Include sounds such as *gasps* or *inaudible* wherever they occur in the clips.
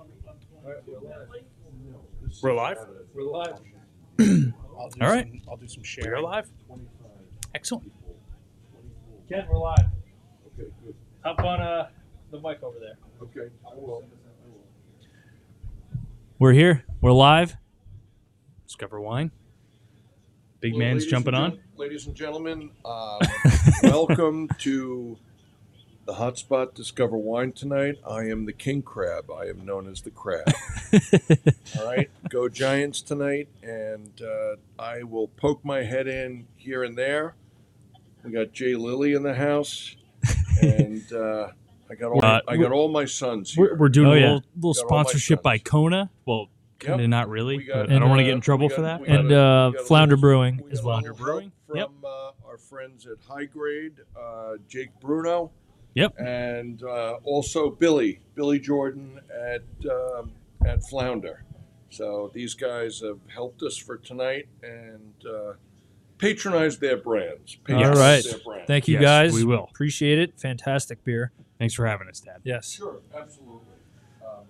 All right, we're live. We're live. We're live. I'll do All right. some- I'll do some We're sharing. live. Excellent. Ken, we're live. Okay, good. Hop on uh, the mic over there. Okay, I will. We're here. We're live. Discover wine. Big Well, man's ladies jumping and on. gen- Ladies and gentlemen, *laughs* *laughs* uh, welcome to the Hotspot Discover Wine tonight. I am the King Crab. I am known as the Crab. All right, go Giants tonight, and uh, I will poke my head in here and there. We got Jay Lilly in the house, and uh, I got all Uh, I got all my sons here. We're, we're doing Oh, a yeah. little, little Got all my sponsorship by sons. Kona. Well, Yep. kind of not really. We got, but I don't want uh, to get in trouble we for got- that. we got And a- uh, we got a Flounder little- Brewing We got as a well. little help From Yep. uh, our friends at High Grade, uh, Jake Bruno. Yep. And uh, also Billy, Billy Jordan at um, at Flounder. So these guys have helped us for tonight and uh, patronized their brands. Patronized right. Their brands. Thank you Yes, guys. we will. Appreciate it. Fantastic beer. Thanks for having us, Dad. Yes. Sure, absolutely.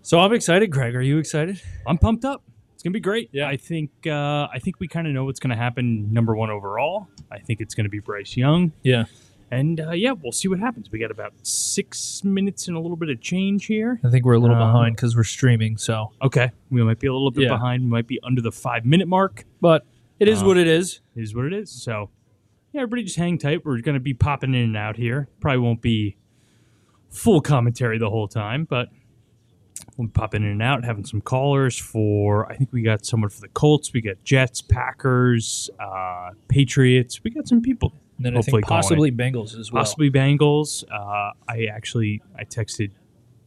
So I'm excited, Greg. Are you excited? I'm pumped up. It's gonna be great. Yeah. I think uh, I think we kind of know what's gonna happen. Number one overall. I think it's gonna be Bryce Young. Yeah. And uh, yeah, we'll see what happens. We got about six minutes and a little bit of change here. I think we're a little Um, behind because we're streaming. So, Okay, we might be a little bit Yeah. behind. We might be under the five minute mark. but it is Uh, what it is. It is what it is. So, yeah, everybody just hang tight. We're going to be popping in and out here. Probably won't be full commentary the whole time, but we'll be popping in and out, having some callers for, I think we got someone for the Colts. We got Jets, Packers, uh, Patriots. We got some people, And then I hopefully think calling it. possibly Bengals as well. possibly Bengals. Uh, I actually, I texted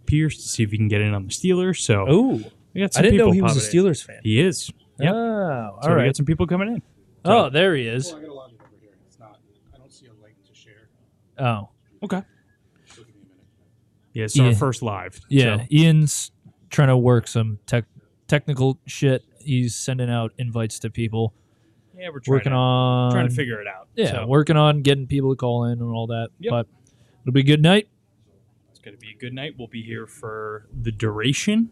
Pierce to see if he can get in on the Steelers. So, Oh, we got some I didn't know people he was a popping in. Steelers fan. He is. Yep. Oh, all So we right. got some people coming in. Oh, there he is. Well, I got a log in over here. It's not. I don't see a link to share. Oh, Okay. So give me a minute. Yeah, it's our Yeah. first live. yeah. So, Ian's trying to work some tech technical shit. He's sending out invites to people. yeah, we're trying working to- on trying to figure it out. yeah so working on getting people to call in and all that Yep. but it'll be a good night it's going to be a good night. We'll be here for the duration.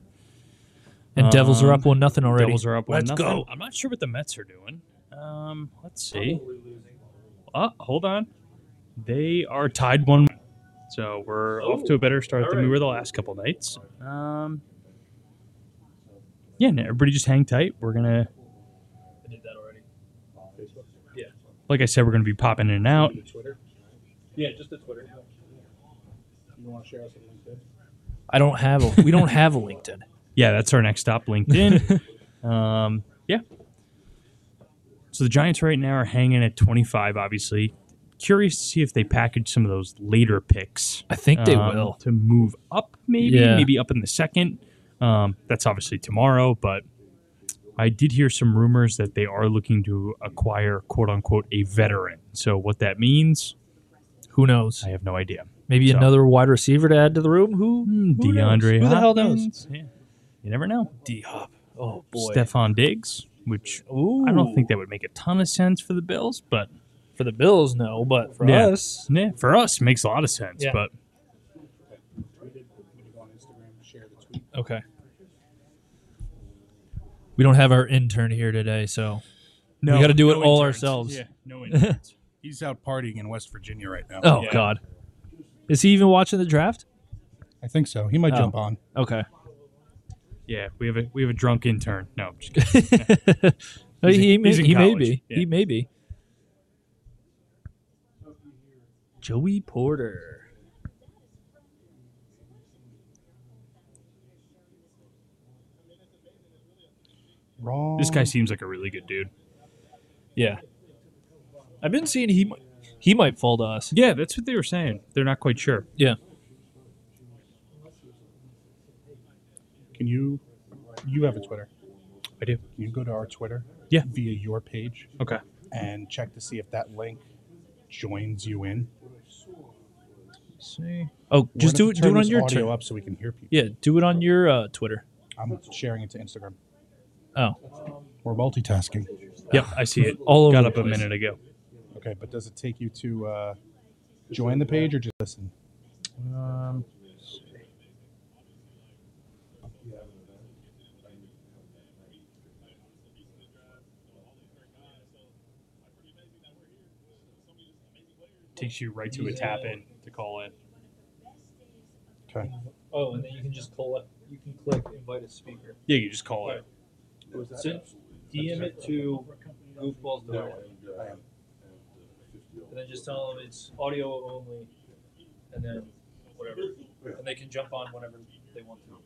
and devils are Um, up one nothing already Devils are up. one Let's nothing. go. I'm not sure what the Mets are doing. Um, let's see. Oh. Uh, hold on. They are tied one. So we're off to a better start than we alright. were the last couple nights. Um, yeah, no, everybody just hang tight. We're gonna, I did that already. Facebook? Yeah. like I said, we're gonna be popping in and out. To Twitter. Yeah, just the Twitter. You want to share us on LinkedIn? i don't have a we don't have *laughs* a linkedin *laughs* Yeah, that's our next *laughs* stop, LinkedIn. um, yeah. So the Giants right now are hanging at 25, obviously. Curious to see if they package some of those later picks. i think they um, will To move up, maybe, Yeah. maybe up in the second. Um, that's obviously tomorrow, but I did hear some rumors that they are looking to acquire, quote unquote, a veteran. So what that means, who knows I have no idea. maybe so- another wide receiver to add to the room who Hmm, who knows? DeAndre who the hell knows Hopkins. Yeah. You never know. d-hop oh boy Stefan Diggs, which Ooh. I don't think that would make a ton of sense for the Bills, but for the bills no but for Yeah. us yeah, for us it makes a lot of sense. Yeah. But We did. When you go on Instagram, share the tweet. okay we don't have our intern here today so no, gotta do it all interns. ourselves. Yeah, *laughs* no interns. He's out partying in West Virginia right now. oh Yeah. god is he even watching the draft I think so. He might Oh. jump on. okay yeah, we have a we have a drunk intern. No, I'm *laughs* just kidding. No, He's in- Oh, he may, he's in he may college. be. Yeah. He may be. Joey Porter. Wrong. this guy seems like a really good dude. Yeah. I've been seeing he mi- he might fall to us. Yeah, that's what they were saying. They're not quite sure. Yeah. Can you? You have a Twitter. I do. Can you go to our Twitter? Yeah. Via your page Okay. and check to see if that link joins you in. See. Oh, just do We're it. gonna Do it turn on this your audio Twitter. up so we can hear people. Yeah, do it on your uh, Twitter. I'm sharing it to Instagram. Oh, We're multitasking. Yep, I see it. All over Got the up a place. minute ago. Okay, but does it take you to uh, join the page or just listen? Um, takes you right to a tap in to call in. Okay. Oh, and then you can just call up. You can click invite a speaker. Yeah, you just call it. Send, DM it to Goofballs Delorean, and then just tell them it's audio only, and then whatever, and they can jump on whenever they want to.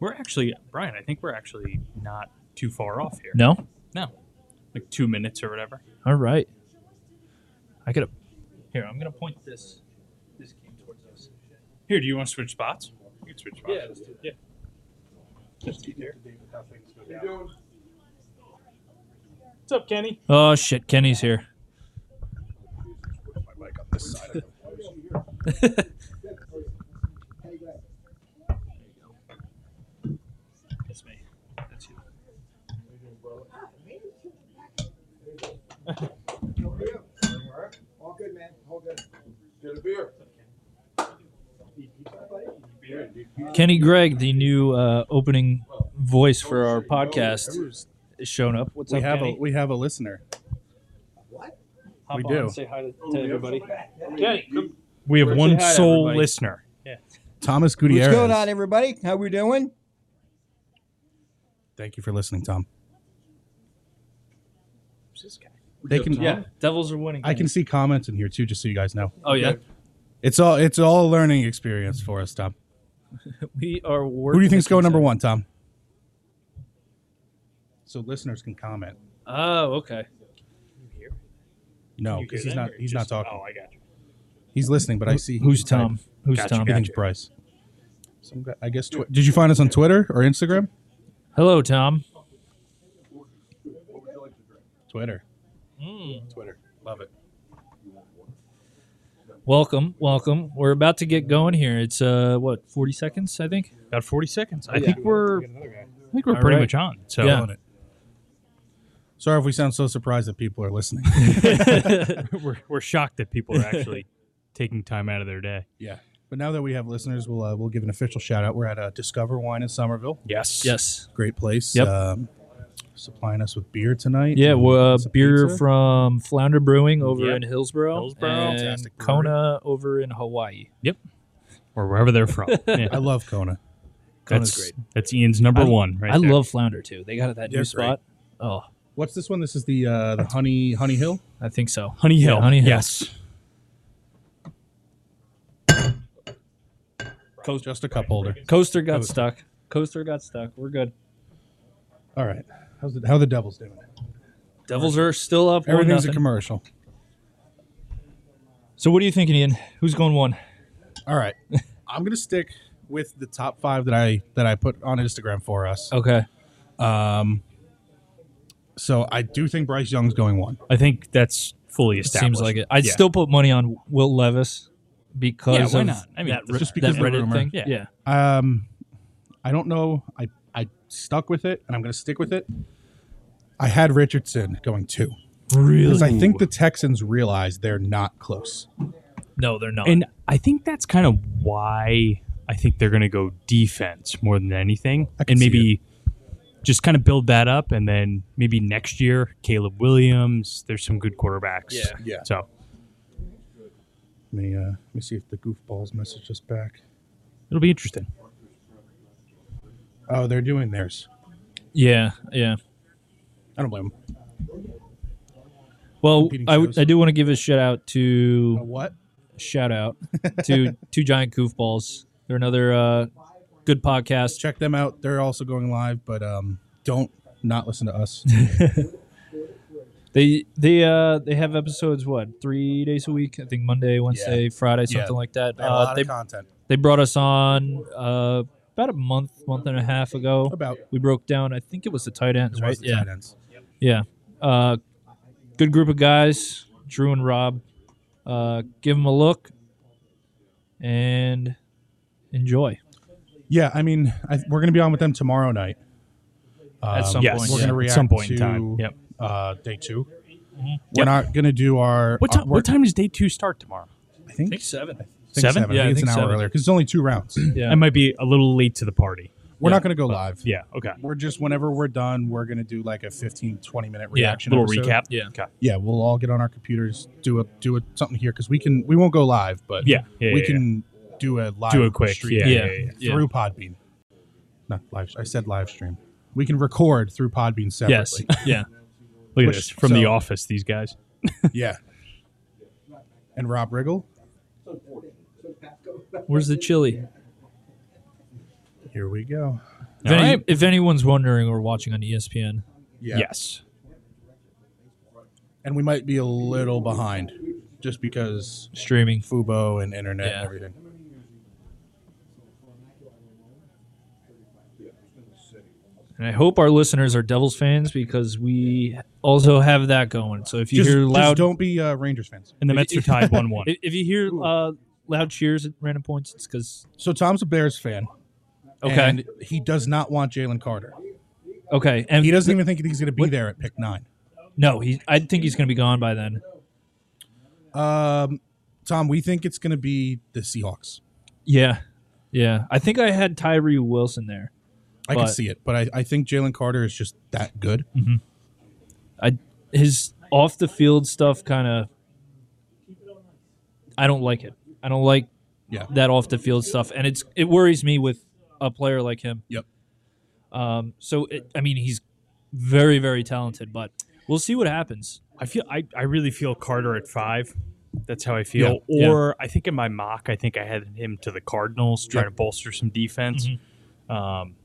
We're actually, Brian, I think we're actually not too far off here. No? Like two minutes or whatever. All right. I could. Here, I'm I'm gonna. gonna point this. This came towards us. Here, do you want to switch spots? We can switch spots. Yeah, let's do that. Just keep up to date with how things go down. What's up, *laughs* Kenny? Oh shit, Kenny's here. My mic on this side. of *laughs* That's me. That's you. All good, man. All good. Get a beer. Kenny Gregg, the new uh, opening voice for our podcast, is showing up. What's we up, have Kenny? a we have a listener. Hop We on do. and say hi to, Oh, to everybody. Kenny, come. We have Say one hi to sole everybody. listener. Thomas What's Gutierrez. going on, everybody? How we doing? Thank you for listening, Tom. We They got can Tom? Yeah, Devils are winning. I can see comments in here too, just so you guys know. oh yeah, It's all it's all a learning experience for us, Tom. *laughs* we are. Working Who do you think's the going kinks number out. one, Tom? So listeners can comment. Oh okay. No, You hear because he's that not or he's just- not talking. Oh, I got you. He's listening, but I see Who's he's typing. Tom? Who's Gotcha, Tom? I think it's Bryce. Some guy, I guess. Twi- Did you find us on Twitter or Instagram? Hello, Tom. What would you like to drink? Twitter. Mm. Twitter. Love it. Welcome, welcome. We're about to get going here. It's uh, what forty seconds, I think. Got 40 seconds. I think we're, I think we're All pretty right. much on. So Yeah. Killing it. Sorry if we sound so surprised that people are *laughs* listening. *laughs* we're, we're shocked that people *laughs* are actually taking time out of their day. but now that we have listeners, we'll uh, we'll give an official shout out. We're at uh, Discover Wine in Somerville. Yes. Yes. Great place. Yep. Um, supplying us with beer tonight. Yeah, and well, uh, some beer pizza. from Flounder Brewing over Yep. in Hillsboro, Hillsboro. and Fantastic brewery. Kona over in Hawaii. Or wherever *laughs* they're *laughs* from. Yeah. I love Kona. Kona's that's, great. That's Ian's number I- one right I there. love Flounder too. They got it that They're new spot. Oh, What's this one? This is the uh, the honey honey hill. I think so. Honey Hill. Yeah, Honey Hill. Yes. Coast, just a cup holder. Coaster got Coaster. stuck. Coaster got stuck. We're good. All right. How's the, how are the Devils doing? Devils are still up. one Everything's a nothing. commercial. so what are you thinking, Ian? Who's going one? All *laughs* right. I'm gonna stick with the top five that I that I put on Instagram for us. Okay. Um, so I do think Bryce Young's going one. I think that's fully It established. seems like it. I'd Yeah. still put money on Will Levis because Yeah, why of not? I mean, that, it's re- just that because of the Reddit rumor. thing. Yeah. Um, I don't know. I I stuck with it, and I'm gonna stick with it. I had Richardson going two Really? because I think the Texans realize they're not close. No, they're not. And I think that's kind of why I think they're going to go defense more than anything, I can and see maybe just kind of build that up, and then maybe next year Caleb Williams. There's some good quarterbacks. Yeah. Yeah. So Let me uh, let me see if the goofballs message us back. it'll be interesting. Oh, they're doing theirs. yeah, yeah. I don't blame them. Well, Competing I, w- shows. I do want to give a shout out to what? *laughs* shout out to two giant goofballs. They're another uh, good podcast. Check them out. They're also going live, but um, don't not listen to us. *laughs* They they uh, they have episodes what three days a week? I think Monday, Wednesday, Friday, something like that. They have a uh, lot they of content. they brought us on uh, about a month month and a half ago. About We broke down. I think it was the tight ends, it right? was the Yeah, tight ends. yeah. Uh, good group of guys. Drew and Rob. Uh, give them a look and enjoy. Yeah, I mean, I, we're going to be on with them tomorrow night. Um, At some yes. point, we're yeah. going to react Some point to in time. Yep. uh, day 2 We're Yep. not going to do our Mm-hmm. What uh, time? we're- What time does day two start tomorrow? I think, seven. I think seven? I Yeah, I think it's an think hour seven. earlier because it's only two rounds. Yeah. I might be a little late to the party. We're Yeah, not going to go live. Yeah. Okay. We're just whenever we're done, we're going to do like a 15 20 minute Yeah. reaction Little episode. recap. Yeah. Okay. Yeah, we'll all get on our computers, do a do a something here cuz we can we won't go live, but Yeah. Yeah. we yeah, can do a live do a quick. stream Yeah. Yeah. Yeah. yeah, Yeah. through Podbean. Not live. I said live stream. We can record through Podbean separately. *laughs* *laughs* yeah. Look at Which- this from the so- office. These guys. yeah. And Rob Riggle, Where's the chili? here we go. If, All any- right. if anyone's wondering or watching on E ESPN, Yeah. Yes. And we might be a little behind just because streaming. Fubo and internet Yeah. and everything. And I hope our listeners are Devils fans because we also have that going. So if you just, hear just loud, don't be uh, Rangers fans. And the Mets are *laughs* tied one-one. if if you hear uh, loud cheers at random points, it's because So Tom's a Bears fan. okay, And he does not want Jalen Carter. okay, and He doesn't even think he's going to be there at pick nine. No, he. I think he's going to be gone by then. Um, Tom, we think it's going to be the Seahawks. Yeah, yeah. I think I had Tyree Wilson there. I can But- Mm-hmm. see it, but I, I think Jalen Carter is just that good. His off the field stuff kind of. I don't like it. I don't like Yeah. that off the field stuff, and it's it worries me with a player like him. Yep. Um. So it, I mean, he's very very talented, but we'll see what happens. I feel I, I really feel Carter at five. That's how I feel. Yeah, yeah. Or I think in my mock, I think I had him to the Cardinals, trying to bolster some defense. Um,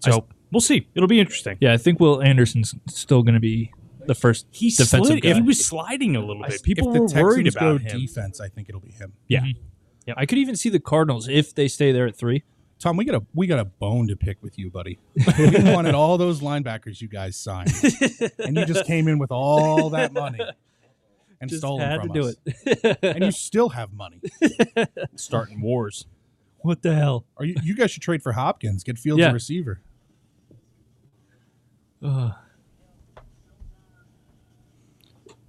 so we'll see. It'll be interesting. Yeah, I think Will Anderson's still going to be the first He defensive slid. guy. He was sliding a little bit. People if the were Texans worried go about him. Mm-hmm. defense, I think it'll be him. Mm-hmm. I could even see the Cardinals if they stay there at three. Tom, we got a we got a bone to pick with you, *laughs* buddy. *laughs* we wanted all those linebackers you guys signed, and you just came in with all that money and Just stole had them from to us. do it. And you still have *laughs* money. Starting wars. what the hell? Are you, you guys should trade for Hopkins, get Fields Yeah. a receiver.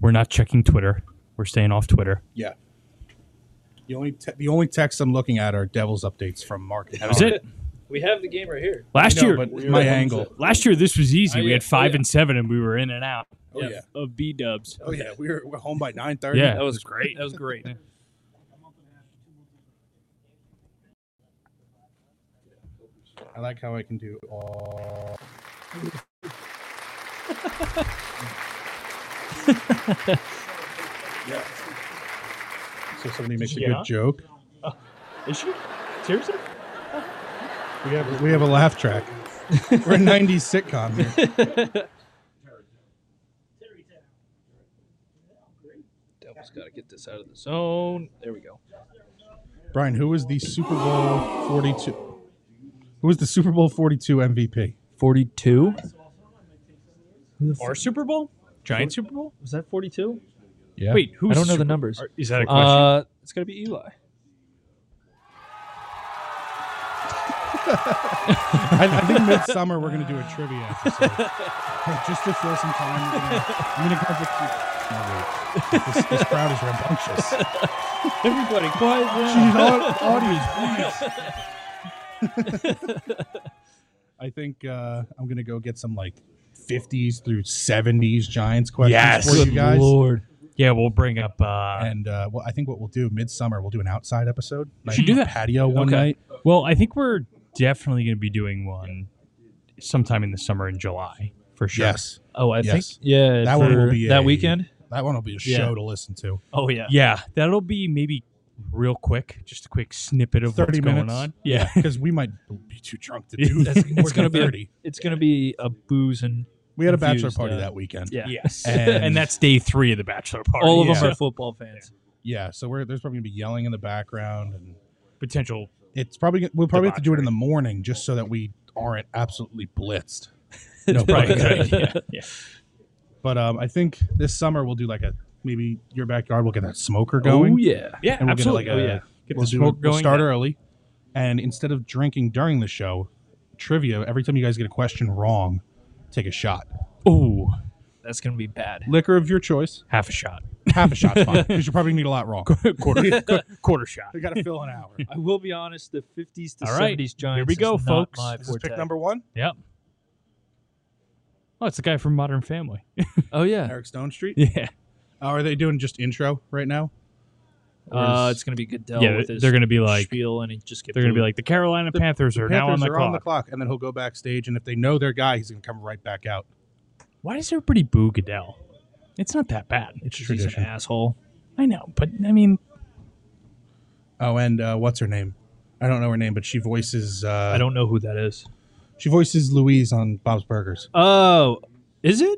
We're not checking Twitter. We're staying off Twitter. Yeah. The only te- the only texts I'm looking at are Devils updates from Mark. That was it. We have the game right here. Last I know, year, but my angle. last year this was easy. Oh, We yeah. had five Oh, yeah. and seven, and we were in and out Oh yeah. of B Dubs. Oh yeah. We were, we're home by nine thirty. Yeah, That was great. That was great. I like how I can do *laughs* all. So somebody makes a Yeah. good joke. Oh, Is she seriously? We have we have a laugh track. We're a '90s sitcom here. *laughs* Devil's got to get this out of the zone. There we go. Brian, who was the Super Bowl 42? Who was the Super Bowl 42 MVP? 42? Our Super Bowl? Giant Super Bowl? Was that 42? Yeah. Wait, who's I don't know Super- the numbers. Is that a question? Uh, it's got to be Eli. I, I think midsummer we're gonna do a trivia episode *laughs* just to fill some time. We're gonna, I'm gonna come up with. No, wait. This, this crowd is rambunctious. Everybody, quiet Jeez, au- audience, please. I think uh, I'm gonna go get some like 50s through 70s Giants questions Yes. for you Good guys. lord. yeah, we'll bring up. Uh, And uh, well, I think what we'll do midsummer, we'll do an outside episode. Like should do that. patio one Okay. night. well, I think we're definitely going to be doing one sometime in the summer in July for sure. Yes, Oh, I Yes. think yeah. That one for will be that a- weekend. that one will be a show Yeah. to listen to. Oh yeah. Yeah, that'll be maybe real quick, just a quick snippet of what's 30 going minutes. on. *laughs* Yeah. because we might be too drunk to do. That's- more it's gonna than be a- 30. It's gonna be a booze and We had a bachelor confused, party uh, that weekend. yeah. Yes. And, *laughs* And- that's day three of the bachelor party. All of them Yeah. are football fans. Yeah, so we're there's probably gonna be yelling in the background, and potential. it's probably gonna- we'll probably have to do it in the morning just so that we aren't absolutely blitzed. *laughs* No, Right. problem. right, yeah. yeah. But um, I think this summer we'll do like a maybe your backyard. We'll get that smoker Oh going. yeah. Yeah, and we'll absolutely. get like a oh, yeah. Get we'll, the do- smoke we'll going. start early, and instead of drinking during the show, trivia. Every time you guys get a question wrong, take a shot. Oh, That's gonna be bad. Liquor of your choice. Half a shot. Half a shot's *laughs* fine because you probably need a lot raw. *laughs* *laughs* quarter, quarter shot. You got to fill an hour. I will be honest. The 50s to All right. 70s Giants. we go, is folks. Not my Is this forte. pick number one? Yep. Oh, it's the guy from Modern Family. Oh yeah. Eric Stone Street. yeah. Oh, are they doing just intro right now? Or Uh, is- it's gonna be Goodell. yeah. with his They're going to be like, spiel, and he just get they're going to be booed. like, the Carolina The- Panthers are now on Panthers the are clock. on the clock, and then he'll go backstage, and if they know their guy, he's gonna come right back out. Why does everybody boo Goodell? It's not that bad. It's he's an asshole. I know, but I mean, Oh, and uh, what's her name? I don't know her name, but she voices. Uh, I don't know who that is. She voices Louise on Bob's Burgers. Oh, is it?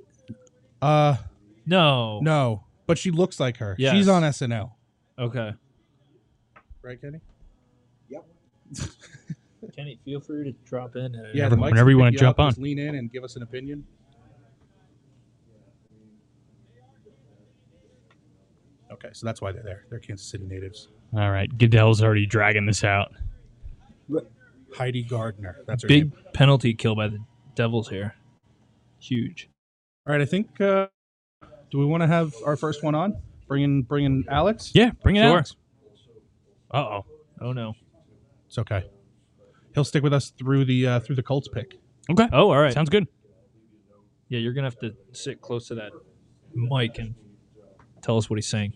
Uh, No. no, but she looks like her. Yes. She's on SNL, Okay. right, Kenny? *laughs* Kenny, feel free to drop in. At Yeah. Whenever- the mic's whenever you pick wanna jump up, just on. lean in and give us an opinion. Okay, so that's why they're there. They're Kansas City natives. all right. Goodell's already dragging this out. Heidi Gardner. That's her name. Big penalty kill by the Devils here. Huge. All right, I think. Uh, do we want to have our first one on? Bring in, bring in Alex. Yeah, bring it Sure. out. Uh oh. Oh no. it's okay. He'll stick with us through the uh, through the Colts pick. Okay. Oh, all right. Sounds good. yeah, you're gonna have to sit close to that mic and tell us what he's saying.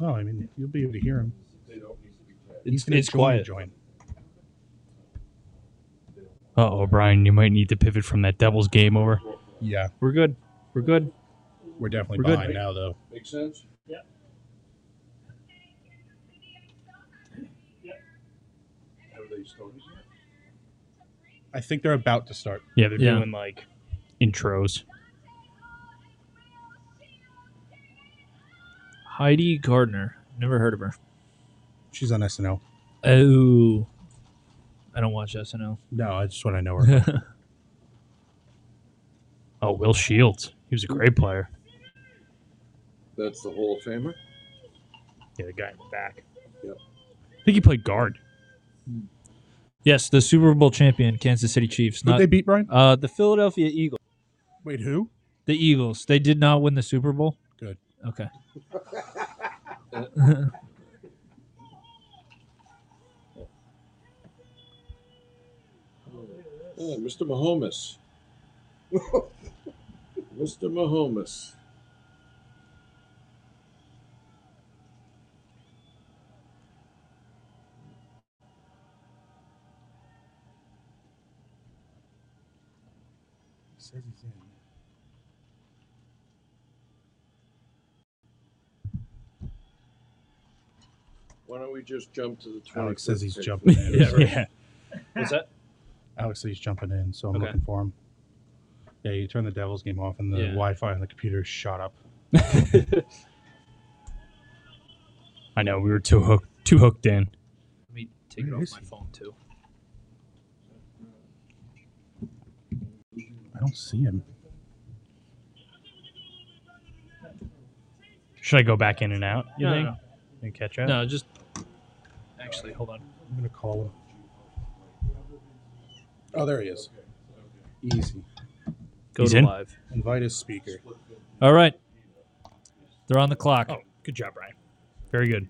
Oh, I mean, you'll be able to hear him. It's, gonna it's join- quiet. Join. Uh oh, Brian, you might need to pivot from that Devils game over. Yeah, We're good. We're good. we're definitely We're good. behind now, though. Makes sense? Yeah. Have they started yet? I think they're about to start. Yeah, they're Yeah. doing like intros. Heidi Gardner. Never heard of her. She's on SNL. Oh. I don't watch SNL. No, I just want *laughs* to know her. Oh, Will Shields. He was a great player. That's the Hall of Famer? Yeah, the guy in the back. Yep. I think he played guard. Yes, the Super Bowl champion, Kansas City Chiefs. Who Not they beat, Brian? uh, the Philadelphia Eagles. Wait, who? The Eagles. They did not win the Super Bowl. Good. Okay. *laughs* Oh, Mr. Mahomes. *laughs* Mr. Mahomes. Why don't we just jump to the 20? Alex says he's jumping in. *laughs* yeah. What's that? Alex says he's jumping in, so I'm Okay. looking for him. Yeah, you turn the Devils game off, and the Yeah. Wi-Fi on the computer shot *laughs* up. I know we were too hooked, too hooked in. Let me take it Where off is my he? phone too. I don't see him. Should I go back in and out? You No, think? no. And catch up. No, just actually hold on. I'm gonna call him. Oh, there he is. Easy. Go He's to in? live. Invite his speaker. All right. They're on the clock. Oh, good job, Brian. Very good.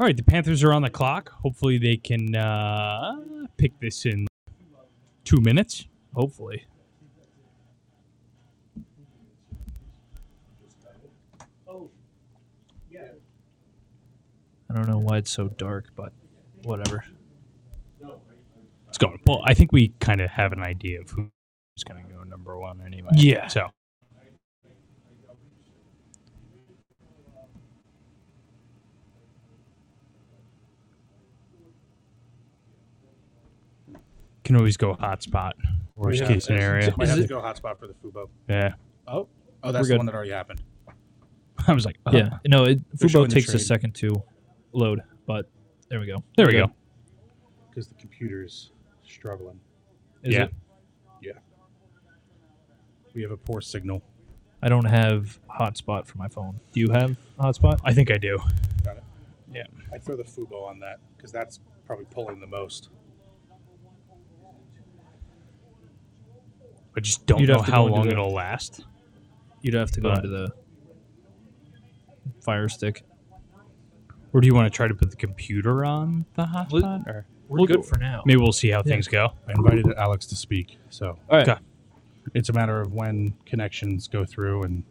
All right, the Panthers are on the clock. Hopefully, they can uh, pick this in two minutes. Hopefully. I don't know why it's so dark, but whatever. It's going. Well, I think we kind of have an idea of who's going to go number one anyway. Yeah. So can always go hotspot. Worst Yeah. case scenario. *laughs* Might have it- to go hotspot for the Fubo. Yeah. Oh, oh, We're that's good. the one that already happened. *laughs* I was like, oh, Yeah. No, it, They're showing Fubo the takes a trade. second to load, um, but there we go. There we go. because the computer's struggling. Is Yeah. it- We have a poor signal. I don't have hotspot for my phone. Do you have hotspot? I think I do. I throw the Fubo on that because that's probably pulling the most. I just don't You'd know have to how go into long the- it'll last. You'd have to go But- into the fire stick. Or do you want to try to put the computer on the hotspot? Or We're good for now. maybe we'll see how things go. I invited Alex to speak, so All right. Okay. it's a matter of when connections go through, and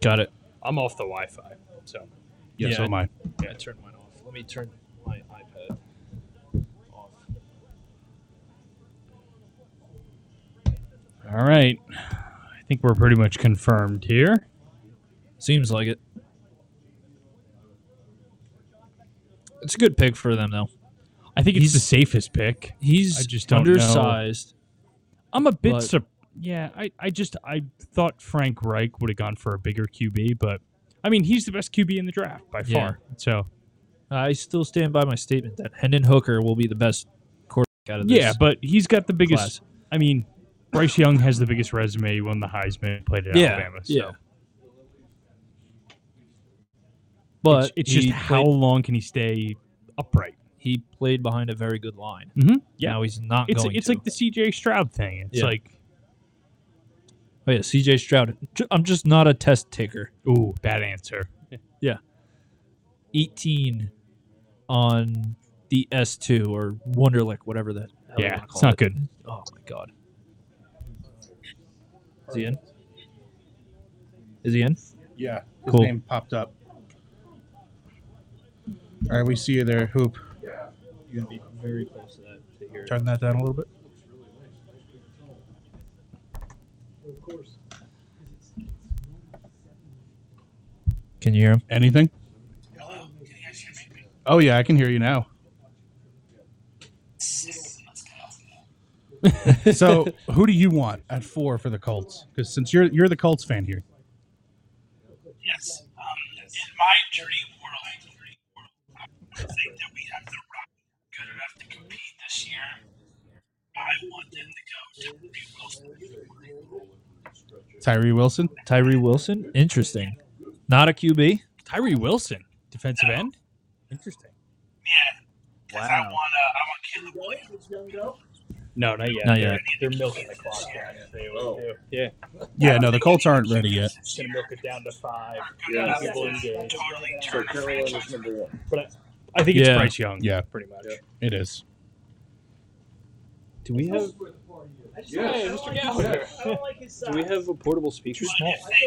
Got it. I'm off the Wi-Fi, so yeah, Yeah, so I- am I. Yeah, turn mine off. Let me turn my iPad off. all right. I think we're pretty much confirmed here. Seems like it. It's a good pick for them, though. I think it's He's- the safest pick. He's I just don't know. undersized. I'm a bit But- sur- yeah. I, I just I thought Frank Reich would have gone for a bigger QB, but I mean he's the best QB in the draft by Yeah. far. So I still stand by my statement that Hendon Hooker will be the best quarterback out of this. yeah, but he's got the Class. biggest. I mean, Bryce Young has the biggest resume. He won the Heisman, played at yeah, Alabama. So. yeah. It's- But it's, he just how played, long can he stay upright? he played behind a very good line. Mm-hmm. Yeah, Now he's not it's going. it's to. like the CJ Stroud thing. It's Yeah. like oh yeah, C.J. Stroud. Ju- I'm just not a test taker. ooh, bad answer. 18 on the S2 or Wonderlic, whatever that. hell you yeah, wanna it's call not it. good. Oh my god. Is he in? Is he in? Yeah, his Cool. name popped up. All right, we see you there, Hoop. You're gonna be very close to that to hear. it. Turn that down a little bit. Can you hear him? Anything? Oh yeah, I can hear you now. *laughs* so, who do you want at four for the Colts? Because since you're you're the Colts fan here, Yes. Um, in my dirty world, I think that we have the rock good enough to compete this year. I want them to go to Tyree Wilson. Tyree Wilson. Tyree Wilson? Interesting. Not a QB? Tyree Wilson, defensive end. Interesting. Yeah. 'cause I Wow. want uh, I want Caleb Williams. No, not yet. Not They're- yet. They're milking the clock. guys. They always do. Yeah, Yeah, no, the Colts aren't ready yet. just gonna milk it down to five. Good Yeah. enough People to engaged. totally turn a franchise. number one. uh, I think it's Yeah. Bryce Young. Yeah, pretty much. it is. Do we have? Hey, Mr. Gallagher. Do we have a portable speaker? But if they do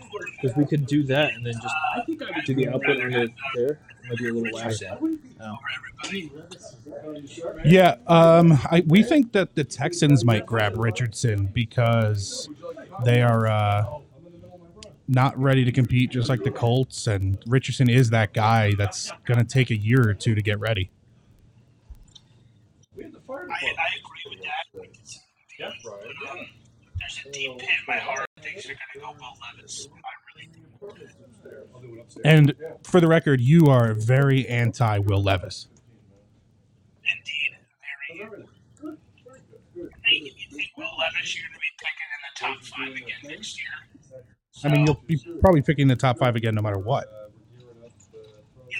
go quarterback, Because we could do that and then just do the output into there. Maybe a little louder. Yeah, um, I, we think that the Texans might grab Richardson because they are uh, not ready to compete, just like the Colts. And Richardson is that guy that's going to take a year or two to get ready. I, I agree with that. Um, There's a deep pit in my heart. that Thinks they're gonna go Will Levis. I really do. And for the record, you are very anti Will Levis. Indeed, very. Hey, you think Will Levis, you're going to be picking in the top five again next year? I mean, you'll be probably picking the top five again no matter what. Yeah,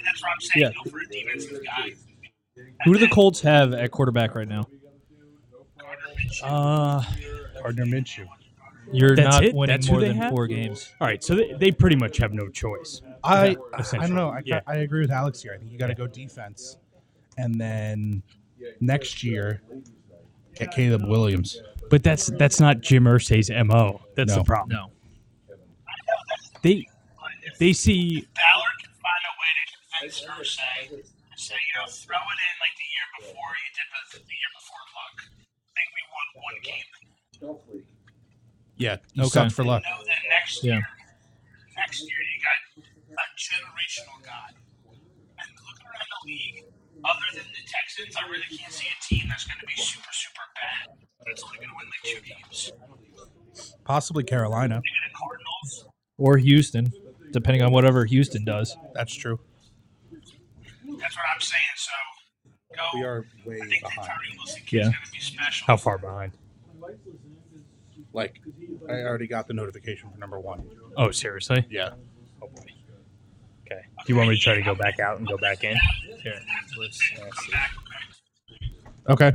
that's what I'm saying. Go for a defensive guy. Who do the Colts have at quarterback right now? Uh, Gardner Minshew. You're That's not it? winning That's who more they than have? four games. all right, so they, they pretty much have no choice. I, I essentially. don't know. I, Yeah. I agree with Alex here. I think you got to go defense. And then next year, get Caleb Williams. But that's that's not Jim Irsay's mo. That's No. the problem. No. They they see Ballard can find a way to convince Ursay and say, you know, throw it in like the year before you did with the year before Luck. I think we won one game. Yeah, you Okay. sucked for luck. Know that next Yeah. year, next year you got a generational guy. And look around the league. Other than the Texans, I really can't see a team that's going to be super, super bad. That's only going to win like two games. Possibly Carolina. Even the Cardinals, Or Houston, depending on whatever Houston does. That's true. that's what I'm saying. So go. We are way I think that behind. Tyree Wilson kid's Yeah. going to be special. how far behind. Like, I already got the notification for number one. Oh, seriously? Yeah. Oh boy. Okay. Do you want me to try to go back out and go back in? Here, let's uh, see. Okay.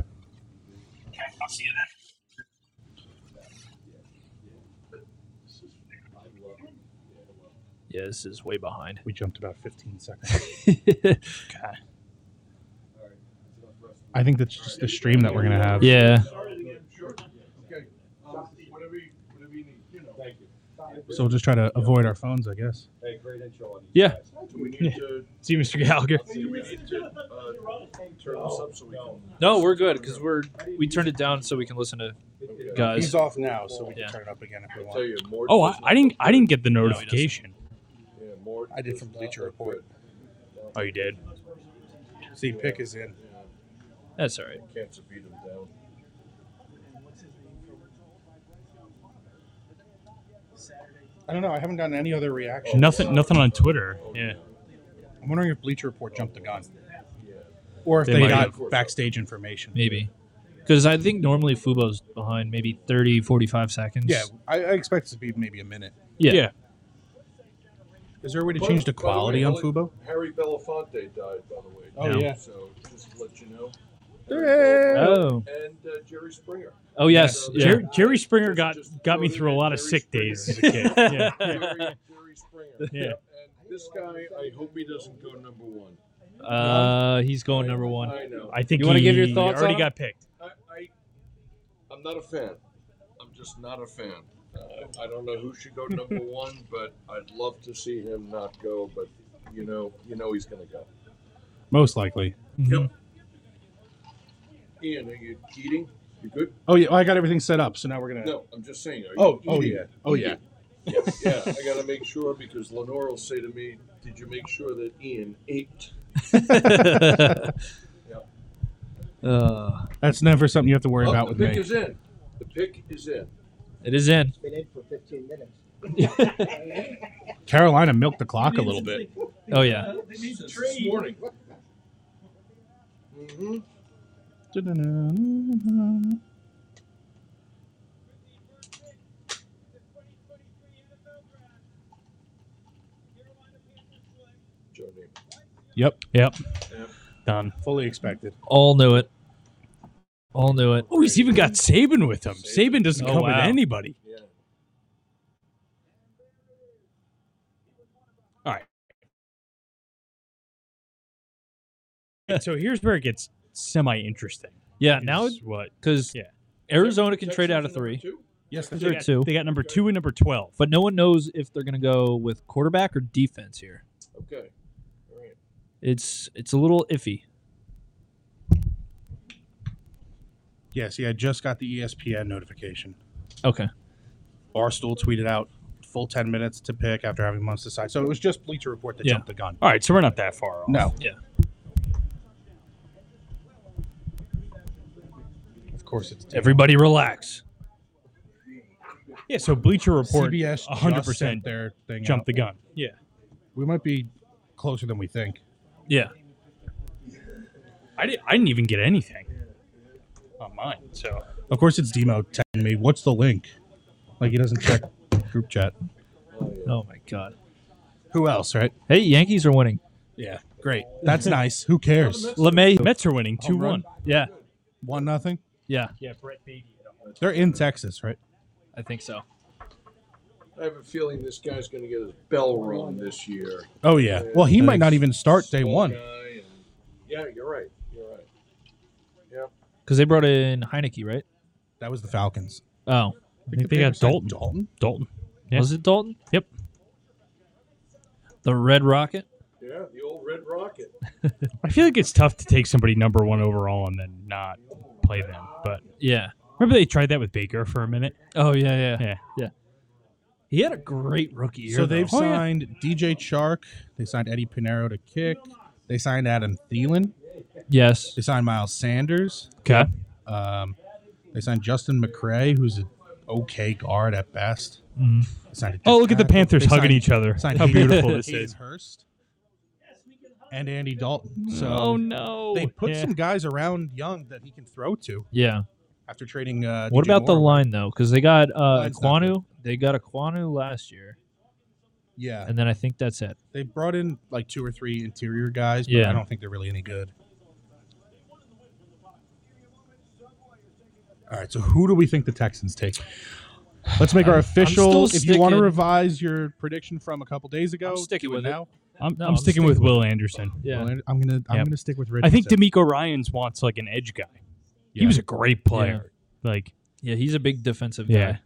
Okay, I'll see you then. Yeah, this is way behind. We jumped about 15 seconds. I think that's just the stream that we're going to have. yeah. So we'll just try to avoid our phones, I guess. Hey, great intro on you. Yeah. Do we need to, See you, Mr. Gallagher. do we need to uh, turn this up so we can? *laughs* No, we're good because we're we turned it down so we can listen to guys. He's off now, so we can Yeah. turn it up again if we I'll tell want. you, Mort Oh, I, does I didn't. I didn't get the he doesn't. notification. not- yeah, Mort I did does from not Bleacher look Report. Oh, you did. uh, See, Pick is in. That's all right. good. Can't beat him down. I don't know. I haven't gotten any other reaction. Nothing. Nothing on Twitter. Yeah. I'm wondering if Bleacher Report jumped the gun. Or if They they, might got have. backstage information. Maybe. Because I think normally Fubo's behind maybe 30, 45 seconds. Yeah, I, I expect it to be maybe a minute. Yeah. Yeah. Is there a way to By- change the by way, quality on Ellie- Fubo? Harry Belafonte died, by the way. Oh, No. yeah. So just to let you know. Hooray! Oh. And uh, Jerry Springer. Oh, yes. Yeah. Yeah. Jerry, Jerry Springer got Just got me throw through a in lot of Jerry sick Springer. days as a kid. Yeah. Jerry, Jerry Springer. Yeah. And this guy, I hope he doesn't go number one. Uh, he's going number one. I know. I, I think You wanna he give your thoughts Already on got picked. I, I'm not a fan. I'm just not a fan. Uh, I don't know who should go number one, but I'd love to see him not go. But you know, you know he's going to go. Most likely. Mhm. Ian, are you eating? You good? Oh yeah, well, I got everything set up, so now we're gonna. No, I'm just saying. Are you Oh, oh eating? yeah, oh yeah. yeah, yeah. I gotta make sure because Lenore will say to me, "Did you make sure that Ian *laughs* ate?" uh, That's never something you have to worry Oh, about the with pick me. is in. The pick is in. it is in. Been in for 15 minutes. *laughs* Carolina milked the clock a little bit. Oh, yeah. Since this morning. hmm Joe Namath. Yep, Yep. Yep. Done. fully expected. All knew it. All knew it. Oh, he's even got Saban with him. Saban doesn't Oh, come with wow. anybody. Yeah. So here's where it gets semi interesting. Yeah, now what? because Yeah. Arizona can Texas trade out is of number three, two? Yes, Those that's are right. two, They got number two and number twelve. but no one knows if they're going to go with quarterback or defense here. Okay. All right. It's it's a little iffy. Yeah, see, I just got the E ESPN notification. Okay. Barstool tweeted out full ten minutes to pick after having months to decide. So it was just Bleacher Report that Yeah. jumped the gun. All right, so we're not that far off. No. Yeah. Of course, it's Everybody relax. Yeah. So Bleacher Report, CBS. hundred 100% sent percent their thing. jumped Jump. the gun. Yeah. We might be closer than we think. Yeah. I didn't. I didn't even get anything on mine. So Of course, it's Demo texting me. What's the link? Like he doesn't check group chat. Oh my god. Who else? Right? Hey, Yankees are winning. Yeah. Great. That's nice. Who cares? LeMay. Mets are winning two Home run. one. Yeah. One nothing. Yeah. Yeah, Brett Beatty. They're in Texas, right? I think so. I have a feeling this guy's going to get his bell rung this year. Oh yeah. Well, he might not even start day Small one. guy and- yeah, you're right. You're right. Because they brought in Heineke, right? That was the Falcons. Oh. I think they got Dalton. Dalton. Dalton. Yeah. Was it Dalton? Yep. The Red Rocket? Yeah, the old Red Rocket. *laughs* I feel like it's tough to take somebody number one overall and then not play them. But Yeah. remember they tried that with Baker for a minute. Oh yeah, yeah. Yeah. He had a great rookie year. So they've Oh, though. signed DJ Chark. They signed Eddie Pinero to kick. They signed Adam Thielen. Yes. They signed Miles Sanders. Okay. Um, they signed Justin McCray, who's an okay guard at best. Mhm. They signed a Oh, look at the defensive- Panthers they hugging signed- each other. signed How Hayden- beautiful this Hayden is. Hurst and Andy Dalton. So oh no. they put Yeah. some guys around Young that he can throw to Yeah. after trading. Uh, What DJ about the Moore. line though? Because they got uh Line's not Aquanu. They got Aquanu last year, Yeah, and then I think that's it. they brought in like two or three interior guys, but Yeah. I don't think they're really any good. All right, so who do we think the Texans take? Let's make our I'm- I'm official. still If you want to sticking- revise your prediction from a couple days ago, I'm sticking do with it. now. I'm, No, I'm, I'm sticking sticking with with Will Anderson. Yeah. Well, I'm gonna I'm Yep. gonna stick with Richardson. I think D'Amico Ryans wants like an edge guy. He Yeah. was a great player. Like Yeah, he's a big defensive guy. Yeah.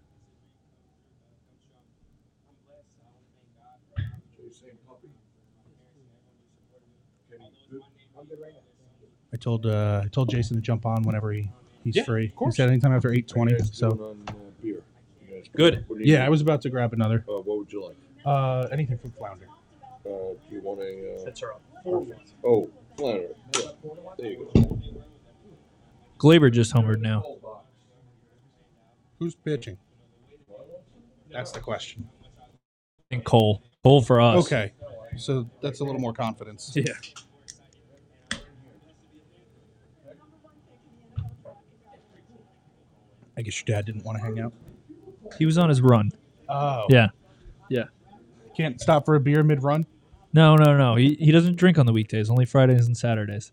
I told uh, I told Jason to jump on whenever he, he's Yeah, free. He course. said anytime after eight twenty. What are you guys So doing on, uh, beer? You guys- Good. what do you yeah, I was about to grab another. Uh, what would you like? Uh, anything from Flounder. Uh, do you want a? Uh, That's her up. oh, planner. Yeah. There you go. Glaber just homered now. Who's pitching? That's the question. And Cole. Cole for us. Okay, so that's a little more confidence. Yeah. I guess your dad didn't want to hang out. He was on his run. Oh, Yeah. Can't stop for a beer mid run. No, no, no. He, he doesn't drink on the weekdays, only Fridays and Saturdays.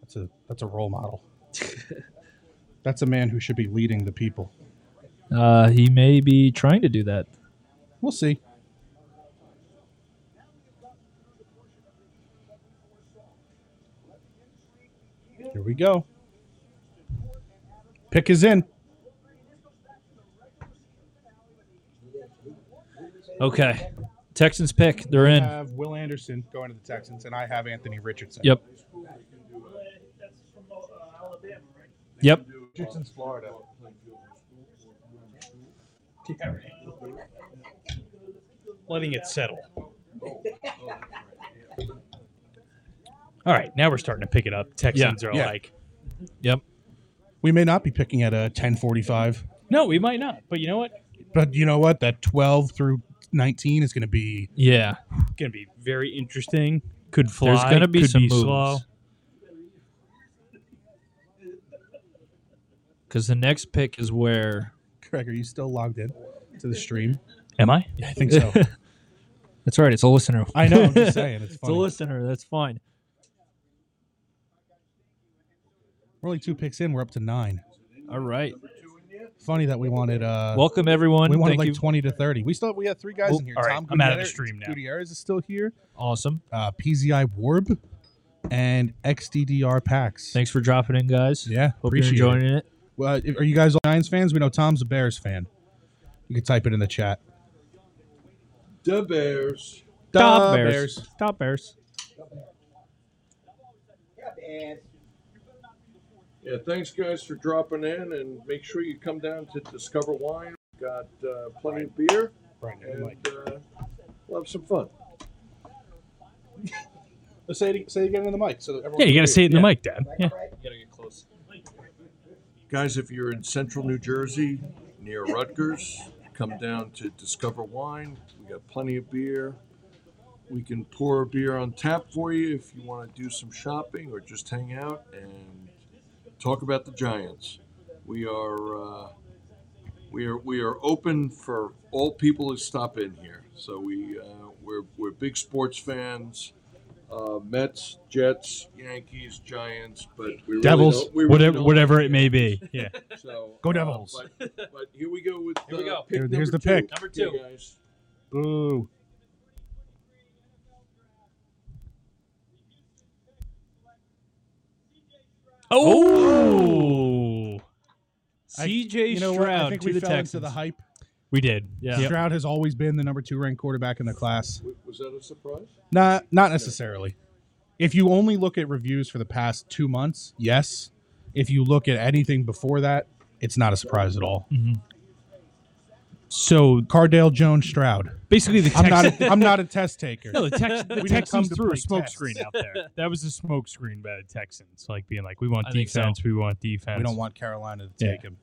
That's a that's a role model. that's a man who should be leading the people. Uh, he may be trying to do that. We'll see. Here we go. Pick is in. Okay. Texans pick. They're I in. have Will Anderson going to the Texans, and I have Anthony Richardson. Yep. Yep. Richardson's Florida. letting it settle. All right, now we're starting to pick it up. Texans are yeah. like, We may not be picking at a ten forty-five, no, we might not, but you know what? but you know what? That twelve through nineteen is going to be Yeah. Going to be very interesting. Could fly. There's going to be could some be slow. moves. Because the next pick is where. Craig, are you still logged in to the stream? Am I? Yeah, I think *laughs* so. That's right. It's a listener. I know. I'm just saying. It's It's a funny. listener. That's fine. We're only two picks in. We're up to nine. All right. Funny that we wanted. Uh, Welcome, everyone. we wanted Thank like you. twenty to thirty. We still we had three guys Well, in here. Oh, all right, Tom I'm out of the Gutierrez- stream now. Gutierrez is still here. awesome. Uh, PZI Warb and XDDR Pax. Thanks for dropping in, guys. Yeah, Hope you're appreciate enjoying it. Well, uh, are you guys all Giants fans? We know Tom's a Bears fan. You can type it in the chat. The Bears. Stop Da Bears. Stop Bears. Yeah, thanks guys for dropping in, and make sure you come down to Discover Wine. We've got uh, plenty of beer, Right now, and Mike. uh, we'll have some fun. Say it, say it again in the mic. So everyone Yeah, you got to to say it in the mic, Dad. Yeah. You gotta get close. Guys, if you're in central New Jersey near Rutgers, come down to Discover Wine. We got plenty of beer. We can pour beer on tap for you if you want to do some shopping or just hang out and talk about the Giants. We are uh, we are we are open for all people who stop in here. So we uh, we're we're big sports fans. Uh, Mets, Jets, Yankees, Giants, but we really Devils, don't- we really whatever, don't- whatever it may be. *laughs* Yeah. *laughs* so Go uh, Devils. but, but here we go with Here we uh, go. Pick Here- here's number the pick. Number two, two. guys. Boo. Oh, I- CJ You know what? I Stroud think to we the fell Texans. into the hype. We did. Yeah. Yep. Stroud has always been the number two ranked quarterback in the class. W- Was that a surprise? Not not necessarily. If you only look at reviews for the past two months, yes. If you look at anything before that, it's not a surprise at all. Mm-hmm. So Cardale Jones Stroud. basically, the I'm Texans. not. *laughs* A, I'm not a test taker. *laughs* no, the, Tex- the didn't Texans come to threw a play smoke Tex. screen out there. *laughs* That was a smoke screen by the Texans, like being like, "We want I think so. defense. We want defense. We don't want Carolina to Yeah. take him.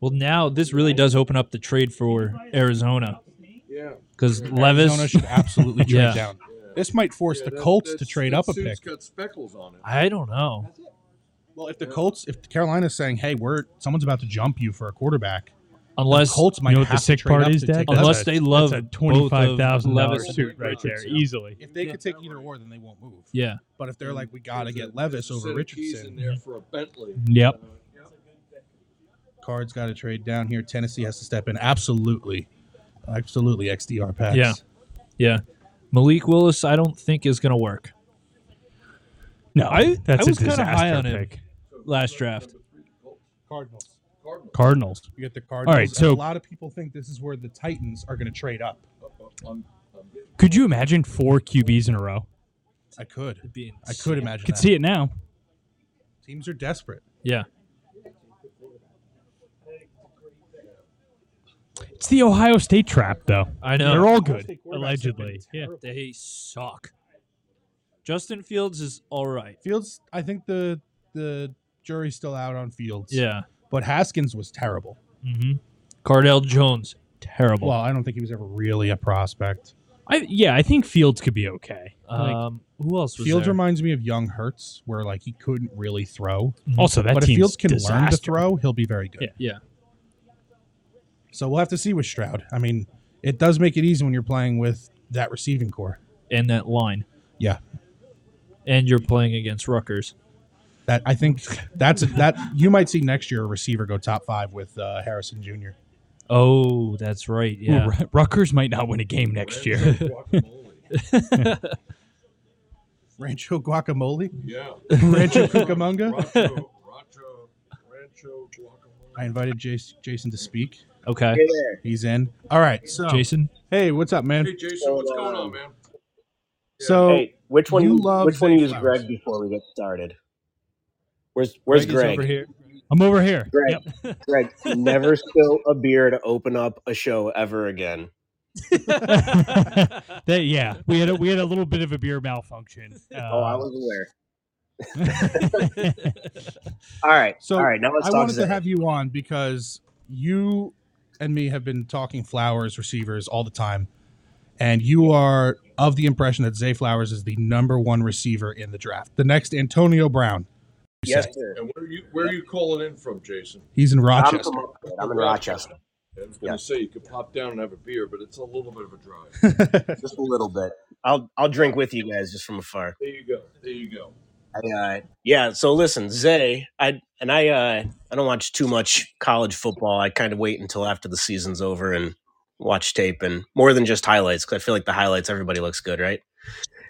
well, now this really does open up the trade for Arizona Yeah. because Arizona Levis. should *laughs* absolutely trade Yeah. down. yeah. This might force Yeah, the that- Colts that's- to trade that up a suit's pick. got speckles on it. I don't know. Well, if the Yeah. Colts, if Carolina's saying, "Hey, we're someone's about to jump you for a quarterback," the Unless Colts might you know what the have sick to trade part up is, to Dad? take That's unless a- they love That's a both of twenty-five thousand dollars Levis- suit right there, easily. If they could take either or, then they won't move. Yeah, But if they're like, "We got to There's a- get Levis there's a over set of keys in Richardson," there for a Bentley. Yep. Uh, yep. Cards got to trade down here. Tennessee has to step in. Absolutely, absolutely. XDR pass. Yeah. Yeah. Malik Willis, I don't think is going to work. No, I- that's I was a kinda disaster high on him. pick. Last draft. Cardinals. Cardinals. You get the Cardinals. right, and so- a lot of people think this is where the Titans are going to trade up. Could you imagine four QBs in a row? I could. Being I could imagine. Could that. see it now. Teams are desperate. Yeah. It's the Ohio State trap, though. I know. They're all Ohio good, State quarterbacks have been allegedly. Yeah. terrible. They suck. Justin Fields is all right. Fields. I think the the jury's still out on Fields. Yeah. But Haskins was terrible. Mm-hmm. Cardell Jones, terrible. Well, I don't think he was ever really a prospect. I yeah, I think Fields could be okay. Like, um, who else was Fields there? reminds me of young Hertz, where like he couldn't really throw. Mm-hmm. also, that but if team's Fields can learn to disaster. throw, he'll be very good. Yeah. Yeah. So we'll have to see with Stroud. I mean, it does make it easy when you're playing with that receiving core. and that line. Yeah. And you're playing against Rutgers. That I think that's that you might see next year a receiver go top five with uh, Harrison Jr. Oh, that's right. Ooh, Yeah. Ru- Rutgers might not win a game next year. *laughs* Rancho Guacamole, yeah. *laughs* Rancho Cucamonga. Rancho, Rancho, Rancho guacamole. I invited Jason, Jason to speak. Okay. Hey there. He's in. All right. So Jason. hey, what's up, man? Hey Jason, what's going on, man? So hey, which one? you love which one Zay used Flowers. Greg before we get started? Where's Where's Greg is Greg? over here. I'm *laughs* over here. Greg, Yep. *laughs* Greg, never spill a beer to open up a show ever again. That- yeah, we had a, we had a little bit of a beer malfunction. Uh, oh, I was *laughs* aware. *laughs* All right, So, all right. Now let's I talk wanted Zay. to have you on because you and me have been talking Flowers receivers all the time, and you are of the impression that Zay Flowers is the number one receiver in the draft. The next Antonio Brown. you yes, say. sir. And where are you where are you calling in from, Jason? He's in I'm, Rochester. from Oakland. I'm in Rochester, I was going to say you could pop down and have a beer, but it's a little bit of a drive. just a little bit. I'll I'll drink with you guys just from afar. There you go. There you go. I, uh, yeah. So listen, Zay, I and I uh, I don't watch too much college football. I kind of wait until after the season's over and watch tape and more than just highlights because I feel like the highlights everybody looks good, right?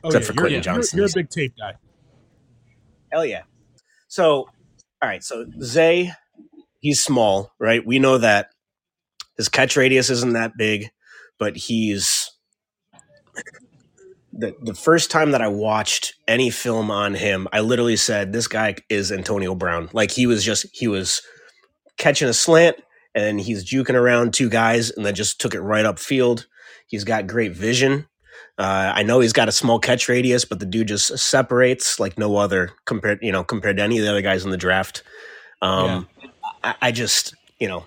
Oh, Except for you're- Quentin you're- Johnson. You're, a big tape guy. Hell yeah. So, all right. So Zay, he's small, right? We know that his catch radius isn't that big, but he's the the first time that I watched any film on him, I literally said, "This guy is Antonio Brown." Like he was just he was catching a slant and he's juking around two guys and then just took it right upfield. He's got great vision. Uh, I know he's got a small catch radius, but the dude just separates like no other compared, you know, compared to any of the other guys in the draft. Um, I, I just, you know,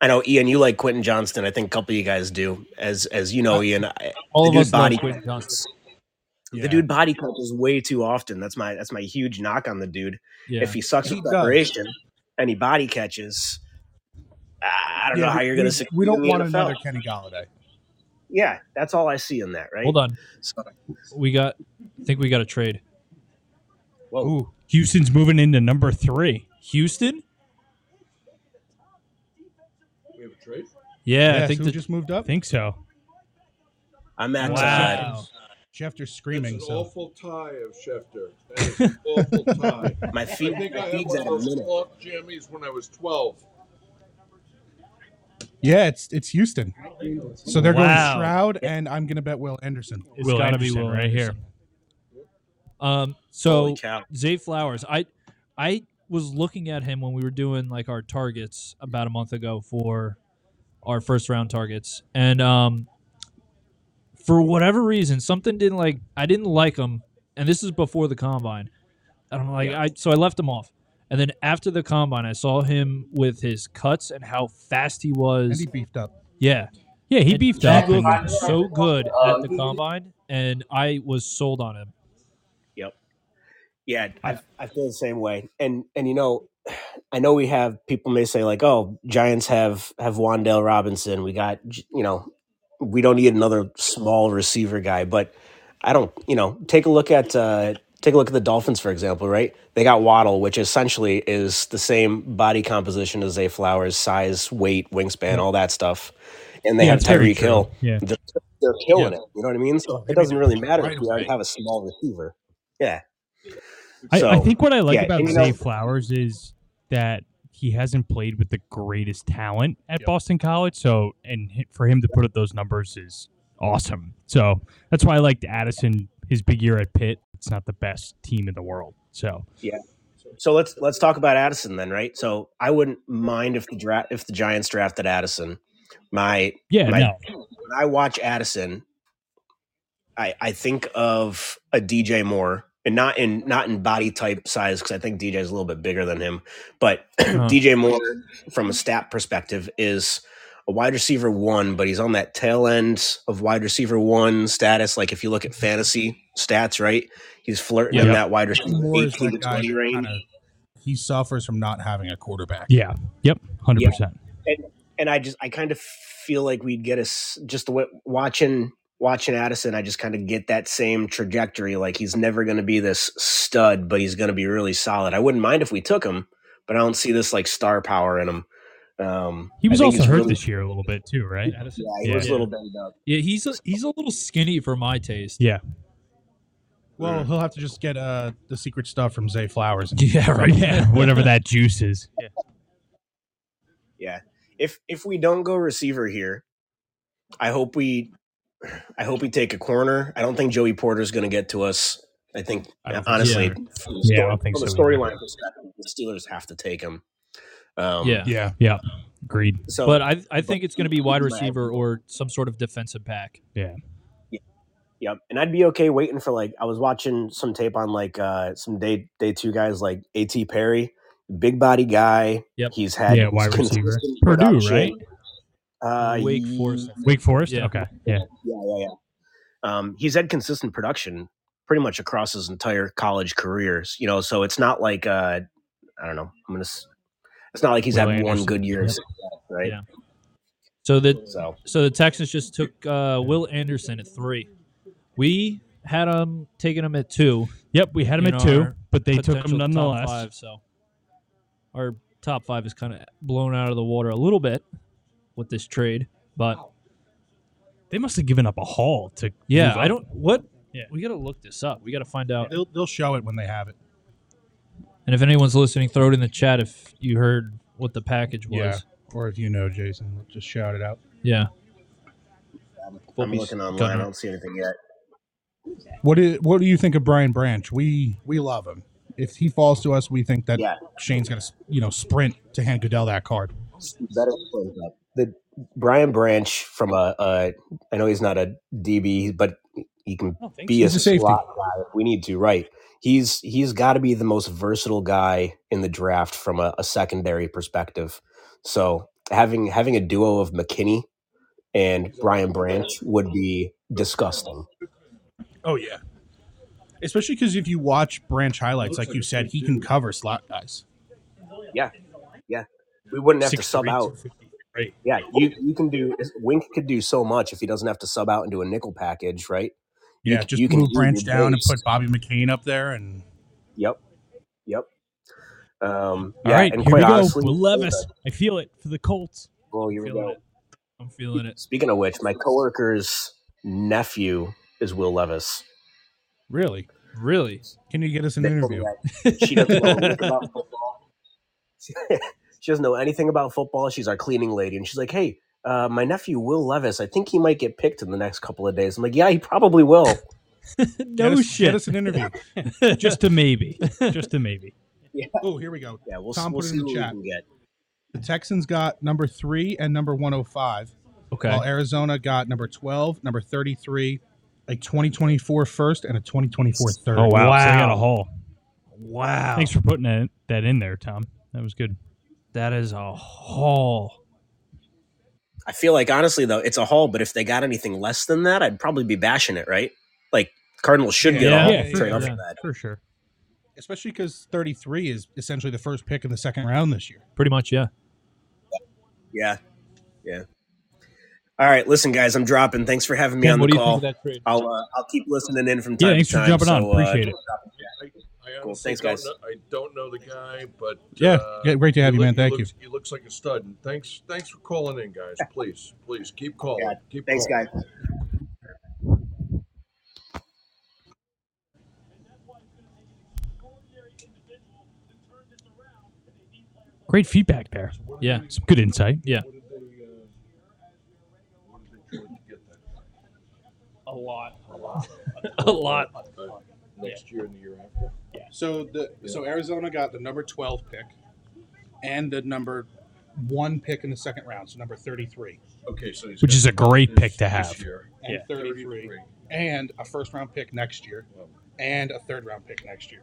I know Ian, you like Quentin Johnston. I think a couple of you guys do, as as you know, Ian. I, All of The us dude body body- Quentin Johnson. Yeah. The dude body catches way too often. That's my that's my huge knock on the dude. Yeah. If he sucks He at does. preparation and he body catches, I I don't know Yeah, how we- you're going we- to succeed. We in don't the want NFL. another Kenny Galladay. Yeah, that's all I see in that. Right. Hold on. So, We got I think we got a trade. whoa. Ooh, Houston's moving into number three. Houston? We have a trade. Yeah, yes, I think who the, just moved up? I think so. I'm at. Wow. Schefter's It's screaming. an So awful tie of Schefter. That is an awful tie. Uh, my I feet. think My I had feet's one at of a those minute. cloth jammies when I was 12. yeah, it's it's Houston. So they're Wow. going Shroud, and I'm going to bet Will Anderson. it's Will gotta be Anderson Will right Anderson. Um Holy so cow. Zay Flowers, I I was looking at him when we were doing like our targets about a month ago for our first round targets, and um, for whatever reason, something didn't like I didn't like him, and this is before the combine, and I'm like I so I left him off, and then after the combine, I saw him with his cuts and how fast he And was. he beefed up. yeah, Yeah, he and beefed up. He and- looked so good at the combine, and I was sold on him. Yeah, I, I feel the same way. And and you know, *sighs* I know we have people may say like, oh, Giants have have Wandale Robinson. We got you know, we don't need another small receiver guy. But I don't, you know, take a look at uh, Take a look at the Dolphins, for example, right? They got Waddle, which essentially is the same body composition as Zay Flowers, size, weight, wingspan, all that stuff. And they Yeah, have it's very Tyreek true. Hill. Yeah. They're, they're killing it. You know what I mean? So it doesn't really matter if Right you away. have a small receiver. Yeah. I, I So, think what I like yeah, about and, you know- Zay Flowers is that he hasn't played with the greatest talent at Yep. Boston College. So, and hi- for him to put up those numbers is awesome. So that's why I liked Addison his big year at Pitt. It's not the best team in the world. So So let's let's talk about Addison then, right? So I wouldn't mind if the draft if the Giants drafted Addison. My yeah, Right. no, when I watch Addison, I I think of a DJ Moore, and not in not in body type size because I think DJ is a little bit bigger than him. But *clears throat* Uh-huh. DJ Moore, from a stat perspective, is a wide receiver one, but he's on that tail end of wide receiver one status. Like if you look at Mm-hmm. fantasy stats, right, he's flirting in Yeah. that wide receiver Moore is eighteen to that guy twenty that range. kinda- he suffers from not having a quarterback. yeah, yep, hundred percent. and I just I kind of feel like we'd get us just the way, watching watching Addison. I just kind of get that same trajectory. Like he's never going to be this stud, but he's going to be really solid. I wouldn't mind if we took him, but I don't see this like star power in him. Um, He I was think also he's hurt really- this year a little bit too, right? Addison? Yeah, he Yeah. was a little banged up. Yeah, he's a, he's a little skinny for my taste. Yeah, Well, he'll have to just get uh, the secret stuff from Zay Flowers. and- yeah, right. *laughs* Yeah, whatever that juice is. Yeah, if if we don't go receiver here, I hope we I hope we take a corner. I don't think Joey Porter's going to get to us. I think I don't think honestly, so. from the, Yeah, I story- don't think from the so either. storyline perspective, the Steelers have to take him. Um, Yeah. yeah. Agreed. So, but I I think but- it's going to be wide receiver or some sort of defensive back. yep. And I'd be okay waiting for like I was watching some tape on like uh some day day two guys like At Perry, big body guy. Yep. He's had Yeah, *laughs* wide consistent receiver. Purdue, production. right? Uh, Wake he- Forest. I think. Wake Forest. Yeah. Okay. Yeah. Yeah, yeah, yeah. Um, he's had consistent production pretty much across his entire college careers. You know, so it's not like uh, I don't know. I'm gonna. s- It's not like he's Will had one Anderson. good year, Yep. right? Yeah. So that So so the Texans just took uh, Will Anderson at three. We had him taking him at two. Yep, we had him in at two, our but they took potential him top nonetheless. five, so our top five is kind of blown out of the water a little bit with this trade, but They must have given up a haul to. yeah, move I up. don't. What Yeah. we got to look this up. We got to find out. They'll, they'll show it when they have it. And if anyone's listening, throw it in the chat if you heard what the package was. Yeah. Or if you know Jason, just shout it out. Yeah. I'm we looking online. I got- don't see anything yet. What do, what do you think of Brian Branch? We we love him. If he falls to us, we think that Yeah. Shane's going to you know sprint to hand Goodell that card. Oh, better plays up. The Brian Branch from a, a I know he's not a DB, but he can be a He's a safety. slot guy if we need to, right? He's he's got to be the most versatile guy in the draft from a, a secondary perspective. So having having a duo of McKinney and Brian Branch would be disgusting. Oh yeah. Especially because if you watch Branch highlights, like you said, he can cover slot guys. We wouldn't have to 6'3", sub out. 250. Yeah, you you can do Wink could do so much if he doesn't have to sub out and do a nickel package, right? Yeah, c- just you can move use Branch your down and base. put Bobby McCain up there, and Yep. Yep. Um, All yeah, right, and here quite we go. honestly, uh, Will Levis. I feel it for the Colts. Well, here we Feeling go. it. I'm feeling it. Speaking of which, my coworker's nephew is Will Levis. really, Really? can you get us an interview? She doesn't know *laughs* anything about football. she doesn't know anything about football. She's our cleaning lady, and she's like, "Hey, uh, my nephew Will Levis. I think he might get picked in the next couple of days." I'm like, "Yeah, he probably will." Get no us- Get shit. us an interview. *laughs* Just a maybe. Just a maybe. oh, here we go. Yeah, we'll, Tom, we'll put it see in the what chat. we can get. The Texans got number three and number 105, Okay. while Arizona got number 12, number 33, a 2024 first, and a 2024 third. Oh wow! So they got Wow. a haul. wow. Thanks for putting that, that in there, Tom. That was good. That is a haul. I feel like honestly though, it's a haul. But if they got anything less than that, I'd probably be bashing it, right? Like Cardinals should get Yeah, a haul. yeah, and for trade up sure. for that. For sure. Especially because 33 is essentially the first pick in the second round this year. Pretty much, yeah. Yeah, yeah. All right, listen, guys, I'm dropping. Thanks for having me Ken, on what the do you call. think of that trade? I'll uh, I'll keep listening in from Yeah, time thanks to for time. jumping on. so, Appreciate it. Cool. I Thanks, don't guys. know- I don't know the guy, but Yeah, uh, yeah, great to have he you, man. look- he Thank you. looks- He looks like a stud. And thanks, thanks for calling in, guys. Please, please keep calling. Yeah, Keep Thanks, calling. guys. Great feedback there. Yeah. Some good insight. What did they? Uh, what did they try to get that? a lot. *laughs* a lot. Uh, next year and the year after. So the so Arizona got the number twelve pick and the number one pick in the second round, so number thirty three Okay, so he's Which got is a great this- pick to this have. year. and Yeah. thirty three and a first round pick next year Well, and a third round pick next year.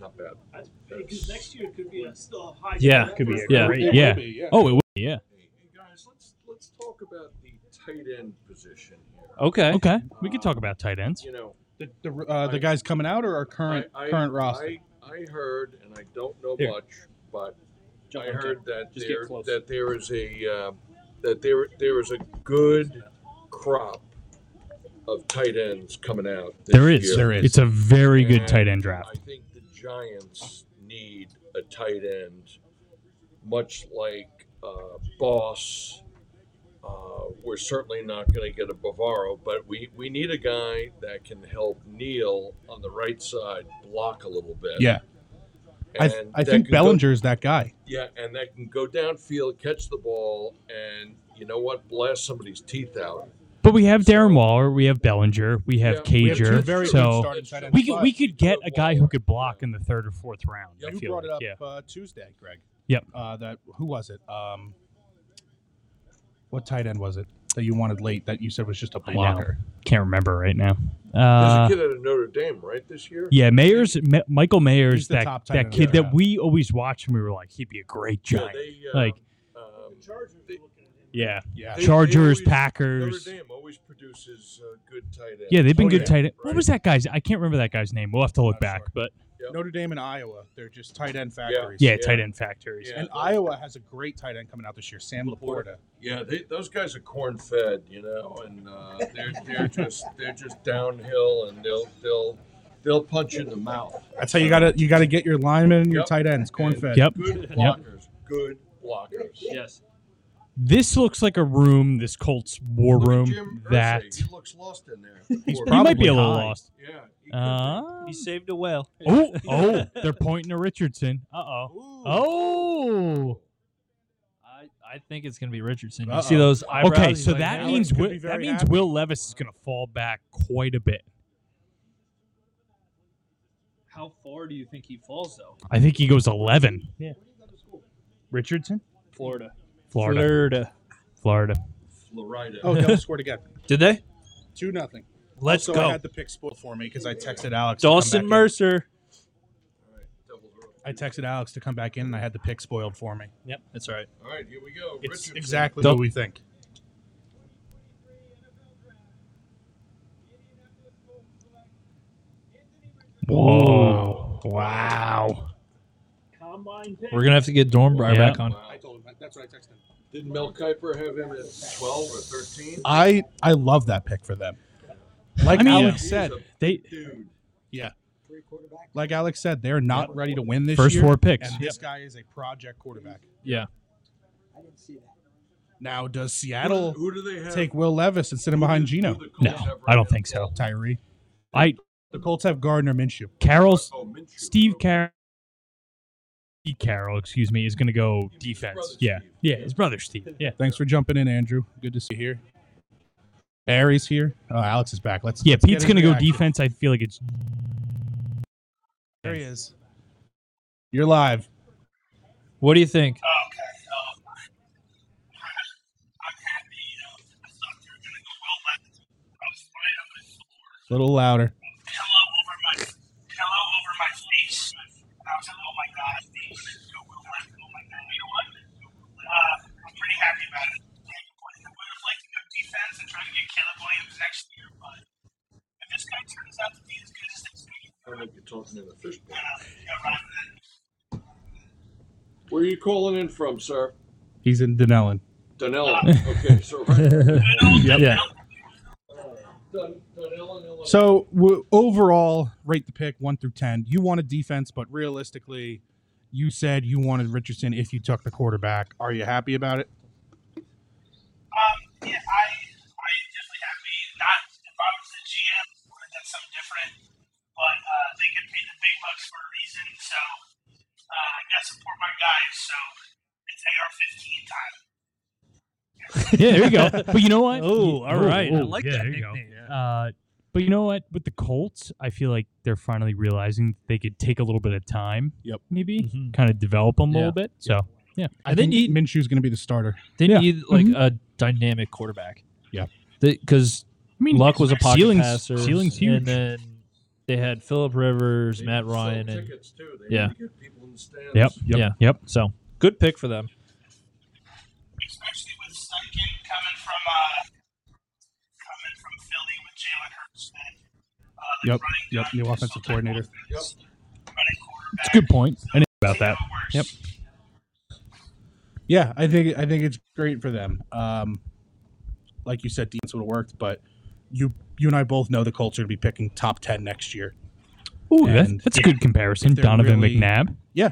not bad. Because next year could be a still high. Yeah, could be a Yeah. great- It Yeah. would be, yeah. Oh, it would. Yeah. Hey, hey, guys, let's let's talk about the tight end position here. Okay. Okay. We could talk about tight ends. You know, The, the, uh, the guys coming out or our current I, I, current roster? I, I heard, and I don't know Here. much, but Jump I on heard that Just get there close. that there is a uh, that there there is a good crop of tight ends coming out. This There is. year. There is. It's a very good And tight end draft. I think the Giants need a tight end, much like uh, Boss. Uh, we're certainly not going to get a Bavaro, but we, we need a guy that can help Neil on the right side block a little bit. Yeah. I, th- And I that think can go- Bellinger's that guy. yeah, and that can go downfield, catch the ball, and you know what? Blast somebody's teeth out. But we have Darren Waller, we have Bellinger, we have Yeah, we Cager. very good so starting tight ends. we could, we But could get a guy who Waller. could block in the third or fourth round. I you feel brought it up like. Yeah. uh, Tuesday, Greg. Yep. Uh, that who was it? Um, what tight end was it that you wanted late that you said was just a I know. blocker? Can't remember right now. There's Uh, a kid out of Notre Dame, right, this year? yeah, Mayer's Ma- Michael Mayer's He's the that top tight that end kid in the that draft. we always watched and we were like he'd be a great Yeah, giant. they, uh, like um, yeah, Yeah. They- they Chargers, always- Packers. Notre Dame always produces uh, good tight ends. Yeah, they've been Oh, good yeah, tight end. What right. was that guy's? I can't remember that guy's name. We'll have to look Not back, sure. but Notre Dame and Iowa, they're just tight end factories. yeah, Yeah. tight end factories. Yeah. And Iowa has a great tight end coming out this year, Sam Laporta. Yeah, they, those guys are corn fed, you know, and uh, they're they're just they're just downhill, and they'll they'll they'll punch you in the mouth. That's how you gotta you gotta get your linemen and your Yep. tight ends, corn And fed. Yep. Good blockers. Good blockers. Yes. This looks like a room, this Colts war Look at room Jim Irsay. that he *laughs* looks lost in there. He's he might be a probably little high. lost. yeah. he could be. Uh, He saved a whale. oh, *laughs* oh, they're pointing to Richardson. Uh oh. Oh. I, I think it's gonna be Richardson. You see Uh-oh. those eyebrows? Okay, He's so like, that "Now means it could Will, be that very means happy." Will Levis is going to fall back quite a bit. How far do you think he falls though? I think he goes 11. Yeah. Richardson? Florida. Florida. Florida. Florida. Florida. Oh, Dallas scored again. *laughs* Did they? Two nothing. Let's also, I go. had the pick spoiled for me because I texted Alex. to come back Dawson in. Mercer. All right, Devils are up. I texted Alex to come back in, and I had the pick spoiled for me. Yep, that's all right. All right, here we go. It's Richardson. exactly Don't- what we think. Whoa. Oh, Wow. Combine pick. We're gonna have to get Dornbriar Yeah. back on. Wow. told him. That's what I texted him. Did Mel Kiper have him at twelve or thirteen? I I love that pick for them. Like I mean- Alex said, They Dude, Three quarterbacks. like Alex said, they're not ready to win this first year. four picks. and this guy is a project quarterback. Yeah. I didn't see that. Now, does Seattle who do they have? take Will Levis and sit him behind Gino? No, I don't think so. Tyree. I The Colts have Gardner Minshew. Carroll's Oh, Steve Carroll Steve Carroll, excuse me, is going to go defense. brother Yeah. Steve. Yeah, his brother Steve. Yeah. Thanks for jumping in, Andrew. Good to see you here. Barry's here. Oh, Alex is back. Let's Yeah, let's get Pete's going to into go action. defense. I feel like it's *laughs* There he is. You're live. What do you think? Okay. Um, I'm happy. You know, I thought they were gonna go well left. I was right on my floor. A little louder. Pillow over my pillow over my face. I was like, oh my god, they go well left. Oh my god, you know what? Uh, I'm pretty happy about it. I would have liked to go defense and try to get Caleb Williams next year, but if this guy turns out to be as good as they say, I think you're talking in a fishbowl. you know, rather than Where are you calling in from, sir? He's in Denellen. Uh, *laughs* *laughs* Dunellen. Okay, so right. good old Yeah. Dun- Dunellen, So w- overall, rate the pick one through ten. You wanted defense, but realistically, you said you wanted Richardson if you took the quarterback. Are you happy about it? Um, yeah, I, I am definitely happy. Not if I was the GM, would have done something different. But uh, they get paid the big bucks for a reason, so uh, I gotta support my guys. So it's AR-15 time. yeah, there *laughs* you *laughs* go. But you know what? Oh, You- all right. I oh, like yeah, that there you go. nickname. Yeah. Uh, but you know what? With the Colts, I feel like they're finally realizing they could take a little bit of time. Yep. Maybe Mhm. kind of develop them a Yeah. little bit. So And they need Minshew's going to be the starter. they Yeah. need like Mm-hmm. a dynamic quarterback. Yeah. because I mean, Luck was a pocket ceiling's, passer. Ceiling's And huge. then they had Philip Rivers, They Matt sell Ryan, and tickets, too. They yeah. need to get people in the stands. yep. Yep. Yeah. Yep. so good pick for them. especially with Sutkin coming from uh, coming from Philly with Jalen Hurts and uh, the Yep, running yep, gun new is offensive so coordinator. good. Running quarterback. It's a good point. I didn't think about that. Yep. Yeah, I think I think it's great for them. Um, like you said, defense would have worked, but you you and I both know the Colts are going to be picking top ten next year. Ooh, that's, And that's a good comparison. if they're Donovan really- McNabb. Yeah.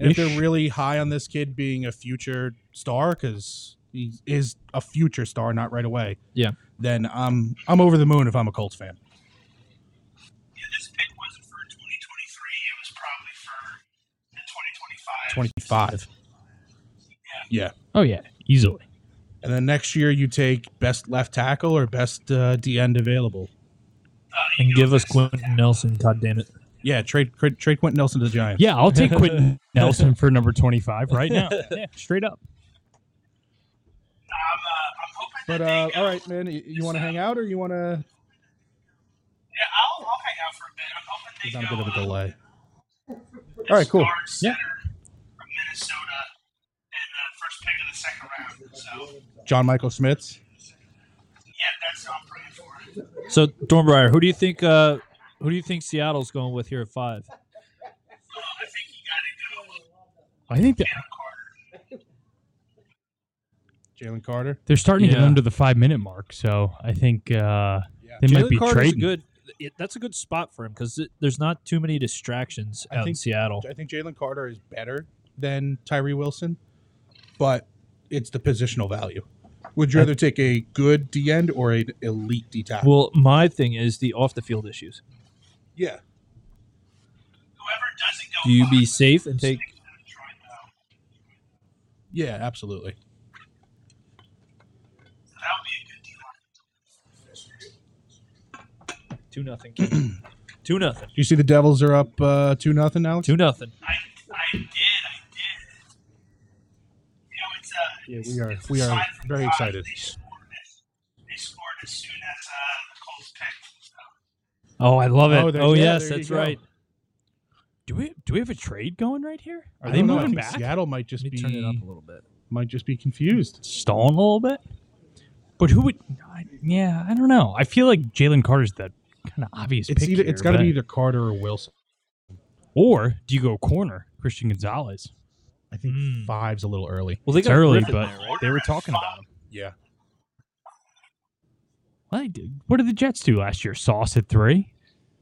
And if Ish. they're really high on this kid being a future star, because he is a future star, not right away. Yeah. Then I'm I'm over the moon if I'm a Colts fan. Yeah, this pick wasn't for 2023. It was probably for the 2025. Twenty five. Oh yeah, easily. And then next year you take best left tackle or best uh, D end available. Uh, And give us Quentin Nelson. God damn it. Yeah, trade trade, trade Quentin Nelson to the Giants. Yeah, I'll take *laughs* Quentin *laughs* Nelson for number twenty-five right *laughs* now. Yeah, straight up. I'm, uh, I'm hoping But that they uh, go. all right, man, you, you want to hang out or you want to? Yeah, I'll, I'll hang out for a bit. I'm hoping they There's not a go. bit of a uh, delay. All right, cool. guard Yeah. center from Minnesota and the first pick of the second round. So John Michael Smiths. yeah, that's what I'm praying for. So Dornbrier, who do you think? Uh, who do you think Seattle's going with here at five? I think you gotta go I think that Carter. Jalen Carter. they're starting to get Yeah. under the five-minute mark. So I think uh, Yeah. they might Jalen be Carter's a trading. good. it- that's a good spot for him because there's not too many distractions I out in think- Seattle. I think Jalen Carter is better than Tyree Wilson, but it's the positional value. Would you rather take a good D end or an elite D tackle? Well, my thing is the off the field issues. yeah, Whoever doesn't go Do you be Fox, safe and take? Troy Bell. yeah, absolutely. That'll be a good deal. Two nothing. Keith. *clears throat* Two nothing. Do you see the Devils are up uh, two nothing now? Two nothing. I I did, I did. You know, it's a Yeah, we are it's a we are sign from very God. excited. They scored as, they scored as soon as uh, the Colts picked. So. Oh, I love it. Oh, Oh, there- yeah, yes, there you that's go. right. do we do we have a trade going right here? Are I they don't know, I moving think back? Seattle might Let just me be turn it up a little bit. might just be confused. Stalling a little bit. But who would? I, yeah, I don't know. I feel like Jalen Carter's the kind of obvious It's pick. either here, it's got to but- be either Carter or Wilson. Or do you go corner Christian Gonzalez? I think Hmm. Mm. five's a little early. Well, they It's got early, Griffin but there, right? they were talking about him. Yeah, Well, they did- What did the Jets do last year? Sauce at three.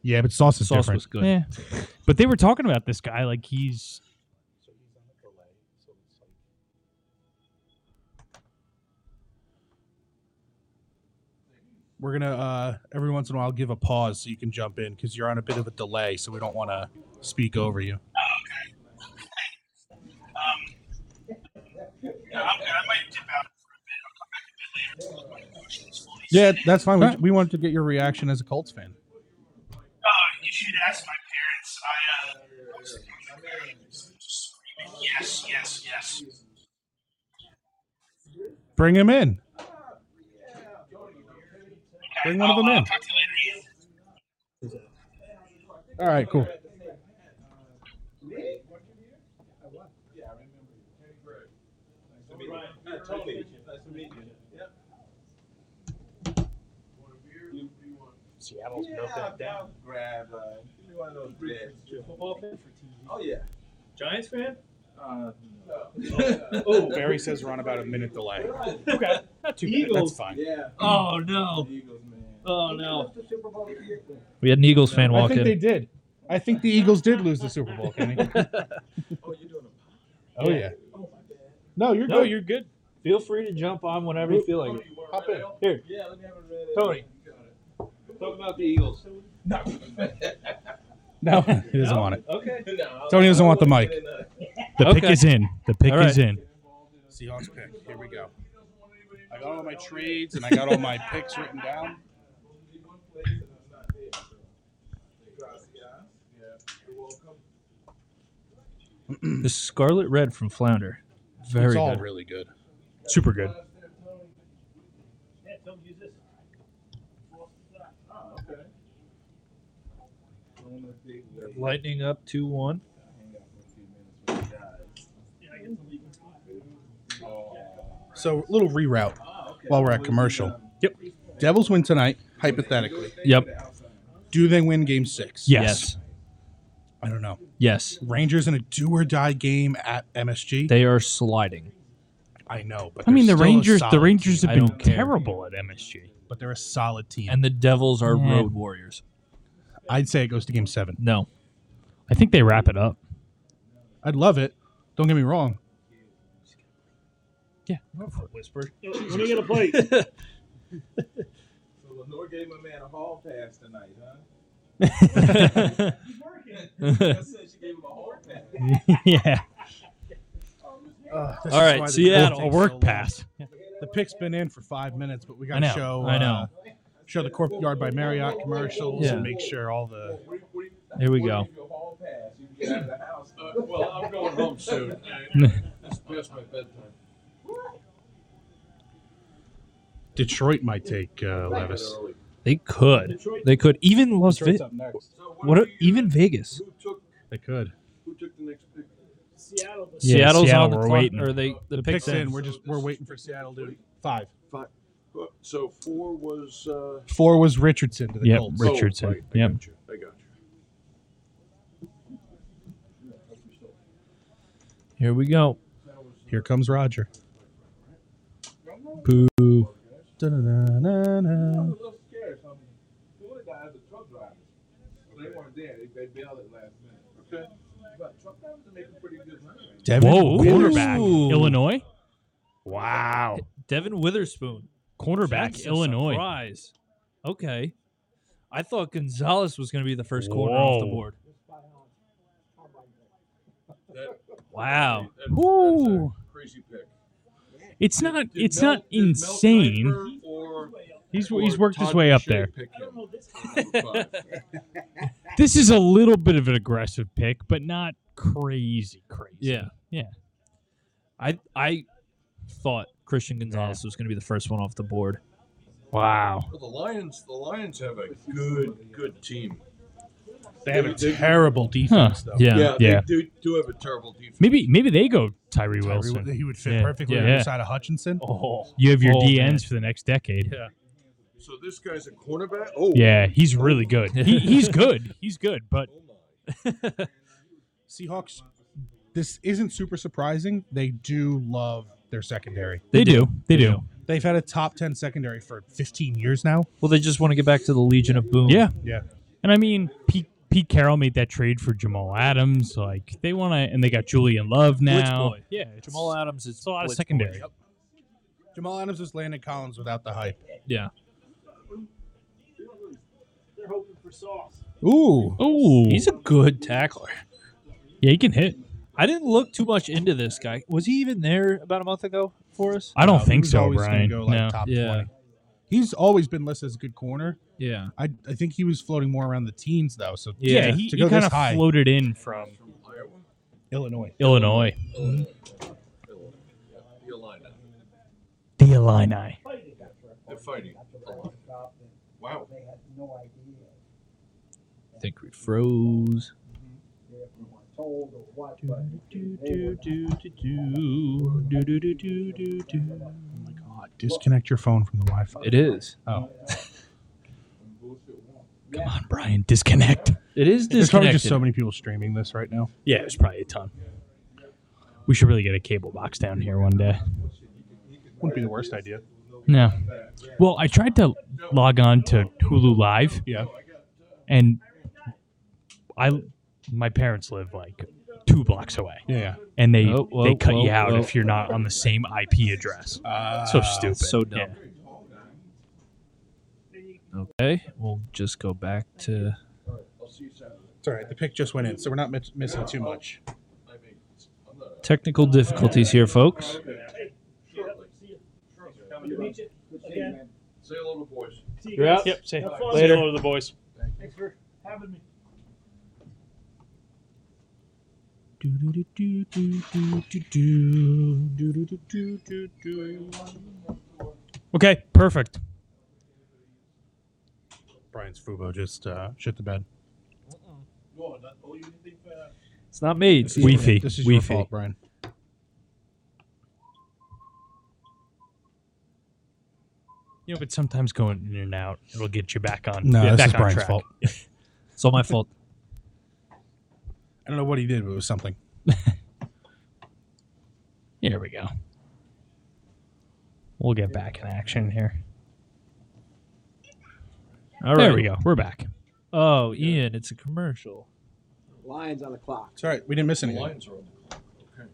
yeah, but sauce is Sauce different. was good. Yeah, but they were talking about this guy like he's. We're gonna uh, every once in a while give a pause so you can jump in because you're on a bit of a delay, so we don't want to speak over you. Um, yeah, I'm good. I might dip out for a bit. I'll come back a bit later. until my emotions fully Yeah, set in. that's fine. We, we wanted to get your reaction as a Colts fan. Oh, you should ask my parents. I, uh, screaming, yes, yes, yes. Bring him in. Okay, Bring one of them I'll, uh, in. Talk to you later, Ian. All right, cool. *laughs* Seattle's broke that down. grab uh, give me one of those reds. Football fan? Oh yeah. Giants fan? Uh, Oh, Barry says we're on about a minute delay. okay. Not too bad. That's Eagles. fine. yeah. Oh no! Eagles, man. Oh no. We had an Eagles fan walk I think in. they did. I think the Eagles did lose the Super Bowl, *laughs* Kenny. oh yeah. No, you're No, good. you're good. Feel free to jump on whenever you feel like it. Hop in. Here, Yeah, let me have a red. Tony. Talk about the Eagles. *laughs* No, he doesn't want it. Okay. Tony doesn't want the mic. The pick Okay. is in. The pick All right. is in. Seahawks pick. Here we go. I got all my trades and I got all my picks written down. The Scarlet Red from Flounder. Very it's all good. really good. Super good. Lightning up 2 1. So, a little reroute while we're at commercial. Yep. Devils win tonight, hypothetically. Yep. Do they win game six? Yes. I don't know. Yes. Rangers in a do or die game at MSG. They are sliding. I know, but I mean, they're the still a Rangers. The solid Rangers team. have I been don't care. terrible at MSG. but they're a solid team. And And the Devils are Yeah. road warriors. I'd say it goes to game seven. No. I think they wrap it up. I'd love it. Don't get me *laughs* wrong. *laughs* Whisper. When are you gonna *laughs* play? So Lenore gave my man a hall pass tonight, huh? I *laughs* said she gave him a hall pass. *laughs* yeah. All right, Seattle. A work pass. The pick's been in for five minutes, but we got I know, to show. I know. uh, show the Corp Yard by Marriott commercials Yeah. and make sure all the. Here we go. Give you a hall pass. You can get out of the house. Uh, well, I'm going home *laughs* soon. It's past my bedtime. Detroit might take uh, Levis. They could. They could. Even Las Detroit's Vegas. up next. So what, What? do a- you- Even Vegas. Who took They could. who took the next pick? Yeah, Seattle's Seattle, on the we're clock, waiting. Or they the, Pick's, picks Uh, in. in. We're just we're waiting for Seattle to five. Well, So four was. Uh, Four was Richardson to the Yep, Colts. Richardson. Oh, right. I Yep. got you. I got you. Here we go. Here comes Roger. Boo. I'm a Da-da-da-da-da. little scared. So two of the guys are truck drivers. They weren't there. They, they bailed at last minute. Okay. But truck drivers are making pretty good money. right now. Devin Whoa, quarterback. Ooh. Illinois. Wow. Devin Witherspoon. Quarterback. That's a Illinois. Surprise. Okay. I thought Gonzalez was going to be the first corner off the Whoa. board. Wow. That- that's a Ooh. crazy pick. It's not. Did It's Mel- not did Mel insane. Kiper or- He's or he's worked his Todd way up Boucher there. pick him? *laughs* Number five. This is a little bit of an aggressive pick, but not crazy crazy. Yeah. Yeah. I I thought Christian Gonzalez was going to be the first one off the board. Wow. Well, the Lions, the Lions have a good, good team. They have a terrible defense though. Yeah. yeah. They do, do have a terrible defense. Maybe maybe they go Tyree Tyree Wilson. Wi- He would fit Yeah, perfectly yeah, on the yeah. side of Hutchinson. Oh. You have your Oh, DNs man. for the next decade. Yeah, So this guy's a cornerback. Oh, *laughs* he's really good. He, *laughs* he's good. He's good, but Oh my. *laughs* Seahawks. This isn't super surprising. They do love their secondary. they, do. They do. They've had a top ten secondary for 15 years now. Well, they just want to get back to the Legion of Boom. Yeah. Yeah. And I mean, Pete, Pete Carroll made that trade for Jamal Adams. Like they want to, and they got Julian Love now. Blitz boy. Yeah. Jamal Adams is It's a lot of secondary. Jamal Adams is Landon Collins without the hype. Yeah. Ooh, Oh, He's a good tackler. yeah, he can hit. I didn't look too much into this guy. Was he even there about a month ago for us? I don't Uh, think he was so, always gonna Brian. Go like no. top Yeah. 20. He's always been listed as a good corner. Yeah. I, I think he was floating more around the teens though. So yeah, Yeah, he, to he go kind this of high, floated in from Illinois. Illinois. The Illini. The Illini. They're fighting. Illini. Wow. I think we froze. God, disconnect your phone from the Wi-Fi. It is. Oh, Come on, Brian, disconnect. It is there's probably disconnected. just so many people streaming this right now. Yeah, it's probably a ton. We should really get a cable box down here one day. Wouldn't be the worst idea. No. Well, I tried to log on to Hulu Live. Yeah. And I, my parents live like two blocks away. Yeah. And they Oh, whoa, they cut whoa, you out whoa. if you're not on the same IP address. so stupid. Ah, so dumb. Yeah. Okay, we'll just go back to. It's all right. The pick just went in, so we're not mi- missing too much. Technical difficulties here, folks. Say hello to the boys. You're out? Yep. Say Have fun. later. Hello to the boys. Thanks for having me. Okay, perfect. Brian's Fubo just uh, shit the bed. It's not me. It's This is we. your- Wi-Fi, This is your Wi-Fi. fault, Brian. You know, but sometimes going in and out, it'll get you back on. No, yeah, this back is on Brian's track. *laughs* fault. It's all my fault. I don't know what he did, but it was something. Here we go. We'll get back in action here. All right. There we go. We're back. Oh, Ian, it's a commercial. Lions on the clock. It's all right. We didn't miss The anything. lines are on the clock. Okay.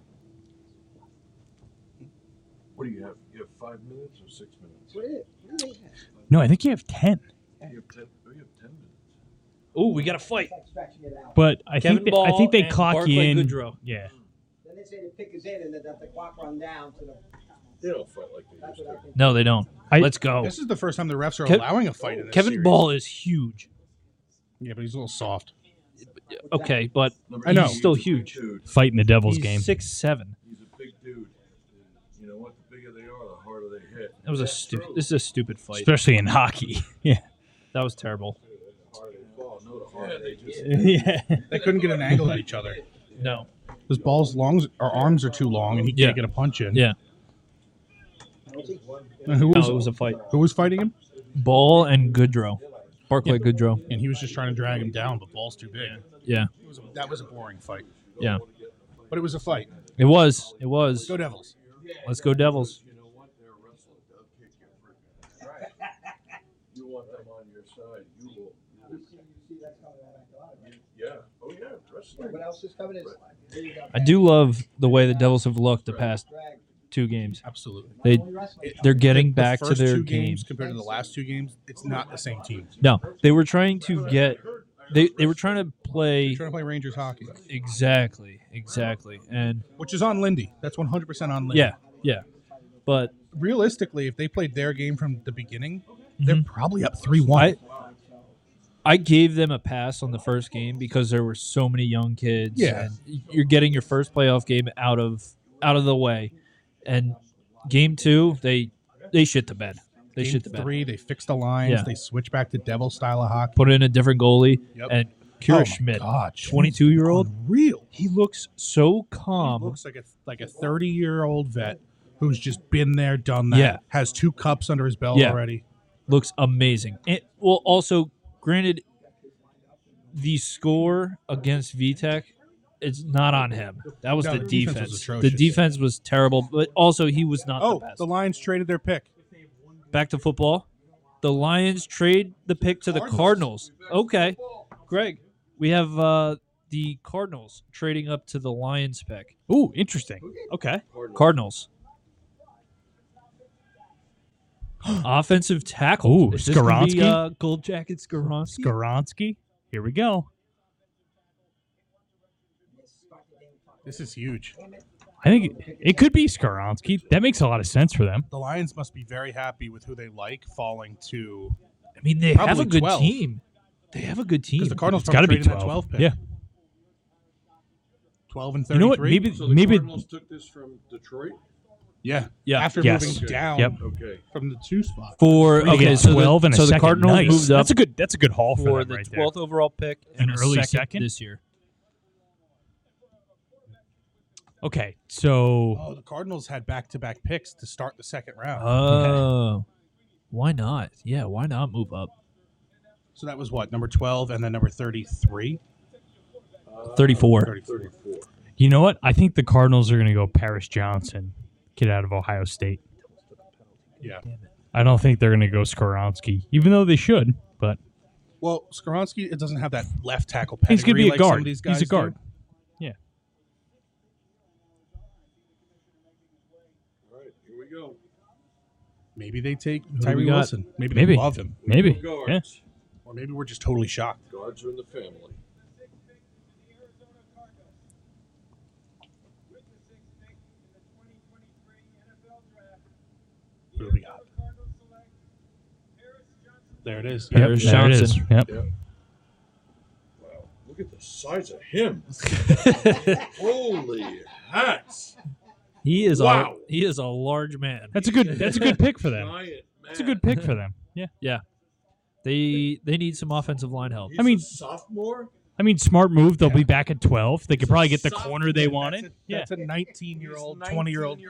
What do you have? You have five minutes or six minutes? What is- what do they have? No, I think you have ten. You have ten, oh, you have ten minutes. Oh, we got a fight. Start stretching it out. But I Kevin think they, I Ball think they and clock you Barclay in. Goodrow. Yeah. Then they say the pick is in and then let the clock run down to the. They don't fight like they That's used what I to. think. No, they don't. I- Let's go. This is the first time the refs are Kev- allowing a fight in this Kevin series. Ball is huge. Yeah, but he's a little soft. Okay, but Number I know. eight, Still he's a big huge. dude. Fighting the Devils he's game. six seven. He's a big dude. You know what? The bigger they are, the harder they hit. That was a stupid. This is a stupid fight. Especially *laughs* in hockey. yeah. That was terrible. Yeah, they just yeah. *laughs* They couldn't get an angle at each other. No. His balls longs or arms are too long, and he Yeah. can't get a punch in. Yeah. And *laughs* who No, was, it was a fight. who was fighting him? Ball and Goodrow. Barclay Goodrow. And he was just trying to drag him down, *gasps* but Ball's too big. Yeah. It was a, that was a boring fight, Yeah. but it was a fight. It was. It was. Go Devils! Let's go Devils. You know what? They're wrestling. They'll kick your freaking ass. You want them on your side. You will. Yeah. Oh, yeah. Wrestling. What else is coming in? Here you go. I do love the way the Devils have looked the past Drag. two games. Absolutely. They Only wrestling. they're getting The back to first their two game. games compared to the last two games. It's not the same team. No, they were trying to get they they were trying to play They're trying to play Rangers hockey, exactly exactly and which is on Lindy. That's 100% on Lindy. yeah yeah, but Realistically, if they played their game from the beginning, they're probably up 3 1. Mm-hmm. Mhm. I I gave them a pass on the first game because there were so many young kids. Yeah. and you're getting your first playoff game out of out of the way, and game two they they shit the bed. They Game shit the bed. three, they fixed the lines. Yeah. They switched back to devil style of hockey. Put in a different goalie Yep. and Oh Kira my Schmidt, God, 22 year old. real. He looks so calm. looks like a like a 30 year old vet who's just been there, done that. Yeah. has two cups under his belt Yeah. already. Looks amazing. And well, also granted, the score against VTech. It's not on him. That was No, the, the defense was defense. the atrocious. defense was terrible, but also he was not Oh, the best. the Lions traded their pick. Back to football. The Lions trade the pick to the Cardinals. Okay. Greg, we have uh, the Cardinals trading up to the Lions pick. Ooh, interesting. Okay. Cardinals. Offensive tackle. Ooh, Is this gonna be, Skaronski? uh, Gold Jackets Skaronski. Skoronsky. Here we go. This is huge. I think it, it could be Skoronsky. That makes a lot of sense for them. The Lions must be very happy with who they like falling to I mean, they have Probably a good 12. team. They have a good team. because the Cardinals It's got to be probably traded twelve. that 12 pick. Yeah. 12 and 33. You know what? Maybe So the maybe Cardinals took this from Detroit. yeah. Yeah. After Yes. moving down Yep. Okay. from the two spot. for they okay, get so the- twelve and a so the second. Cardinals Nice. moved up That's a good. That's a good haul for, for them the right there. 12th overall pick and An a early second? second this year. Okay, so Oh, the Cardinals had back to back picks to start the second round. Oh, why not? Yeah, why not move up? so that was what? Number 12 and then number 33? 34. 34. you know what? I think the Cardinals are going to go Paris Johnson, kid out of Ohio State. Yeah. I don't think they're going to go Skaronski, even though they should. But Well, Skaronski it doesn't have that left tackle pedigree. he's going to be a like some guard. of these He's guys a guard. do. Yeah. All right, here we go. Maybe they take do we Tyree got? Wilson. Maybe, Maybe. they love him. Maybe. Yeah. Guards. Or maybe we're just totally shocked. Guards are in the family. Who do we got? There it is. Yep, there it is. Yep. Yeah. Wow. Look at the size of *laughs* him. Holy hats. He is Wow. a he is a large man. That's a good. That's a good pick for them. Giant man. That's a good pick for them. Yeah. They they need some offensive line help. He's I mean- a sophomore? I mean, smart move. They'll be back at twelve. They could probably get the Soft- corner they wanted. That's a, that's a 19 year old, 20 year old kid.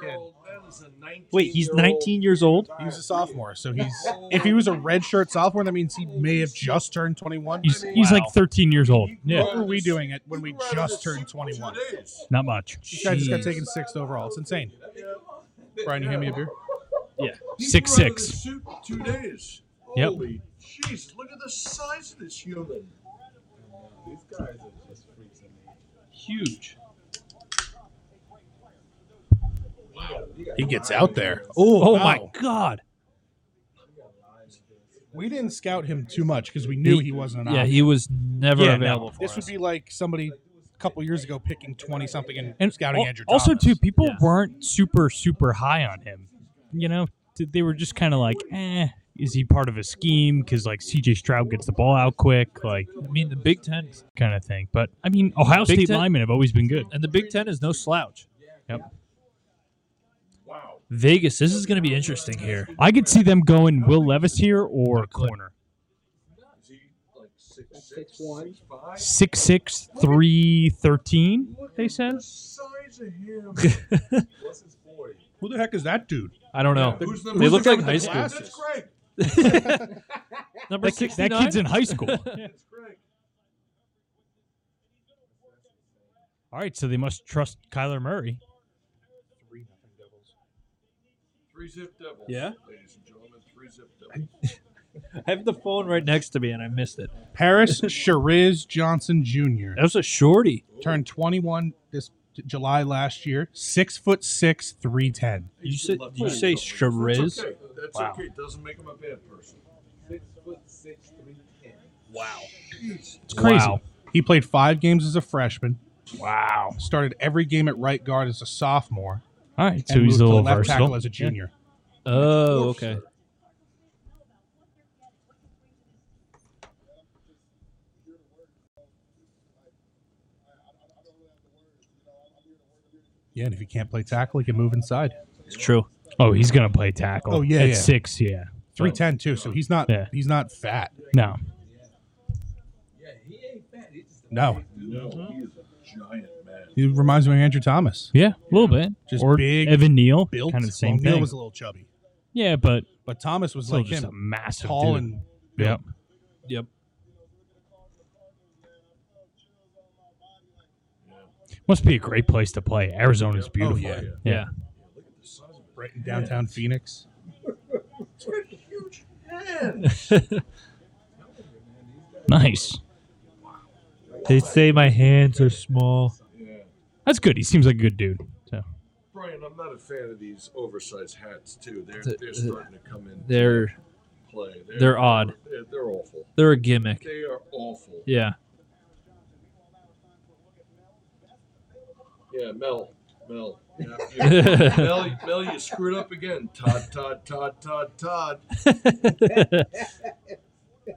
Wait, he's 19 years old. He's a sophomore, so he's if he was a redshirt sophomore, that means he may have just turned 21. He's he's Wow. like 13 years old. Yeah, What were we doing it when we just turned 21? not much. This guy just got taken sixth overall. It's insane. Brian, you hand me a beer. Six six. Suit in two days. Yep. Holy jeez, look at the size of this human. These guys are just freaks of Huge. nature. He gets out there. Oh, wow. my God! We didn't scout him too much because we knew he wasn't an yeah, option. he was never Yeah, no. available for This us. would be like somebody a couple years ago picking 20 something and, And scouting al- Andrew. also, Thomas. too, people Yeah. weren't super super high on him. You know, Th- they were just kind of like, eh, is he part of a scheme? Because like C.J. Stroud gets the ball out quick, like I mean, the Big Ten kind of thing. But I mean, Ohio Big State Ten- linemen have always been good. and the Big Ten is no slouch. Yep. Wow. Vegas, this is going to be interesting here. I could see them going Will Levis here or corner Is he like six, That's six, 6'1". six, five? six six three thirteen. Look They at said. the size of him. *laughs* What's his boy? who the heck is that dude? I don't know. Who's the- They who's look the guy like with the high school. glasses? That's Greg. *laughs* *laughs* Number That, kid, sixty that nine. kid's in high school. That's Greg. All right, so they must trust Kyler Murray. Three zip devils. Yeah? Ladies and gentlemen, three zip devils. *laughs* I have the phone right next to me and I missed it. Paris Shariz Johnson Jr. That was a shorty. turned 21 this t- July last year. Six foot six, three ten. You said Left you handed say only. Shariz? That's okay. That's Wow. okay. Doesn't make him a bad person. Six foot six, three ten. Jeez. It's crazy. Wow. He played five games as a freshman. Wow. Started every game at right guard as a sophomore. All right, so and he's moved to a little left versatile. tackle as a Yeah. junior. Oh, okay. Yeah, and if he can't play tackle, he can move inside. It's true. Oh, he's gonna play tackle. Oh, yeah, at yeah. six, yeah. Three ten too, so he's not Yeah. he's not fat. No, Yeah, he ain't fat. He's just a No, No, he is a giant man. he reminds me of Andrew Thomas. yeah, a little bit. Just or big, Evan Neal, Built kind of the same well, Neal thing. was a little chubby, yeah, but but Thomas was still like just a him, massive tall dude. and yep. Yep. Must be a great place to play. Arizona's beautiful. Oh, yeah. yeah. Look at the size of it. right in downtown Phoenix. *laughs* It's got huge hands. *laughs* Nice. They say my hands are small. yeah. That's good. He seems like a good dude. So Brian, I'm not a fan of these oversized hats too. They're The- they're the- starting to come in They're play. they're odd. They're, they're awful. they're a gimmick. They are awful. Yeah. Yeah. Mel, Mel, yeah, you, Mel, Mel, you screwed up again. Todd, Todd, Todd, Todd, Todd.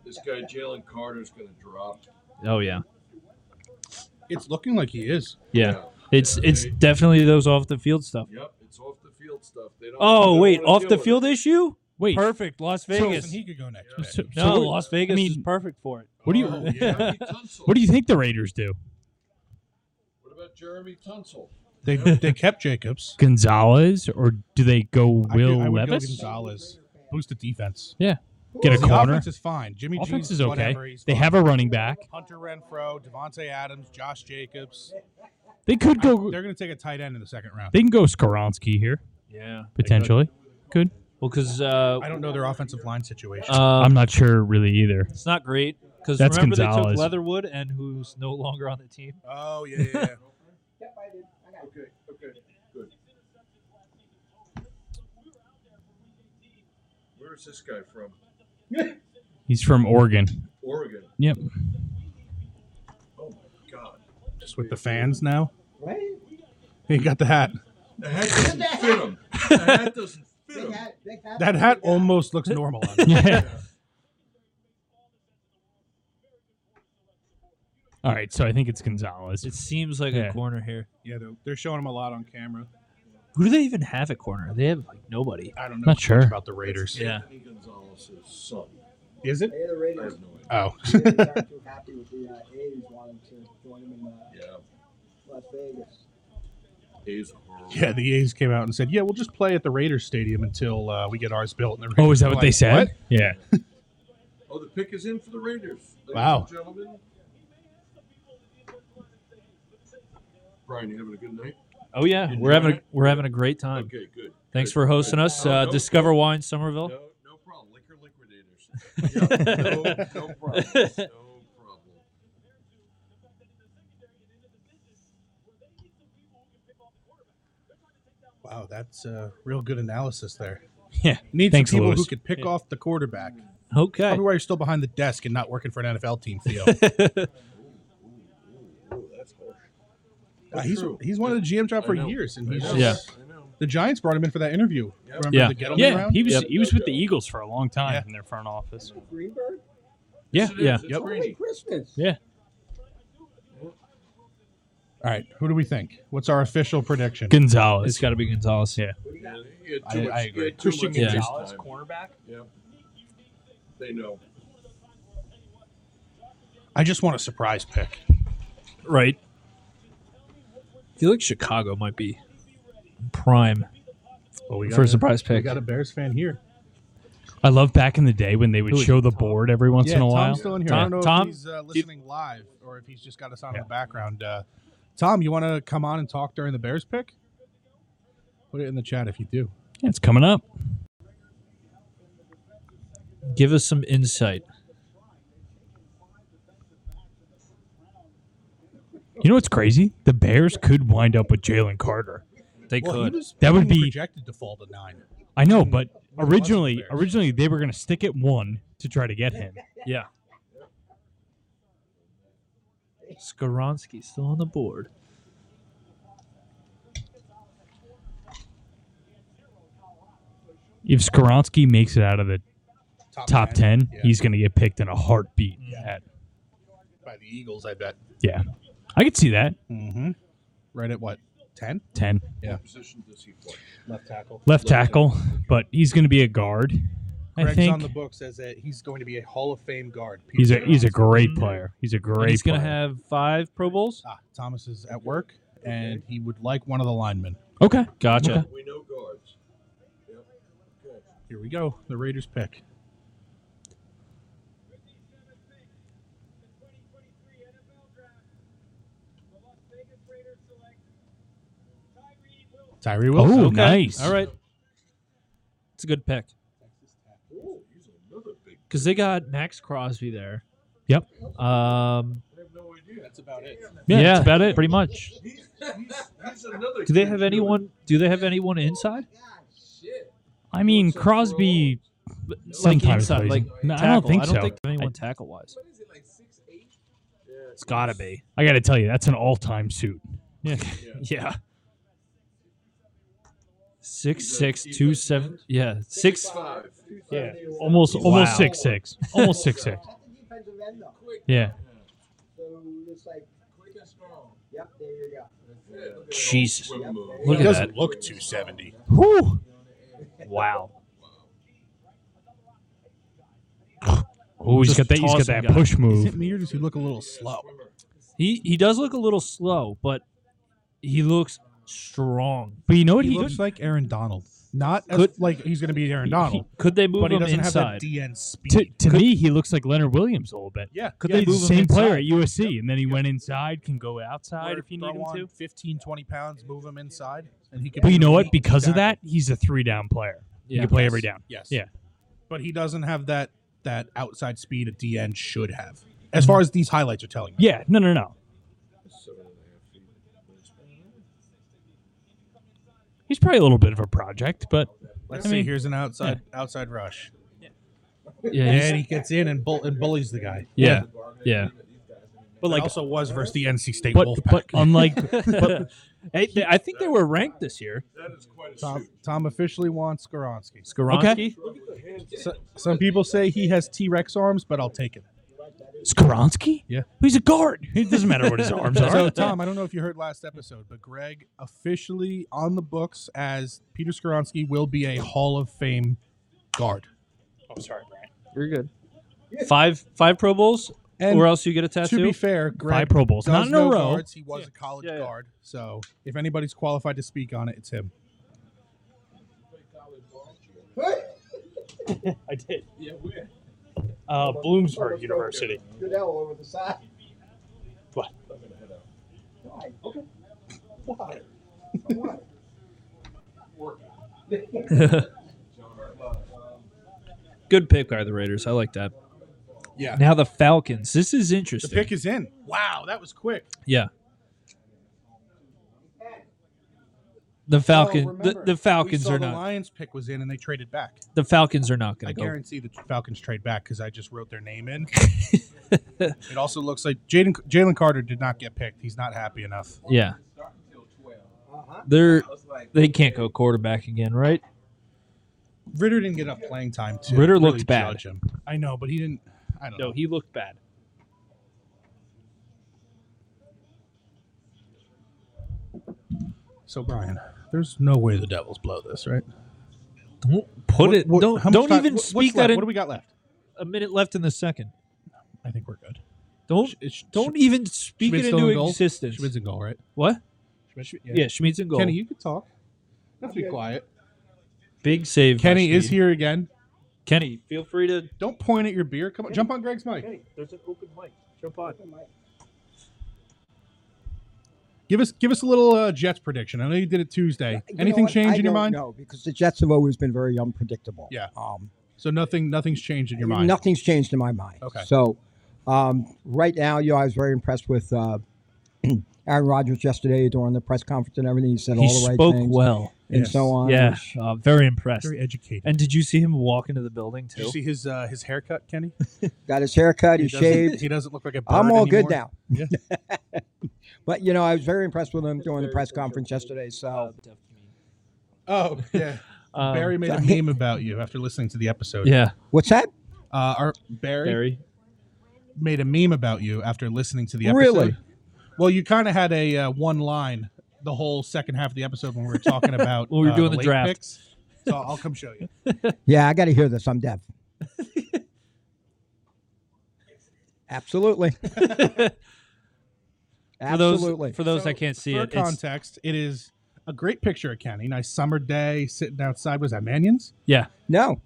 This guy Jalen Carter's gonna drop. oh yeah. It's looking like he is. Yeah. It's it's definitely those off the field stuff. Yep, it's off the field stuff. They don't. they Oh don't wait, wanna off deal the with field issue? wait, Perfect. Las Vegas. So he could go next. Yeah. so, so No, what- Las Vegas I is mean, perfect for it. what do you *laughs* it. Oh, Jeremy Tunsil. what do you think the Raiders do? What about Jeremy Tunsil? They they kept Jacobs. Gonzalez or do they go I could- Will I would go Levis? Gonzalez. Boost the defense. Get a the corner. offense is fine. Jimmy Offense G's is okay. whatever, he's They fine. have a running back. Hunter Renfro, Devontae Adams, Josh Jacobs. They could I- go. they're going to take a tight end in the second round. They can go Skaronski here Yeah. potentially. Good. Well, because uh, I don't know their offensive line situation. um, I'm not sure really either. It's not great because That's remember they Gonzalez. took Leatherwood and who's no longer on the team. oh yeah, yeah, *laughs* yeah. Yep, I did. I got it. Okay, okay, good. Where's this guy from? He's from Oregon. Oregon. Yep. Oh my God. just with the fans now. What? He got the hat. The hat doesn't fit him. The hat doesn't fit Big him. hat, big hat. That hat almost looks normal. On him. *laughs* Yeah. All right, so I think it's Gonzalez. It seems like Yeah. a corner here. yeah, they're, they're showing him a lot on camera. Who do they even have at corner? They have like nobody. I don't know. Not much sure. about the Raiders. Yeah. Anthony Gonzalez's son. Is it? Hey, the I Raiders. have no idea. *laughs* Oh, *laughs* the Raiders *laughs* aren't too happy with the uh, A's wanting to join them in uh, Yeah. Las Vegas. He's horrible. yeah. The A's came out and said, "Yeah, we'll just play at the Raiders stadium until uh, we get ours built." And the Oh, Raiders is that were what they like, said? *laughs* Yeah. Oh, the pick is in for the Raiders. Ladies Wow. and gentlemen. Brian, you having a good night? Oh yeah, Enjoy we're having a, it. we're having a great time. Okay, good. Thanks good, for good. hosting us. No, Uh, no Discover problem. Wine Somerville. No, no problem. Liquor liquidators. Yeah, no, no problem. No problem. Wow, that's a real good analysis there. Yeah. Need Thanks, some people Lewis. who could pick off the quarterback. Okay. Probably why you're still behind the desk and not working for an NFL team, *laughs* Theo. Ooh, that's harsh. Uh, he's True. he's wanted a GM job I for know. years, and I he's know, just, Yeah. I know. the Giants brought him in for that interview. Yeah. Remember Yeah. the Gettleman Yeah, round? he was Yep. he was with the Eagles for a long time Yeah. in their front office. Greenberg? Yeah. Yes, it is. Yeah. It's Yep. Holy raining. Christmas. Yeah. All right, who do we think? What's our official prediction? Gonzalez. It's got to be Gonzalez. Yeah. What do you got? He had I- too much, I he agree. had too Christian much face Gonzalez, time. cornerback. Yep. They know. I just want a surprise pick. Right. I feel like Chicago might be prime Well, we for a surprise We pick. got a Bears fan here. I love back in the day when they would Who is show the board every once yeah, in a Tom's while. still in here. I Tom- don't know Tom? if he's uh, listening live or if he's just got us on in the background. Uh, Tom, you want to come on and talk during the Bears pick? Put it in the chat if you do. Yeah, it's coming up. Give us some insight. You know what's crazy? The Bears could wind up with Jalen Carter. They Well, he could. was That would only be- projected to fall to nine. I know, but Who wasn't originally there? originally they were going to stick at one to try to get him. Yeah. Skaronski still on the board. If Skaronski makes it out of the top 10, Yeah. he's going to get picked in a heartbeat. At- by the Eagles, I bet. yeah. I could see that. Mm-hmm. Right at what ten? 10. Yeah. What position does he play? Left tackle. Left tackle, but he's going to be a guard. Greg's I think on the books as a, he's going to be a Hall of Fame guard. he's a Peter he's a Thomas. great player. He's a great He's going to player. have five Pro Bowls. Ah, Thomas is at work, and he would like one of the linemen. okay. Gotcha. Okay. We know guards. Yep. Okay. Here we go. The Raiders pick. Tyree Wilson. Oh, Okay. nice. All right. It's a good pick. Oh, he's another big. Because they got Max Crosby there. Yep. Um, I have no idea. That's about it. Yeah, yeah, that's about it. Pretty much. He's, he's, he's another. Do they huge have dude. anyone? Do they have anyone inside? I mean, Crosby like sometimes inside, plays- like No, I don't tackle. think I don't so. think anyone tackle wise. Yeah, It's gotta be. I got to tell you, that's an all-time suit. Yeah. *laughs* Yeah. Six He's a- six he's two a seven. ten? Yeah, six. Five. Yeah. Almost almost Wow. 6'6. Almost 6'6. That's the defensive end, though. Yeah. So it's like, Quick and strong. yep, there you go. Yeah, look at that Jesus. swim move. Look He at doesn't that. look 270. Whew. *laughs* Wow. Oh, he's Just got that he's got tossing that guy. push Is it move. me or does he look a little slow? He he does look a little slow, but he looks strong. But you know what He, he, looks like Aaron Donald. Not as, Could- like he's going to be Aaron Donald, Could they move but he him doesn't have that inside? DN speed. to, to Could- me he looks like Leonard Williams a little bit. yeah, could yeah, they He's move the him same player inside. at USC, and then he went inside, can go outside Or if you need throw him on to. 15, 20 pounds, move him inside, and he could. But be you know the what? lead Because of tackle. that, he's a three down player. You Yeah. can play Yes. every down. Yes. Yeah. But he doesn't have that that outside speed a DN should have, as far as these highlights are telling. Yeah. No. No. No. He's probably a little bit of a project, but Let's I see. mean, Here's an outside outside rush. Yeah, he's- and he gets in and, bull, and bullies the guy. Yeah, yeah. But like also was versus the NC State But- Wolfpack. but unlike- *laughs* but- Hey, they- I think they were ranked this year. Tom, Tom officially wants Skoronsky. Skaronski. So, some people say he has T Rex arms, but I'll take it. Skoronsky? Yeah. He's a guard. It doesn't *laughs* matter what his arms are. So, Tom, I don't know if you heard last episode, but Greg officially on the books as Peter Skoronsky will be a Hall of Fame guard. I'm Oh, sorry, Brian. You're good. Five five Pro Bowls, or else you get a To be tattoo. fair, Greg Five Pro Bowls, does not in a know row. guards. He was a college guard, so if anybody's qualified to speak on it, it's him. I did. Uh, Bloomsburg University. Goodell over the side. What? Why? Why? Why? Good pick by the Raiders. I like that. Yeah. Now the Falcons. This is The interesting. pick is in. Wow, that was quick. yeah. The Falcon. Oh, the, remember, the Falcons we saw are the not. Lions pick was in, and they traded back. The Falcons are not I going to go. guarantee the Falcons trade back because I just wrote their name *laughs* in. it also looks like Jaden Jalen Carter did not get picked. He's not happy enough. Yeah. Uh-huh. They're they can't go quarterback again, right? Ritter didn't get enough playing time to Ritter really looked bad. judge him. I know, but he didn't. I don't know. he looked bad. So Brian, there's no way the Devils blow this, right? Don't put What- it. what- don't how much don't time- even wh- what's speak left? that in. What do we got left? a minute left in the second. I think we're good. Don't It's, don't even speak Schmidt's it still into in goal? existence. Schmidt's in goal, right? what? Schmidt, Yeah, Schmidt's in goal. Kenny, you could talk. Let's be quiet. Big save. by Kenny is Schmid. here again. Kenny, feel free to. Don't point at your beer. Come on, jump on Greg's mic. Hey, there's an open mic. Jump on. Give us give us a little uh, Jets prediction. I know you did it Tuesday. You know Anything what? change I in your don't mind? know, because the Jets have always been very unpredictable. Yeah. Um, So nothing nothing's changed in your mind. Nothing's changed in my mind. Okay. So, um, right now, you know, I was very impressed with uh, *clears throat* Aaron Rodgers yesterday during the press conference and everything. He said He all the right spoke things well. and Yes. so on. Yeah, which- *laughs* uh, very impressed. Very educated. And did you see him walk into the building Did you too? see his uh, his haircut, *laughs* Kenny? Got his haircut. He, doesn't- shaved. He doesn't look like a bird I'm all good anymore. now. Yeah. *laughs* but you know, I was very impressed with him during the press conference yesterday. So Oh yeah. Um, *laughs* Barry made a meme about you after listening to the episode. Yeah, what's that? Uh, our Barry, Barry. made a meme about you after listening to the episode. Really? Well, you kind of had a uh, one line the whole second half of the episode when we were talking *laughs* about When we were uh, doing the late draft. picks. So I'll come show you. *laughs* Yeah, I got to hear this. I'm deaf. *laughs* Absolutely. For those Absolutely. for those So, that can't see For it, it's, context, it is a great picture of Kenny. Nice summer day, sitting outside. Was that Manion's? yeah, no,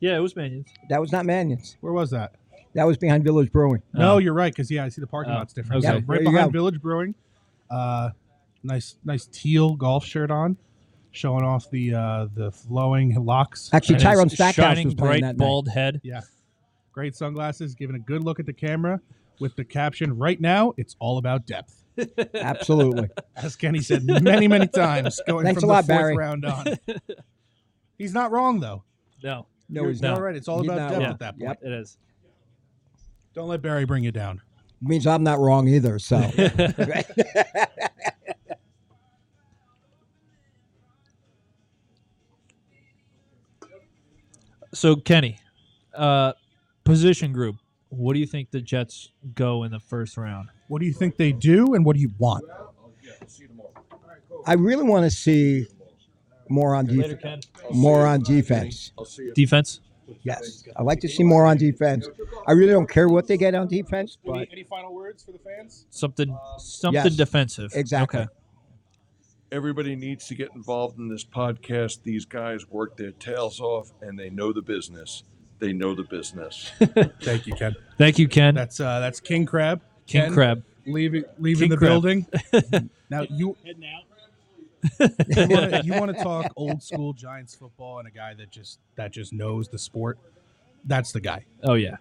yeah, it was Mannion's. that was not Mannion's. Where was that? That was behind Village Brewing. No, Oh. you're right. Because yeah, I see the parking Oh, lot's different. okay. So There right you behind go. Village Brewing. Uh, nice, nice teal golf shirt on, showing off the uh, the flowing locks. Actually, And Tyrone his Stackhouse shining was bright playing that night. bald head. Yeah, great sunglasses. Giving a good look at the camera with the caption. Right now, it's all about depth. Absolutely. *laughs* As Kenny said many, many times, going Thanks from a the lot, fourth Barry. round *laughs* *laughs* on. He's not wrong though. No, No, You're- he's you're not. all right. It's all He's about not depth wrong. at that point. Yep. it is. Don't let Barry bring you down. Means I'm not wrong either. So. So Kenny, uh, position group. What do you think the Jets go in the first round? What do you think they do, and what do *laughs* you want? I really want to see more on Later, defense. Ken. More on defense. Defense. Yes, I like to see more on defense. I really don't care what they get on defense, but any final words for the fans? Something. Something yes. defensive. Exactly. Okay. Everybody needs to get involved in this podcast. These guys work their tails off and they know the business. They know the business. Thank you, Ken. Thank you, Ken. That's uh, that's King Crab. King Ken, Crab. leaving leaving King the Crab. *laughs* building. now you Heading out. you want to you wanna talk old school Giants football and a guy that just that just knows the sport? That's the guy. Oh yeah,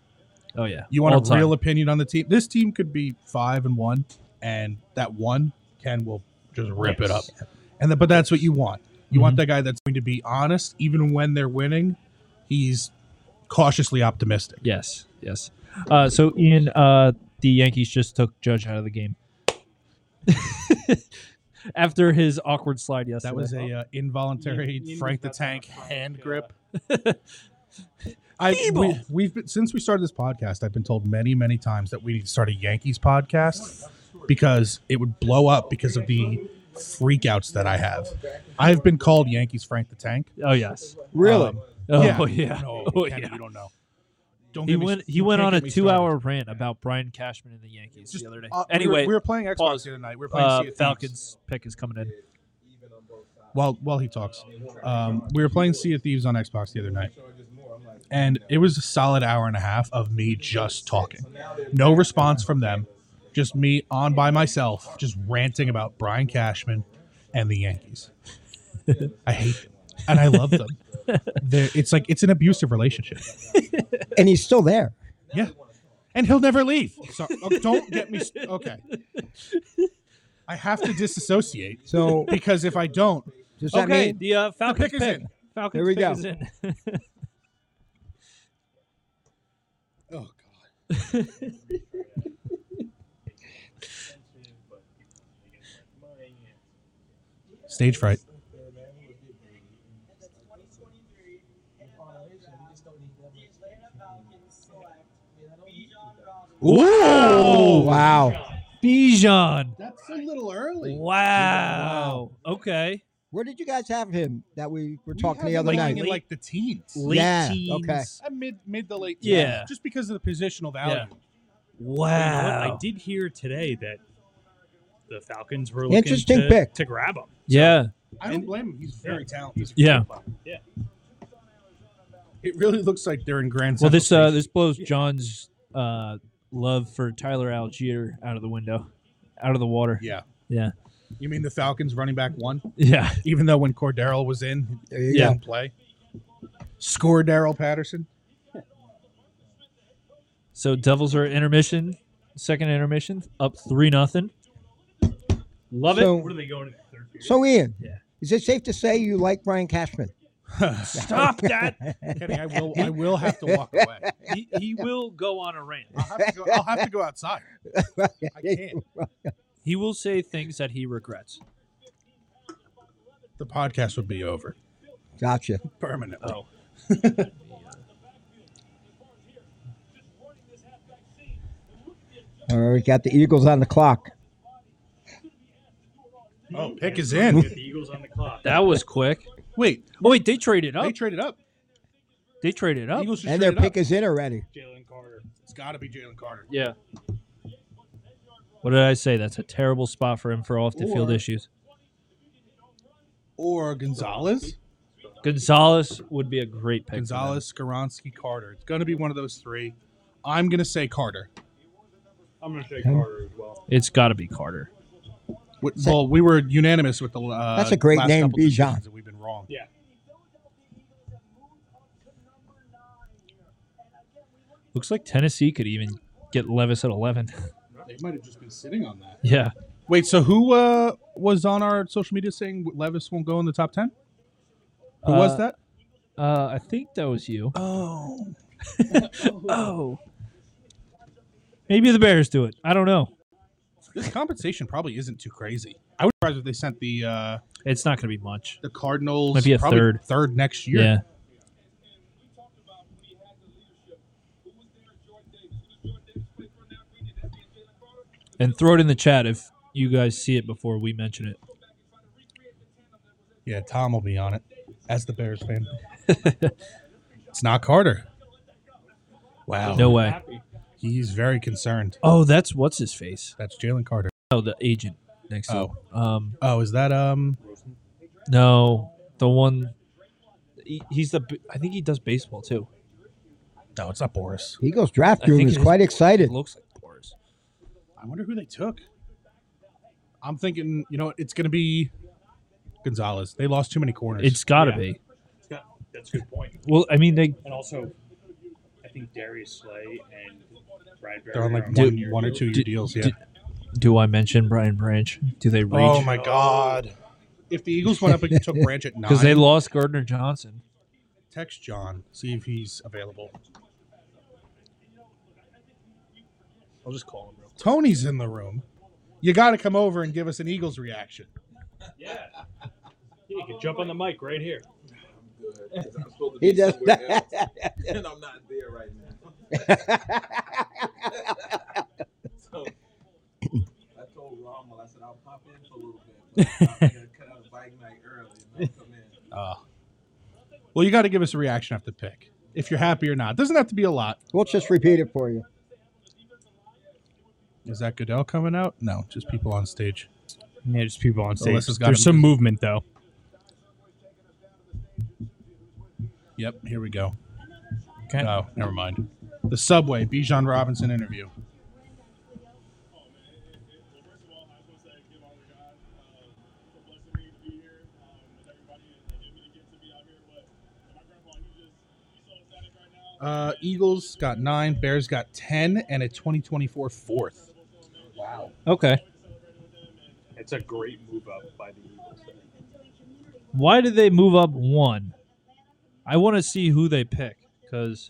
oh yeah. You want All a time. real opinion on the team? This team could be five and one, and that one Ken will just rip it up. And the, but that's what you want. You Mm-hmm. want that guy that's going to be honest, even when they're winning. He's cautiously optimistic. Yes, yes. Uh, so Ian, uh, the Yankees just took Judge out of the game *laughs* after his awkward slide yesterday. That was a uh, involuntary You- you Frank the got that Tank from, hand uh, grip. *laughs* I we, we've been, since we started this podcast, I've been told many many times that we need to start a Yankees podcast because it would blow up because of the freakouts that I have. I've been called Yankees Frank the Tank. oh yes. Really? Um, *laughs* Oh yeah. *laughs* No, Oh, Kenny, yeah. You don't know. Don't He get me- went. He you went can't on get a me started. two-hour rant about Brian Cashman and the Yankees Just, the other day. uh, we were- anyway, we were, playing Xbox pause. the other night. We were playing uh, Sea of Thieves. Falcons pick is coming in. while while he talks. Um, we were playing Sea of Thieves on Xbox the other night, and it was a solid hour and a half of me just talking, no response from them, just me on by myself, just ranting about Brian Cashman and the Yankees. *laughs* I hate them, and I love *laughs* them. They're, it's like it's an abusive relationship, and he's still there. and he'll never leave. So oh, don't get me. st- Okay, I have to disassociate So because if I don't, does that okay, mean the uh, Falcons pick is in. Falcons There we pick go. is in. oh god. Stage fright. Oh, Ooh, wow. Bijan. That's a little early. Wow. Okay. Where did you guys have him that we were We talking had the him other like night? in like the teens, Late Yeah, teens. okay. Uh, mid mid to late. Yeah. just because of the positional value. Yeah. But you know what? Wow. I did hear today that the Falcons were looking Interesting to, pick. to grab him. Yeah. I don't blame him. He's very talented. Yeah. It really looks like they're in Grand. Central Well, this uh, Station. this blows John's uh, love for Tyler Algier out of the window, out of the water. Yeah. Yeah. You mean the Falcons running back one? Yeah. Even though when Cordero was in, There you he Yeah. go. didn't play. Score Daryl Patterson. So Devils are at intermission, second intermission, up three nothing. Love So- it. What are they going to the third period? So, Ian, Yeah. is it safe to say you like Brian Cashman? *laughs* Stop that! Kenny, I will. I will have to walk away. *laughs* He, he will go on a rant. I'll have to go, I'll have to go *laughs* outside. I can't. He will say things that he regrets. The podcast would be over Gotcha. permanently. Oh. All right, we got the Eagles on the clock. Oh, pick is in. Get the Eagles on the clock. That was quick. Wait, Oh, wait, they traded up. they They, traded up. traded up. Eagles just And their traded pick up. is in already. Jalen Carter. It's got to be Jalen Carter. Yeah. What did I say? That's a terrible spot for him for off the field Or- issues. Or Gonzalez. Gonzalez would be a great pick. for them. Gonzalez, Skaronski, Carter. It's going to be one of those three. I'm going to say Carter. I'm gonna say Um, Carter as well. It's got to be Carter. Wh- Well, we were unanimous with the. Uh, That's a great last name, couple Bijan. decisions that We've been wrong. Yeah. Looks like Tennessee could even get Levis at 11. They might have just been sitting on that. yeah. Wait, so who uh, was on our social media saying Levis won't go in the top ten? Who Uh, was that? Uh, I think that was you. Oh, *laughs* Oh. Maybe the Bears do it. I don't know. this compensation probably isn't too crazy. I would be surprised if they sent the uh, It's not going to be much. the Cardinals Might be a probably third. third next year. Yeah. And throw it in the chat if you guys see it before we mention it. Yeah, Tom will be on it as the Bears *laughs* fan. it's not Carter. Wow. No way. He's very concerned. Oh, that's what's his face? That's Jalen Carter. Oh, the agent next to Oh. him. Um, Oh, is that um no, the one. he- He's the. b- I think he does baseball too. no, it's not Boris. Eagles I draft room think is it is- quite excited. It looks like Boris. I wonder who they took. I'm thinking, you know, it's gonna be Gonzalez. They lost too many corners. It's got to Yeah. be. Scott, that's a good point. Well, I mean, they And also, I think Darius Slay and Bradbury. They're on like are one, year one or deals. two year Did- deals. Yeah. did- do. I mention Brian Branch? Do they reach? oh my god! If the Eagles went up and took Branch *laughs* at nine, because they lost Gardner Johnson. text John see if he's available. I'll just call him real quick. Tony's in the room. You got to come over and give us an Eagles reaction. Yeah. He can jump on the mic right here. Good. 'cause I'm supposed to He be does somewhere else, and I'm not there right now. *laughs* So I told Rommel, I said I'll pop in for a little bit. But I'm gonna cut out a bike night early and I'll come in. Ah. Well, you got to give us a reaction after the pick. If you're happy or not, doesn't have to be a lot. we'll just repeat it for you. Is that Goodell coming out? No, just people on stage. Yeah, just people on stage. Alyssa's got There's him. some movement though. Yep, here we go. Okay. Oh, never mind. The subway Bijan Robinson interview. Uh, Eagles got nine, Bears got ten, and a 2024 fourth. Okay. It's a great move up by the Eagles. Why did they move up one? I want to see who they pick because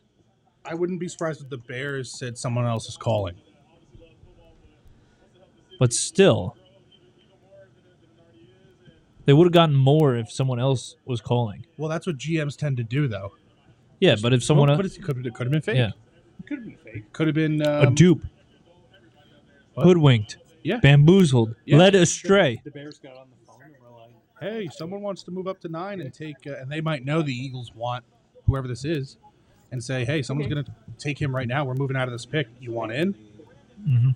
I wouldn't be surprised if the Bears said someone else is calling. but still they would have gotten more if someone else was calling Well, that's what GMs tend to do, though. yeah but if someone Well, else but it could, it could have been fake. Yeah. It could have been fake. Could have been um, a dupe What? hoodwinked Yeah. bamboozled Yeah. led astray The Bears got on the phone and were like, hey, someone wants to move up to nine and take, uh, and they might know the Eagles want whoever this is, and say, hey, someone's going to take him right now. We're moving out of this pick. You want in? Mhm.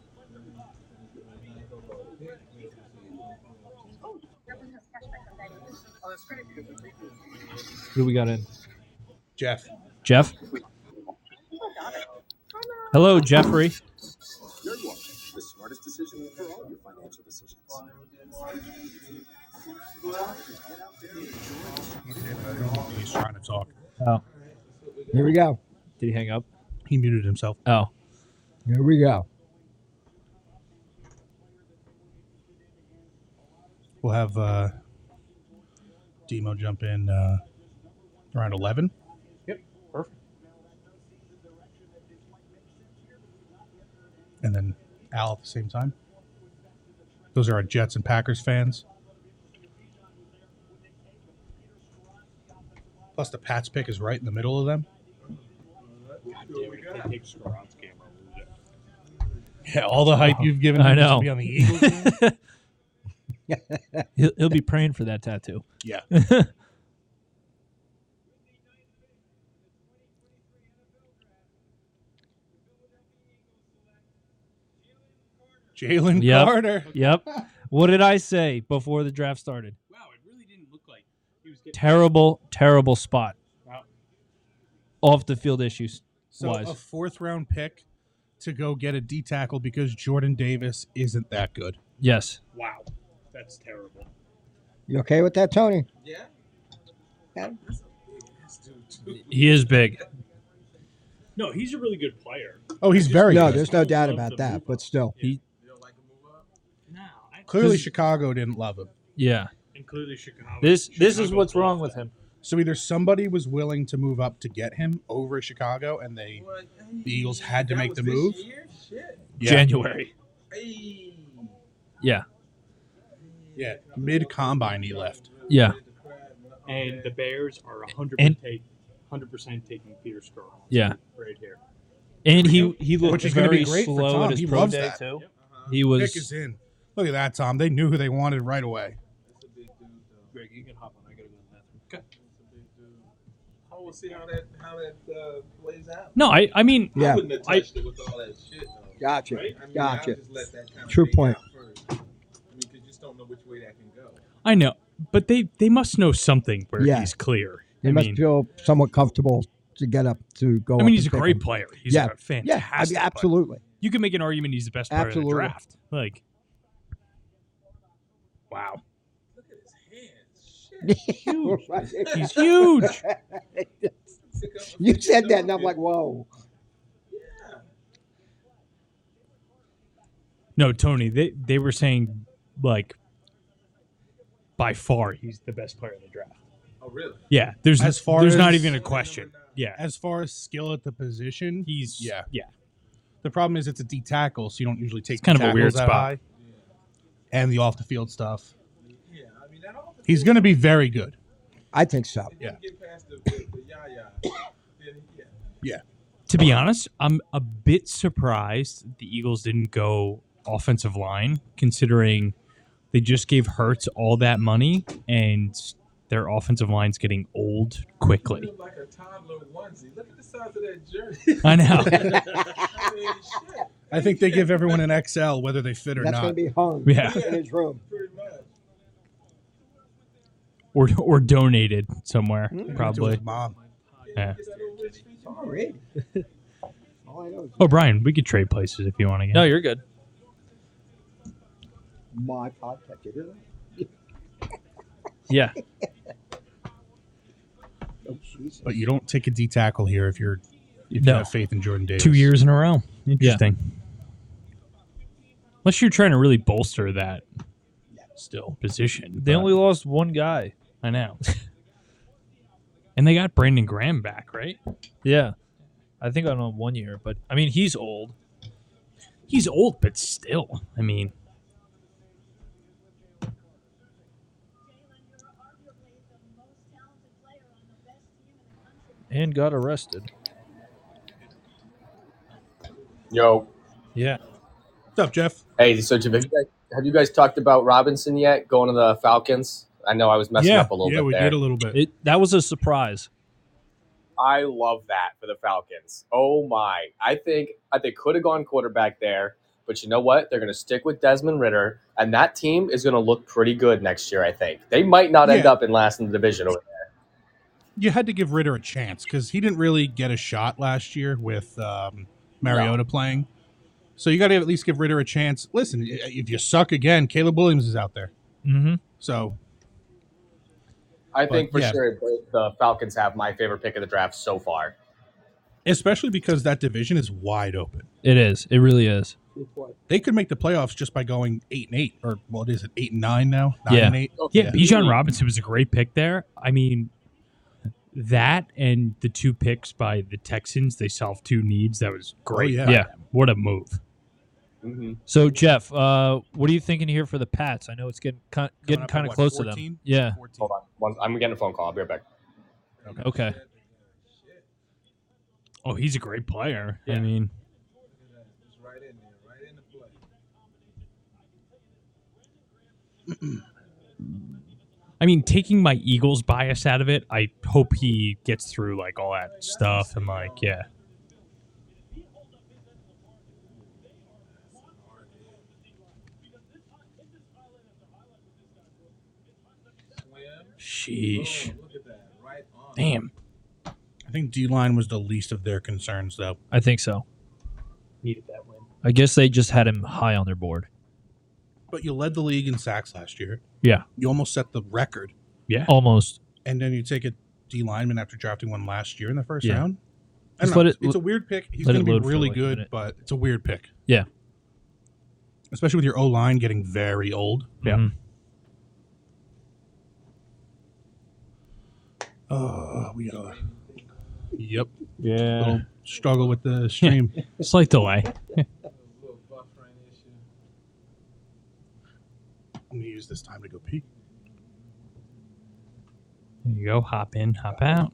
who do we got in Jeff. jeff hello jeffrey He's trying to talk. Here we go. did he hang up He muted himself. oh Here we go. We'll have uh, Demo jump in uh, around 11. Yep, perfect. And then Al at the same time. Those are our Jets and Packers fans. Plus, the Pats pick is right in the middle of them. God damn it, if they take Skaronski, I'm gonna lose it. Yeah, *laughs* all the hype you've given I me just know. to be on the Eagles. *laughs* he'll, he'll be praying for that tattoo *laughs* Yeah. Jalen Yep. Carter. yep what did i say before the draft started Wow, it really didn't look like he was getting. terrible terrible spot Wow. off the field issues So Wise. a fourth round pick to go get a D tackle because Jordan Davis isn't that good. yes Wow, that's terrible. You okay with that, Tony? Yeah. Adam? That's a big ass dude, too. He is big. No, he's a really good player. Oh, he's very No, good. there's no doubt about that. But still, You don't like a move up? Clearly, This- Chicago didn't love him. yeah And clearly Chicago. This this is Chicago what's wrong lost with that. him. So either somebody was willing to move up to get him over Chicago, and they Well, the Eagles had to that make was the this move. year? Shit. January. Hey. Yeah. Yeah, mid combine he left. Yeah. And the Bears are 100 And- percent 100% taking Peter Skaronski Yeah. right here. And he he looked Which is gonna very be great for slow Tom. at his He pro loves day that. too. Uh-huh. He Pick is was in. Look at that, Tom. They knew who they wanted right away. That's a big dude, though. Greg, you can hop on. I gotta go to the bathroom. That's a big dude. I will see how that how that uh, plays out. No, I I mean I yeah, wouldn't have I- touched it with all that shit, though. gotcha, Right? I mean, I gotcha. would just let that kind of True point. Out first. I mean, 'cause you just don't know which way that can go. I know, but they they must know something where Yeah. he's clear. You I must mean, feel somewhat comfortable to get up to go. I mean up he's a and pick great him. player. He's Yeah. a fantastic. Yeah, I mean, player. absolutely. You can make an argument he's the best player in the Absolutely. draft. Like, wow. Look at his hands. *laughs* Huge. He's huge. you said that, and I'm like, whoa. No, Tony, they, they were saying like by far he's the best player in the draft. Oh, really? Yeah, there's As far there's not as- even a question. Yeah, As far as skill at the position, he's yeah. yeah. The problem is it's a D tackle, so you don't usually take It's kind D of a weird tackles that spot. high. And the off the field stuff. Yeah, I mean, that all He's going to be very good. I think so. if you Yeah. get past the, the, the yaya, then yeah. To be honest, I'm a bit surprised that the Eagles didn't go offensive line, considering they just gave Hertz all that money and their offensive line's getting old You quickly. look like a toddler onesie. Look at the size of that jersey. *laughs* I know. *laughs* I mean, shit, I think they give everyone an XL, whether they fit or That's going to not. be hung Yeah. in his room. pretty much. Or or donated somewhere, To his probably. mom. Yeah. Is that a rich feature? All *laughs* right. All I know is Oh, Brian, we could trade places if you want to get. No, you're good. my podcast. You hear Yeah. that? Oh, Jesus. But you don't take a D tackle here if you're if No. you have faith in Jordan Davis. Two years in a row. Interesting. Unless you're trying to really bolster that still position. They but- only lost one guy. I know. *laughs* and they got Brandon Graham back, right? Yeah. I think I'm on one year, but I mean he's old. He's old, but still. I mean, and got arrested. Yo, Yeah. What's up, Jeff? hey, so Jim, have you, guys, have you guys talked about Robinson yet? Going to the Falcons? I know I was messing Yeah, up a little Yeah, bit we there. did a little bit. It that was a surprise. I love that for the Falcons. Oh my! I think I, they could have gone quarterback there, but you know what? They're going to stick with Desmond Ritter, and that team is going to look pretty good next year. I think they might not end Yeah. up in last in the division. Over You had to give Ritter a chance because he didn't really get a shot last year with um, Mariota playing. So you got to at least give Ritter a chance. Listen, i- if you suck again, Caleb Williams is out there. Mm-hmm. So I think for yeah. sure both the Falcons have my favorite pick of the draft so far. especially because that division is wide open. It is. It really is. They could make the playoffs just by going eight and eight, or what is it, eight and nine now? Nine Yeah. and eight. yeah, Bijan Robinson was a great pick there. I mean, that and the two picks by the Texans, they solved two needs. That was great. yeah. by them. What a move. Mm-hmm. So Jeff, uh, what are you thinking here for the Pats? I know it's getting kind, getting up at kind of what, close to 14? them. Yeah. 14. Hold on, One, I'm getting a phone call. I'll be right back. Okay. Oh, he's a great player. I Yeah. mean, It's right in there, right in the play. I mean, taking my Eagles bias out of it, I hope he gets through like all that stuff and like, yeah. Swim. Sheesh. Boom, Oh, look at that. Right on. Damn. I think D line was the least of their concerns, though. I think so. Needed that win. I guess they just had him high on their board. But you led the league in sacks last year. Yeah. You almost set the record. Almost. And then you take a D lineman after drafting one last year in the first Yeah. round. I Just don't know. let it- it's a weird pick. He's let going it to load be for really like a good, minute. but it's a weird pick. Yeah. Especially with your O line getting very old. Yeah. Mhm. Uh, Oh, we got a. Yep. Yeah. Little struggle with the stream. *laughs* Slight delay. Little buffering issue. I'm going to use this time to go pee. There you go. Hop in, hop out.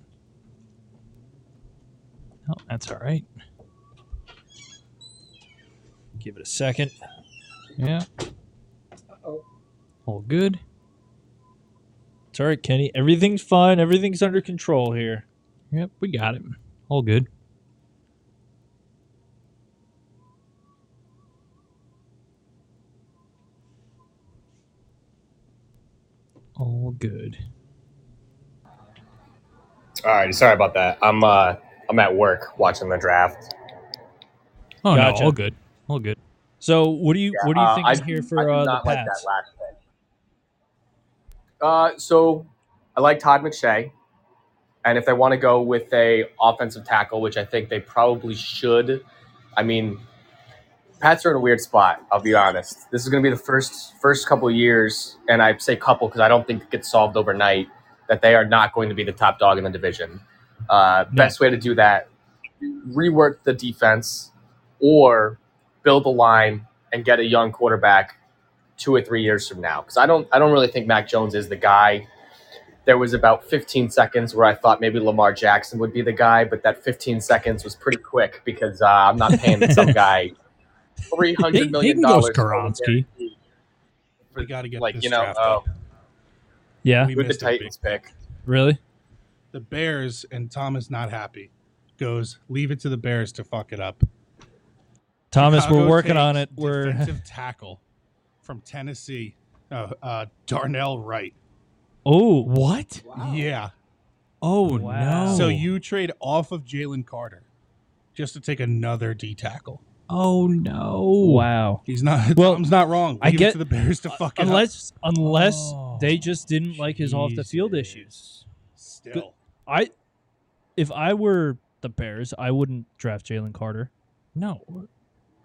Oh, that's all right. Give it a second. Yeah. Uh-oh. All good. It's all right, Kenny. Everything's fine. Everything's under control here. Yep, we got it. All good. All good. All right, sorry about that. I'm uh I'm at work watching the draft. Oh Gotcha. no, all good. All good. So what do you what do you Uh, thinking I- here I for did uh, the not like Pats? that last pick. Uh, so I like Todd McShay. And if they want to go with a offensive tackle, which I think they probably should, I mean, Pats are in a weird spot. I'll be honest. This is going to be the first first couple of years, and I say couple because I don't think it gets solved overnight. That they are not going to be the top dog in the division. Uh, Best way to do that: rework the defense, or build the line and get a young quarterback two or three years from now. Because I don't, I don't really think Mac Jones is the guy. There was about 15 seconds where I thought maybe Lamar Jackson would be the guy, but that 15 seconds was pretty quick because uh, I'm not *laughs* paying some guy three He, hundred he million can go dollars. Skoronsky. We got to get this like you know draft uh, Yeah. We with the missed it, Titans pick. Really? the Bears and Tom is not happy. Goes, leave it to the Bears to fuck it up. Thomas, we're Chicago working on it. takes We're *laughs* defensive tackle from Tennessee, uh, uh, Darnell Wright. oh What? Yeah. Oh Wow. no. So you trade off of Jalen Carter just to take another D tackle. Oh no. wow. He's *laughs* not. Well, Tom's not wrong. I Leave get- it to the Bears to fuck it up. Unless unless Oh, they just didn't like his off the field issues. Still, I if I were the Bears, I wouldn't draft Jalen Carter. No.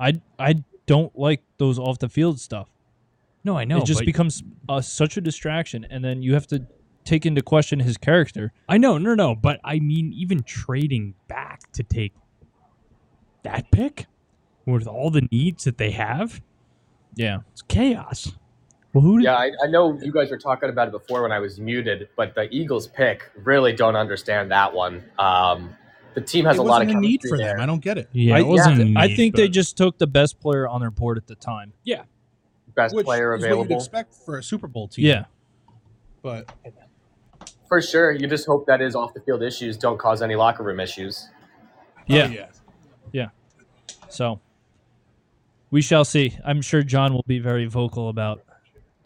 I I don't like those off the field stuff. No, I know. it just but- becomes uh, such a distraction, and then you have to take into question his character. I know, no, no, but I mean, even trading back to take that pick with all the needs that they have, Yeah, it's chaos. Well, who did Yeah, I, I know you guys were talking about it before when I was muted, but the Eagles pick really don't understand that one. Um, the team has it a lot of wasn't a need chemistry for there. them. I don't get it. yeah, I- it wasn't. a I need, think they but- just took the best player on their board at the time. Best Which player is what you'd available. expect for a Super Bowl team. Yeah, but For sure. You just hope that his off the field issues don't cause any locker room issues. yeah. Oh, yeah. So we shall see. I'm sure John will be very vocal about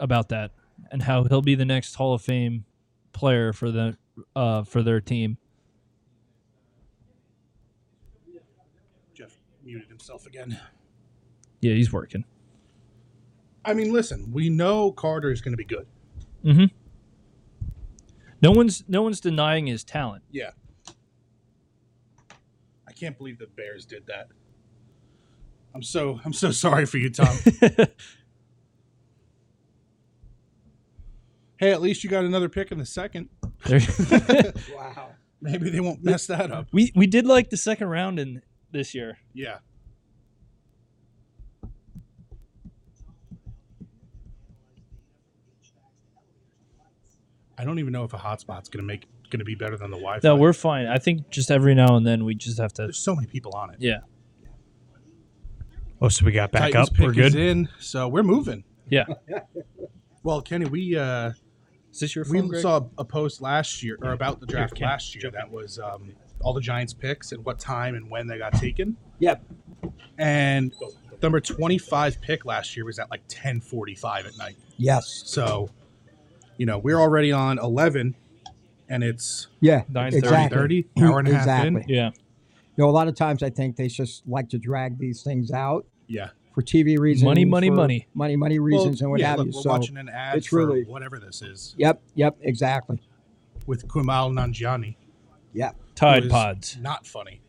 about that and how he'll be the next Hall of Fame player for the uh, for their team. Jeff muted himself again. Yeah, he's working. I mean, listen, we know Carter is going to be good. Mm-hmm. No one's no one's denying his talent. Yeah. I can't believe the Bears did that. I'm so I'm so sorry for you, *laughs* Tom. hey, at least you got another pick in the second. There- *laughs* *laughs* wow. Maybe they won't mess that up. we we did like the second round in this year. Yeah. I don't even know if a hotspot's going to make going to be better than the Wi-Fi. No, we're fine. I think just every now and then we just have to. there's so many people on it. Yeah, Oh, so we got back Titans up. We're pick is good. in, so we're moving. yeah. *laughs* Well, Kenny, we uh, Is this your we phone? Greg? saw a post last year or about the draft Kenny, last year that was um, all the Giants picks and what time and when they got taken. Yep. And number twenty five pick last year was at like ten forty five at night. Yes. So, you know, we're already on eleven, and it's Yeah. Nine exactly. *clears throat* thirty hour and a half exactly. in. Yeah, You know, a lot of times I think they just like to drag these things out Yeah, for TV reasons, Money, money, for money. money, money reasons, Well, and what yeah, have look, you. We're So, watching an ad it's for really- whatever this is yep, yep, exactly. with Kumail Nanjiani. Yep. Tide was Pods. Not funny.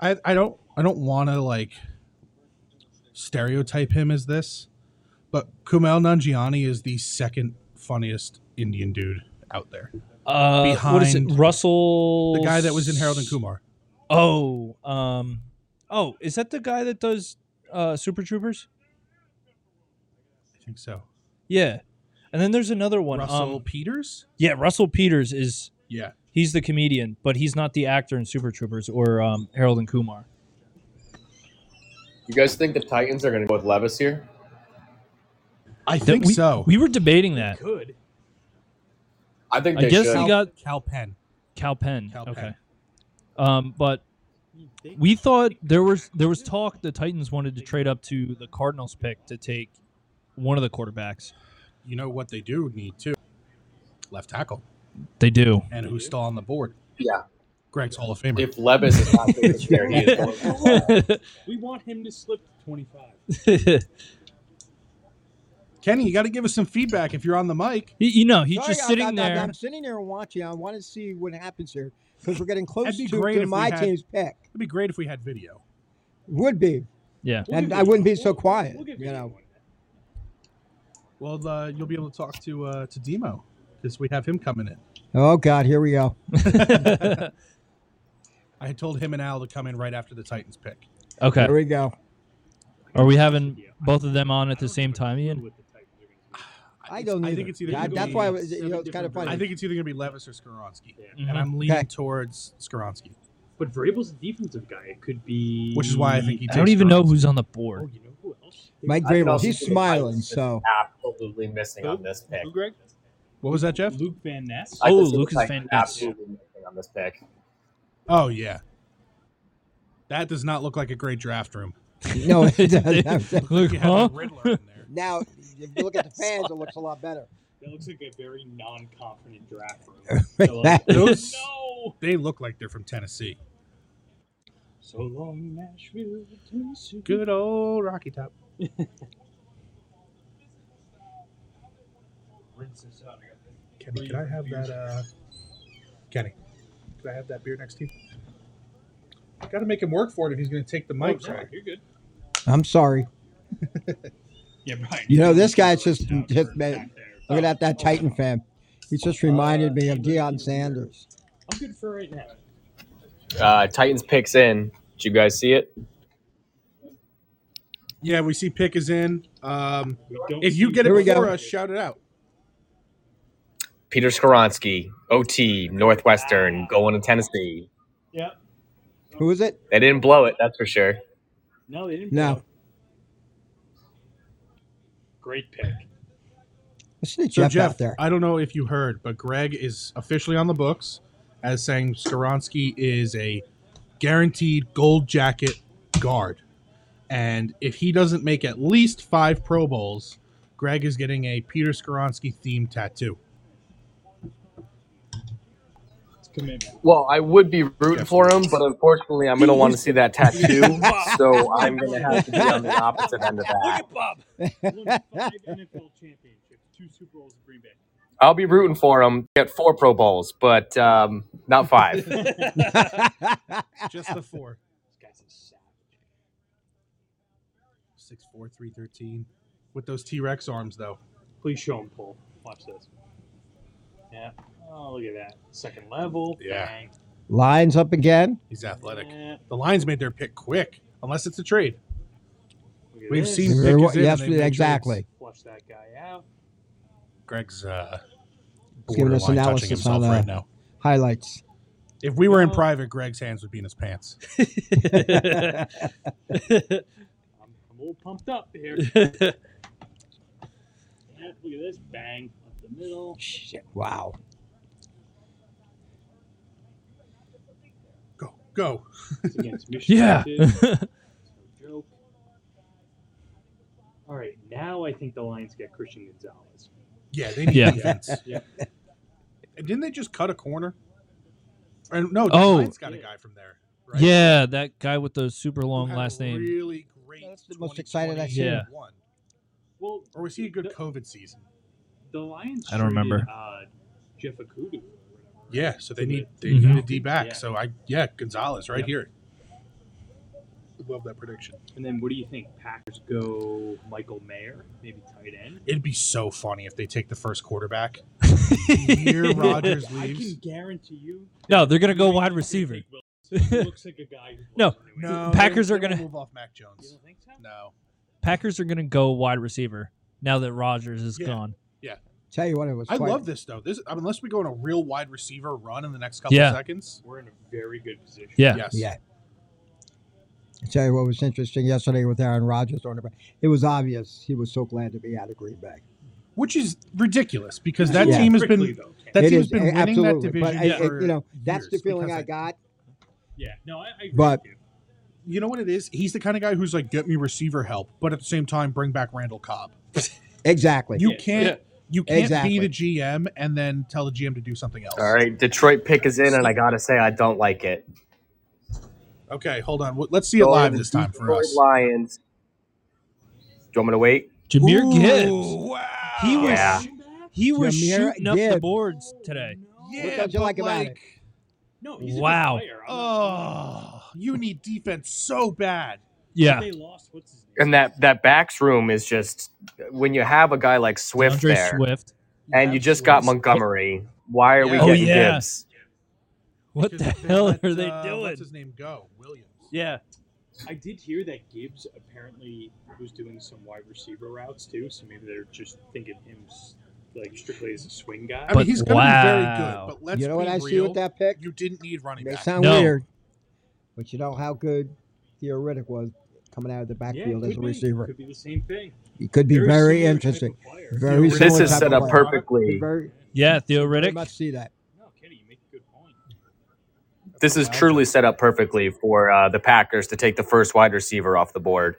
I I don't I don't want to like stereotype him as this, but Kumail Nanjiani is the second funniest Indian dude out there. Uh, what is it? behind Russell, The guy that was in Harold and Kumar. Oh, um, oh, is that the guy that does uh, Super Troopers? I think so. Yeah, and then there's another one. Russell Um, Peters. yeah, Russell Peters is Yeah, he's the comedian, but he's not the actor in Super Troopers or um, Harold and Kumar. You guys think the Titans are going to go with Levis here? I think we, so. We were debating that. could. I think I they guess should. we got Cal Penn. Cal Penn. Cal okay. Penn. Um, but we thought there was there was talk the Titans wanted to trade up to the Cardinals pick to take one of the quarterbacks. You know what they do need too. Left tackle They do. and who's still on the board? Yeah. Greg's Hall of Famer. if Levis is not *laughs* good this *laughs* year, he is going to yeah, We want him to slip to 25. Kenny, you got to give us some feedback if you're on the mic. You know, he's Sorry, just I'm- sitting I'm- there. I'm sitting there watching. I want to see what happens here because we're getting close That'd be to, great to if we my had- team's pick. It'd be great if we had video. Would be, yeah. and I wouldn't be so quiet. you know, Well, uh, you'll be able to talk to uh, to Demo because we have him coming in. oh god, here we go. I had told him and Al to come in right after the Titans pick. Okay. Here we go. Are we having both of them on at the same time, Ian? I don't I either. think it's either. Yeah, gonna that's be- why it was- you know, it's kind of funny. Mm-hmm. I think it's either going to be Levis or Skoronsky, Mhm. and I'm leaning Okay. towards Skoronsky, Mm-hmm. But Vrabel's a defensive guy. It could be. which is why I think he. I don't takes even know Skoronsky. who's on the Oh, board. you know who else? Mike I can Grable, also he's see the smiling. Titans So absolutely missing on this pick. Lou Greg? What was that, Jeff? Luke Van Ness? I can Oh, see the Lucas Titans Van Ness. Absolutely missing on this pick. Oh yeah, that does not look like a great draft room. *laughs* no, *laughs* it doesn't. *laughs* Look, You have a huh? Riddler in there. now if you look at the fans, it looks a lot better. That looks like a very non-confident draft *laughs* room. So, *laughs* like, Those- no. They look like they're from Tennessee. So long, Nashville, Tennessee. Good old Rocky *laughs* Top. Rinse this out. I got this. Kenny, could I have that? Uh, Kenny, could I have that beer next to you? Got to make him work for it if he's going to take the Oh, mic. sorry, you're good. I'm sorry. Yeah, Brian. You know, this can guy's throw it just- down just for made- back there. Look at that, that Oh, Titan fan. He just reminded me of Deion Sanders. I'm good for right now. Uh, Titans picks in. Did you guys see it? Yeah, we see pick is in. Um, We don't if you see- get Here it we go. before us, shout it out. Peter Skoronsky, OT, Northwestern, going to Tennessee. Yeah. Who is it? They didn't blow it, that's for sure. No, they didn't. No. blow it. Great pick. Listen to So Jeff, Jeff, out there. I don't know if you heard, but Greg is officially on the books as saying Skoronsky is a guaranteed gold jacket guard. And if he doesn't make at least five Pro Bowls, Greg is getting a Peter Skoronsky *laughs* themed tattoo. It's commitment. Well, I would be rooting for him, but unfortunately, I'm going to want to see that *laughs* tattoo. so I'm going to have to be on the opposite end of Look that. at *laughs* Bob. Won five NFL championships, two Super Bowls in Green Bay. I'll be rooting for him. Get four Pro Bowls, but um, not *laughs* five. this Just the four. guy's a savage. Six four three thirteen. With those T Rex arms though. Please show him pull. Watch this. Yeah. Oh, look at that. Second level. Yeah. Bang. Lines up again. He's athletic. Yeah. The Lions made their pick quick, unless it's a trade. Look at We've this. seen- Team pick is in, yes, and they make exactly. Flush that guy out. Greg's uh He's giving us borderline touching analysis on uh, himself that. right now. Highlights. If we were in No. private, Greg's hands would be in *laughs* his pants. I'm, I'm all pumped up *laughs* here. Yeah, look at this. Bang. Up the middle. Shit, Wow. Go, go. *laughs* It's *laughs* against Michigan. Yeah. too. It's *laughs* no joke. All right. Now I think the Lions get Christian Gonzalez. Yeah, they need Yeah. defense. *laughs* Yeah. And Didn't they just cut a corner? Or, no, the Oh. Lions got a guy from there. Right? Yeah, that guy with the super Who long had a last name. Really great. That's the most excited I've seen him. 2021. Well, Or was he a good The, COVID season? the Lions. I don't traded, remember. Uh, Jeff Okudu. Yeah, so they To need they the- need a Mm-hmm. Yeah. D back. Yeah. So I yeah, Gonzalez right Yep. here. Love that prediction. And then what do you think? Packers go Michael Mayer, maybe tight end. It'd be so funny if they take the first *laughs* quarterback. Here Rodgers *laughs* I leaves. can guarantee you. No, they're gonna go They're wide gonna receiver. take Wilson. He looks like a guy. who No. wasn't doing it. No, Packers they- are they won't gonna- move off Mac You Jones. don't think so? No, Packers are going to go wide receiver now that Rodgers is Yeah. gone. Tell you what, it was. I quite- love this though. This I mean, unless we go on a real wide receiver run in the next couple Yeah. seconds. We're in a very good position. Yeah. Yes. Yeah. I tell you what was interesting yesterday with Aaron Rodgers on the back. It was obvious he was so glad to be out of Green Bay. Which is ridiculous because that Yeah. team has Quickly, been though, Ken. that It team's is, been a- winning absolutely, that but division. I- I- for you know, that's the years feeling because I of- got. Yeah. No, I, I agree But- with you. You know what it is? He's the kind of guy who's like, get me receiver help, but at the same time, bring back Randall Cobb. *laughs* Exactly. You Yeah. can't you can't Exactly. be the GM and then tell the GM to do something else. All right, Detroit pick is in, and I got to say, I don't like it. Okay, hold on. Let's see it live this time for Detroit us. Lions. Do you want me to wait? Jameer Ooh, Gibbs. He Oh, was Yeah. he was Jameer shooting up the Gibbs. boards today. Yeah, don't you like about it? No, he's a good Wow. player. Oh, you need defense so bad. Yeah. They lost. What's his And that that backs room is just when you have a guy like Swift DeAndre there, Swift. and you just got Montgomery. Why are we Oh, getting yeah. Gibbs? What Because the they hell let, are they uh, doing? What's his name? Go Williams. Yeah. I did hear that Gibbs apparently was doing some wide receiver routes too, so maybe they're just thinking him s- like strictly as a swing guy. I mean, he's going to be very good, but let's you know what be I real. see with that pick? You didn't need running It may back. sound No. weird, but you know how good Theoretic was coming out of the backfield as a receiver. Could be the same thing. *laughs* He could be Very very, similar type interesting. of player. Very This similar is type set of up player. perfectly. Very, Yeah, Theo very Riddick. much see that. No, Kenny, you make a good point. This is truly set up perfectly for uh, the Packers to take the first wide receiver off the board.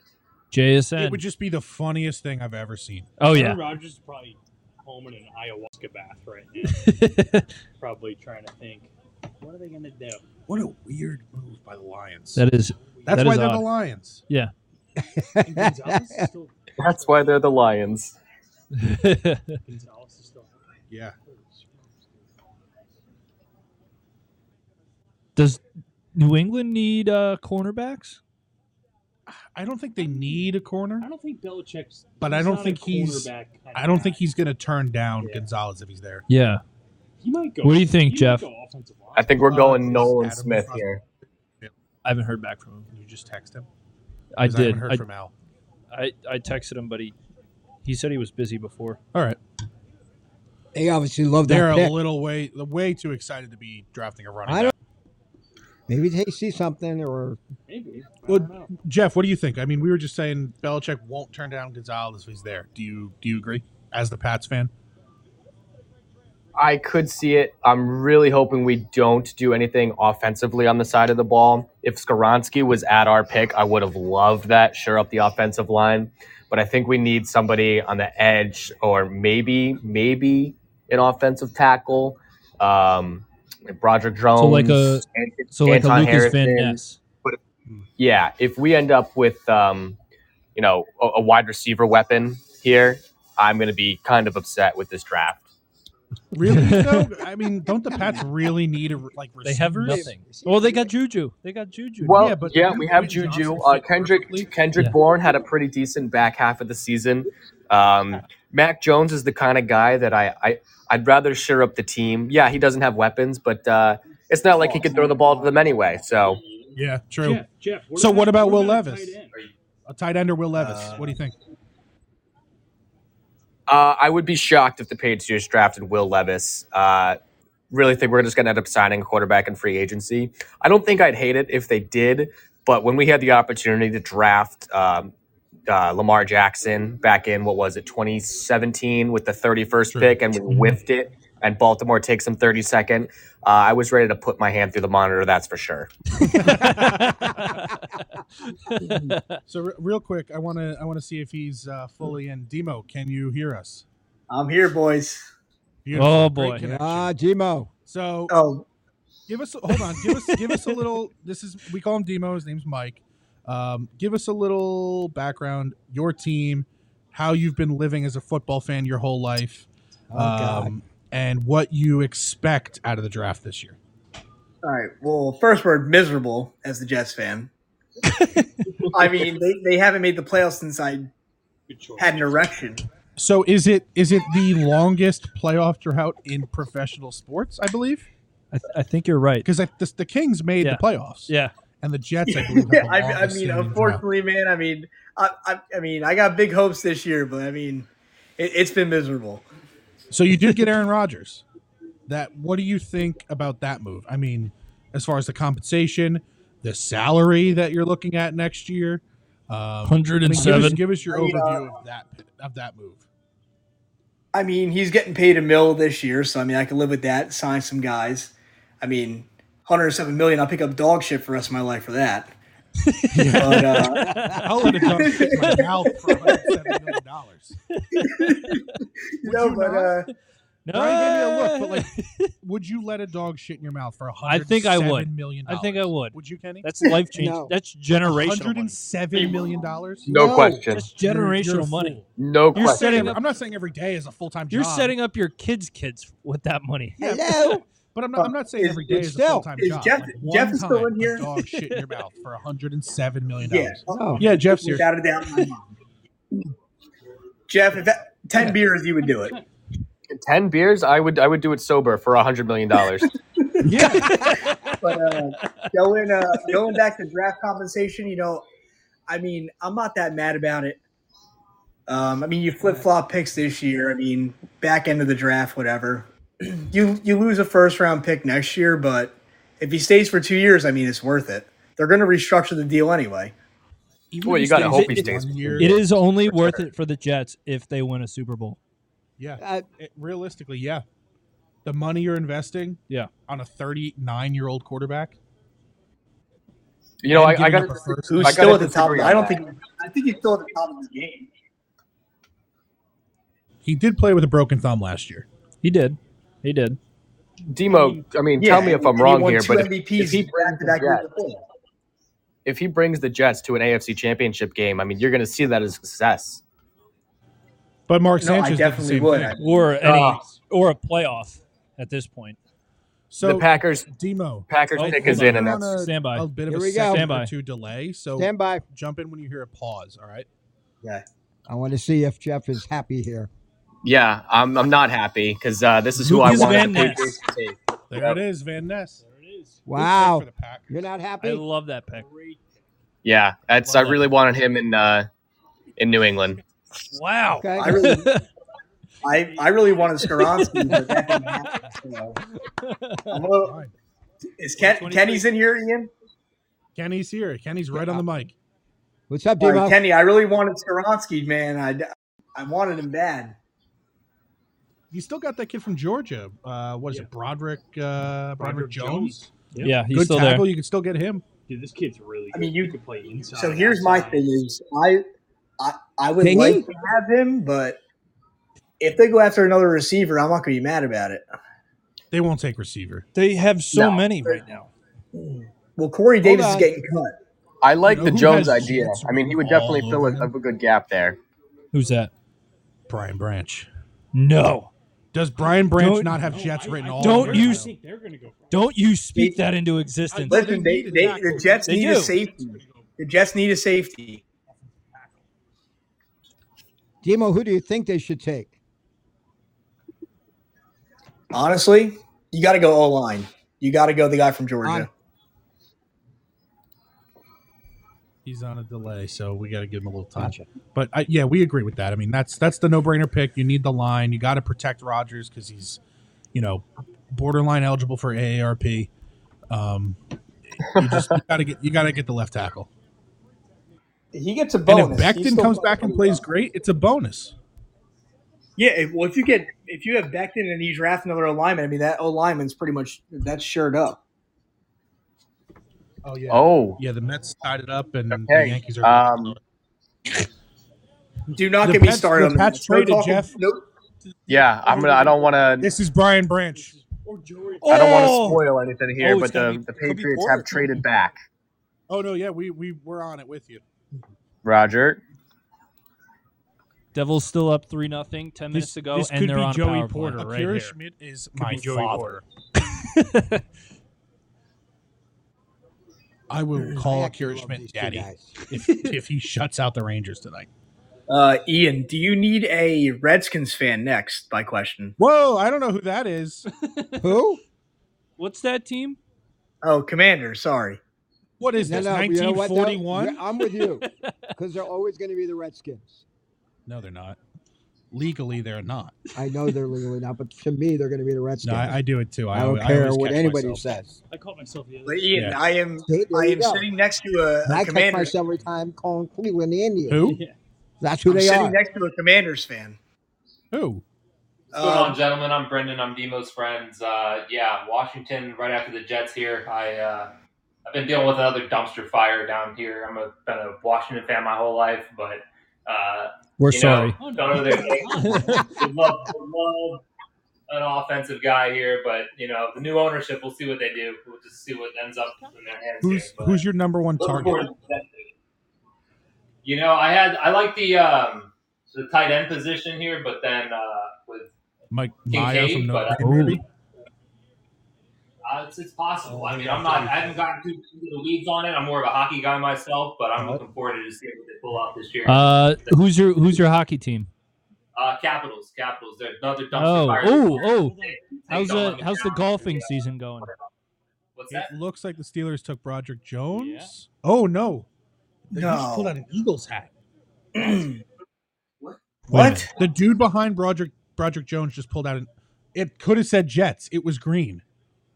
JSN. It would just be the funniest thing I've ever seen. oh yeah. Rogers is probably home in an ayahuasca bath right now, *laughs* probably trying to think, what are they going to do? What a weird move by the Lions. that is That's that why is they're odd. the Lions. And Gonzalez is still. That's why they're the *laughs* Lions. Gonzalez is still. Yeah. *laughs* Does New England need uh, cornerbacks? I don't think they need a corner. I don't think Belichick's. But I he's don't not a think he's- cornerback kind I of don't guy. think he's going to turn down Yeah. Gonzalez if he's there. Yeah. He might go. What do you think, he might Jeff? go offensive line. I think we're Uh, going is Nolan Adam Smith Crosby- here. I haven't heard back from him. Can you just text him? I 'Cause did. haven't heard I, from Al. I, I texted him, but he, he said he was busy before. All right. They obviously love They're that a pick. little way way too excited to be drafting a running I back. Maybe they see something, or Maybe. I Well, don't know. Jeff, what do you think? I mean, we were just saying Belichick won't turn down Gonzalez if he's there. Do you do you agree? As the Pats *laughs* fan, I could see it. I'm really hoping we don't do anything offensively on the side of the ball. If Skaronski was at our pick, I would have loved that, sure up the offensive line. But I think we need somebody on the edge or maybe, maybe an offensive tackle. Um, like Broderick Jones. So like a- Ant- So like Anton a Lucas Van Harrison. Ness. Yeah, if we end up with, um, you know, a, a wide receiver weapon here, I'm going to be kind of upset with this draft. really? no, I mean, don't the Pats really need a like They receivers? have nothing. Well, they got Juju. They got Juju. Well, Yeah, yeah, but we Quentin have Johnson Juju. fit Uh, Kendrick perfectly. Kendrick Yeah. Bourne had a pretty decent back half of the season. Um, Mac Jones is the kind of guy that I, I I'd rather shore up the team. Yeah, he doesn't have weapons, but uh, it's not like he could throw the ball to them anyway. So Yeah, true. Jeff, Jeff. What So about, what about a Will Levis? tight end? A tight end or Will Levis? what do you *laughs* think? uh, I would be shocked if the Patriots drafted Will Levis. Uh, really think we're just going to end up signing a quarterback in free agency. I don't think I'd hate it if they did, but when we had the opportunity to draft um, uh, Lamar Jackson back in what was it 2017 with the 31st True. pick, and we Mhm. whiffed it, and Baltimore takes him 32nd. Uh, I was ready to put my hand through the monitor. That's for sure. So re- real quick, I want to I want to see if he's uh, fully in. Demo, can you hear us? I'm here, boys. Oh, Great boy. connection. ah, Gmo. so Oh, give *laughs* us hold on give us give us a little this is we call him demo his name's mike um, give us a little background your team how you've been living as a football fan your whole life um, Oh God. and what you expect out of the draft this year all right. Well, first, we're miserable as the Jets fan. I mean, they, they haven't made the playoffs since I Good choice. had an erection. so is it is it the longest playoff drought in professional sports i believe I, th- I think you're right. because the, the kings made Yeah. the playoffs Yeah. and the jets i believe Yeah, have the *laughs* I, I longest mean, standing drought. unfortunately, man. I mean, I, I I mean, I got big hopes this year, but I mean, it, it's been miserable. So you did get Aaron Rodgers. That what do you think about that move? I mean, as far as the compensation, the salary that you're looking at next year, um, I mean, give, us, 107. give us your I mean, overview of that of that move. I mean, he's getting paid a mil this year, so I mean, I can live with that. Sign some guys. I mean, 107 million. I'll pick up dog shit for the rest of my life for that. but, uh, Oh, I'll *laughs* let a dog shit my mouth for 107 million dollars. you know, you but not? uh, No. Brian gave me a look, but like, would you let a dog shit in your mouth for a I hundred? think I would. Million. I think I would. Would you, Kenny? That's life changing. No. That's generational. Hundred and seven million dollars. No No. question. That's generational money. No You're question. setting up- I'm not saying every day is a full time job. You're setting up your kids' kids with that money. Hello? But I'm not. I'm not saying every day is a full time job. Like, one time a Dog shit in your mouth for hundred and seven million dollars. yeah, Jeff's here. Without a doubt. in my mind. *laughs* Jeff, if that, 10 beers, you would do it. Ten beers, I would I would do it sober for a hundred million dollars. but uh, going uh, going back to draft compensation, you know, I mean, I'm not that mad about it. Um, I mean, you flip flop picks this year. I mean, back end of the draft, whatever. *clears throat* you you lose a first round pick next year, but if he stays for two years, I mean, it's worth it. They're going to restructure the deal anyway. Well, you gotta hope he stays. It is only worth it for the Jets if they win a Super Bowl. Yeah. Uh, It- realistically, yeah. The money you're investing, yeah, on a 39 year old quarterback. You know, and I- I giving gotta- up a first- Who's I gotta still at the top? disagree on I don't that. think I think he's still at the top of the game. he did play with a broken thumb last year. He did. He did. Demo, I mean, tell me if I'm and he wrong won here, two but if, MVPs if he brings the back-to-back years Jets, before. if he brings the Jets to an AFC Championship game, I mean, you're going to see that as success. But Mark No, I Sanchez did the definitely same would. thing. Or any Ah. or a playoff at this point. So the Packers, Demo, Packers Oh, pick hold is on. in, and We're that's on a- Standby. A bit of Here a we go. second Standby. or two delay. So Standby. Jump in when you hear a pause. All right. Yeah. I want to see if Jeff is happy here. yeah, I'm, I'm not happy because uh, this is who I Lucas wanted Van the Ness. Patriots to take. There it is, Van Ness. There it is. Wow. You're not happy? I love that pick. Yeah, that's I really wanted him in uh, in New England. Wow. *laughs* I really, I, I really wanted Skaronski, but that didn't happen. *laughs* So. I'm a little- is Ken, Kenny's in here, Ian? Kenny's here. Kenny's right on the mic. What's up, All Demo? right, Kenny, I really wanted Skaronski, man. I, I wanted him bad. You still got that kid from Georgia. Uh, what is it, Broderick? Uh, Broderick, Broderick Jones. Jones. Yeah. Yeah, he's good still there. tackle. You can still get him. Dude, this kid's really. I Good. mean, you- He could play inside. So here's my thing: is I, I, I would Kingy? like to have him, but if they go after another receiver, I'm not going to be mad about it. They won't take receiver. They have so No. many right now. Well, Corey Hold Davis on. is getting cut. I like You know the who Jones has idea. Jets I mean, he would all definitely fill a, a good gap there. Who's that? Brian Branch. No. Does Brian Branch Don't- not have Jets written all over Don't him? you don't you speak that into existence? Listen, they, they, the Jets They need do. a safety. The Jets need a safety. Demo, who do you think they should take? Honestly, you got to go O line. You got to go the guy from Georgia. He's on a delay, so we got to give him a little time. But I, yeah, we agree with that. I mean, that's that's the no-brainer pick. You need the line. You got to protect Rodgers because he's, you know, borderline eligible for AARP. Um, you just you got to get you got to get the left tackle. He gets a And if bonus. He's Beckton still comes playing back and pretty plays great, it's a bonus. Yeah, if, well, if you get if you have Beckton and you draft another O lineman, I mean that O lineman's pretty much that's shirt up. Oh yeah. Oh. yeah. The Mets tied it up, and the Okay, Yankees are. um, Do not The get me Pats- started the on the Pats Mets. No traded talk- Jeff. Nope. Yeah, I'm gonna. I don't want to. This is Brian Branch. I don't want to Oh! spoil anything here, Oh, it's but gonna the, be- the could be Patriots Porter. have traded back. Oh no, yeah, we we we're on it with you. Roger. Devils still up three nothing. Ten minutes to go, this and could they're be on a Joey power play. Porter right Akira here. Schmidt is Could my be Joey father. Porter. I will call I Akira Schmidt two daddy guys. if, if he shuts out the Rangers tonight. Uh, Ian, do you need a Redskins fan next? By question. Whoa, I don't know who that *laughs* is. Who? What's that team? Oh, Commander. Sorry. What is this? you know what, though? 1941? Yeah, I'm with *laughs* you because they're always going to be the Redskins. No, they're not. Legally, they're not. I know they're legally not, but to me, they're going to be the Redskins. No, I, I do it too. I, I don't always- I care always what catch anybody myself. says. I caught myself the But Ian, Yeah. I am See, there I you am uh, go. sitting next to a, a I catch Commanders. myself every time calling Cleveland the Indians. Who? That's who I'm they sitting are. next to a Commanders fan. Who? What's going Um, on, gentlemen? I'm Brendan. I'm Demo's friends. Uh, yeah, Washington, right after the Jets here. I uh, I've been dealing with another dumpster fire down here. I'm a been a Washington fan my whole life, but uh, We're you sorry. Know, don't know their games. We love, we love an offensive guy here, but you know the new ownership. We'll see what they do. We'll just see what ends up in their hands. here, Who's but- who's your number one Looking target? forward to that. You know, I had I like the um, the tight end position here, but then uh, with Mike Meyer Kincaid, from but Notre I- Dame, maybe? uh, it's, it's possible. I mean, I'm not. I haven't gotten too into the weeds on it. I'm more of a hockey guy myself, but I'm looking forward to just seeing what they pull out this year. Uh, who's your who's your hockey team? Uh, Capitals, Capitals. They're another dumpster Oh, fire. oh, oh. They- they How's don't the let me how's the down. golfing season going? What's that? It looks like the Steelers took Broderick Jones. Oh no, They just pulled out an Eagles hat. Wait a minute. The dude behind Broderick Broderick Jones just pulled out an. It could have said Jets. It was green.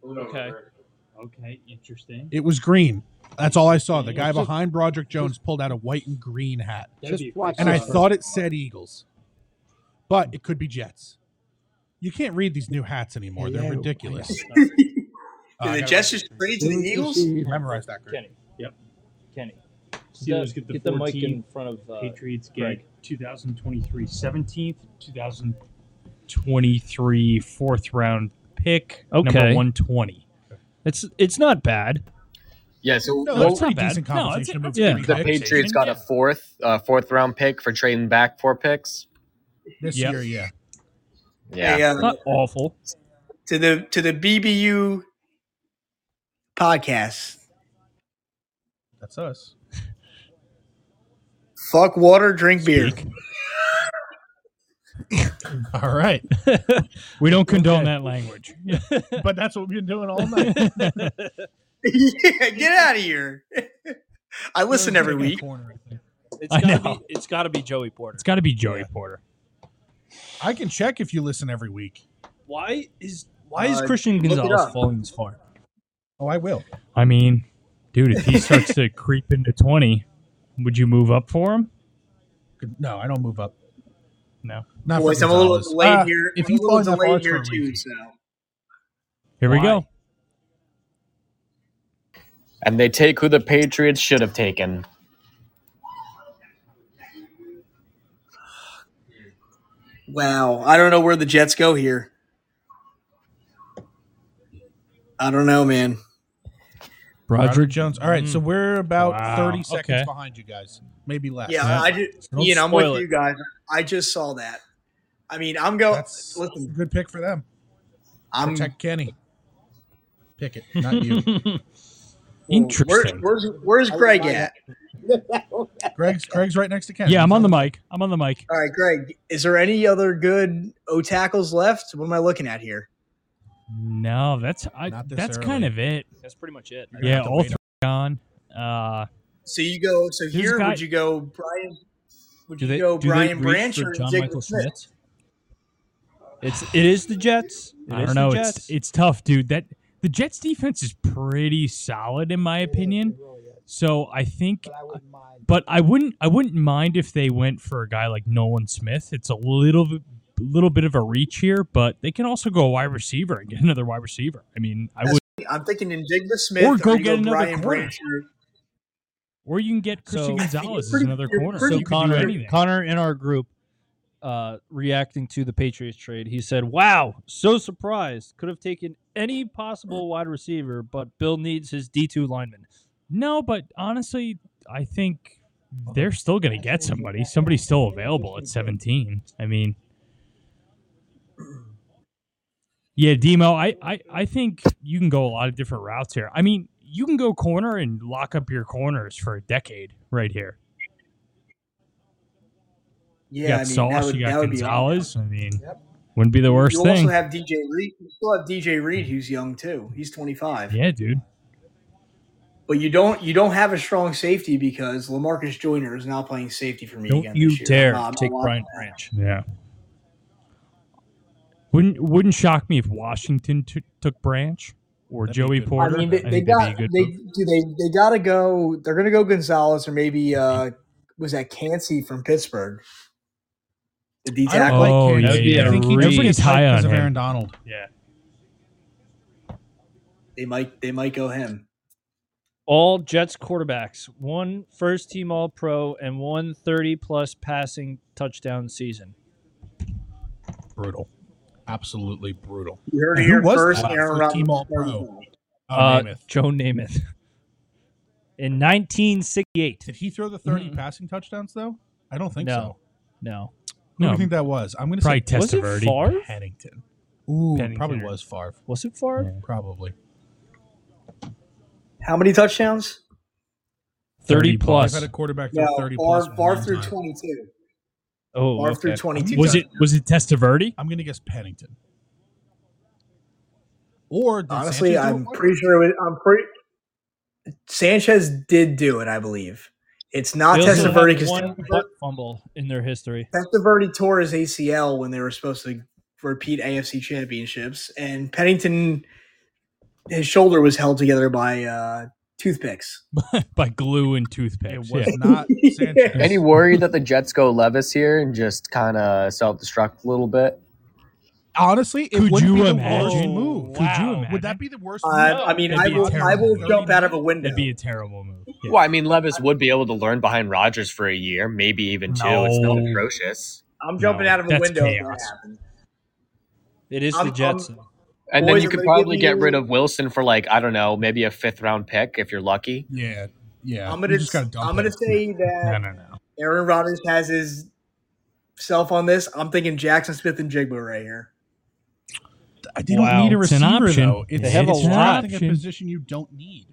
Okay. Okay, interesting. It was green. That's all I saw. The Mm, Yeah, guy it's just- behind Broderick Jones pulled out a white and green hat. That'd be Just watch and I this. thought it said Eagles, but it could be Jets. You can't read these new hats anymore. They're Hello. ridiculous. Uh, Did *laughs* the Jets just trade to the Eagles? Memorize that. Kenny. Yep. Kenny. Steelers get the, Get the mic 14th, in front of, uh, Patriots Greg. get 2023 17th, 2000 23 fourth *laughs* round pick, number Okay. 120. It's it's not bad. Yeah, so No, what- that's not bad. No, that's- that's Yeah. pretty the good. Patriots got a fourth uh, fourth round pick for trading back four picks. This Yep. year, yeah. Yeah, Hey, uh, Not awful. To the to the BBU podcast. That's us. Fuck water, drink beer. All right. *laughs* *laughs* we don't condone Okay. that language. *laughs* but that's what we've been doing all night. *laughs* yeah, get out of here. I listen every week. I gotta know. it's got to be Joey Porter. It's got to be Joey Porter. I can check if you listen every week. Why is Why is Uh, Christian look it Gonzalez up. falling this far? Oh, I will. I mean, dude, if he starts to *laughs* creep into 20, would you move up for him? No, I don't move up. No. Not Boys, for I'm a little Gonzalez. delayed Ah, here. If I'm he a little falls that far, delayed it's for here a reason. too, so Here we go. and they take who the Patriots should have taken. wow. I don't know where the Jets go here. I don't know, man. Broderick Jones. All right, so Mm. we're about Wow. 30 seconds Okay. behind you guys, maybe less. Yeah, I just So don't you know, I'm with spoil it. you guys. I just saw that. I mean, I'm going. Listen, good pick for them. I'm Protect Kenny. Pick it, not you. Where's Interesting. where's, where's Greg at? Greg's Greg's right next to Kenny. Yeah, I'm on the mic. I'm on the mic. All right, Greg. Is there any other good O tackles left? What am I looking at here? No, that's I, Not this that's early. kind of it. That's pretty much it. Yeah, all three gone. Uh, So you go. So This here, guy- would you go, Brian? Would Do you they go, do they Brian reach Branch for or John Jake Michael Smith? Smith? It's it is the Jets. It I is don't the know. Jets. It's it's tough, dude. That the Jets defense is pretty solid in my opinion. So I think, but I wouldn't I wouldn't mind if they went for a guy like Nolan Smith. It's a little bit- little bit of a reach here, but they can also go wide receiver and get another wide receiver. I mean, I would, I'm thinking Indigna Smith Or go you get another Brian corner. Branch. or- or you can get So- Christian Gonzalez Pretty- as another you're corner. pretty So So You could do Connor, anything. Connor in our group, uh, reacting to the Patriots trade, he said, "Wow, so surprised. Could have taken any possible wide receiver, but Bill needs his D two lineman. No, but honestly, I think they're still going to get somebody. Somebody's still available at 17. I mean, yeah, Demo, I, I, I think you can go a lot of different routes here. I mean, you can go corner and lock up your corners for a decade right here. Yeah, you got I mean, that Sauce, would, you that got would be Gonzalez. I mean, wouldn't be the worst you thing. also have DJ Reed. You still have DJ Reed, who's young too. He's 25. yeah, dude. But you don't you don't have a strong safety because Lamarcus Joyner is now playing safety for me Don't again. you this year. dare I'm not- take I'm not- Brian Branch. Yeah. Wouldn't wouldn't shock me if Washington t- took Branch or Joey Porter. I mean, they, they think got that'd be a good they move. do they they gotta go. They're gonna go Gonzalez or maybe uh was that Cansey from Pittsburgh? The D I don't tackle. like Oh, Kenny. yeah, yeah. I think he Everybody's everybody's high high on because of him. Aaron Donald. Yeah. They might they might go him. All Jets quarterbacks, one first team All Pro and one 30 plus passing touchdown season. Brutal. absolutely brutal. You heard it Who here was first, that Aaron for Rodgers. Team All-Pro? Oh, uh, Namath. Joe *laughs* Namath. In 1968. Did he throw the 30 passing touchdowns though? I don't think so. no. No. Who do you think that was? I'm going to say Probably Testaverde. Was it Favre? Pennington. Ooh, Pennington. probably was Favre. Was it Favre? Probably. How many touchdowns? 30 plus. They've had a quarterback through No, 30 plus. Favre, Favre one through time. 22. Oh, Favre threw 22 Was it was it Testaverde? *laughs* I'm going to guess Pennington. Or did Honestly, Sanchez do it I'm once? pretty sure it was, I'm pretty. Sanchez did do it, I believe. It's not They also Testaverde have because one butt fumble in their history. Testaverde tore his ACL when they were supposed to repeat AFC championships, and Pennington, his shoulder was held together by uh, toothpicks. By glue and toothpicks. It was yeah. not Sanchez. *laughs* Any worry that the Jets go Levis here and just kind of self destruct a little bit? Honestly, it Could would you be the imagine? worst move. Could you Would that be the worst Uh, move? I mean, I will, I will jump out of a window. That'd be a terrible move. Well, I mean, Levis would be able to learn behind Rodgers for a year, maybe even two. It's not No. atrocious. I'm jumping out of a that's window if chaos. that happens. It is I'm- the I'm- Jets. And then Boys, you could I'm gonna give probably get you- rid of Wilson for like I don't know, maybe a fifth round pick if you're lucky. Yeah, yeah. I'm gonna, I'm *laughs* gonna say that no, no. Aaron Rodgers has his self on this. I'm thinking Jackson Smith and Jigba right here. I They don't need a receiver though. It's, it's drafting a position you don't need.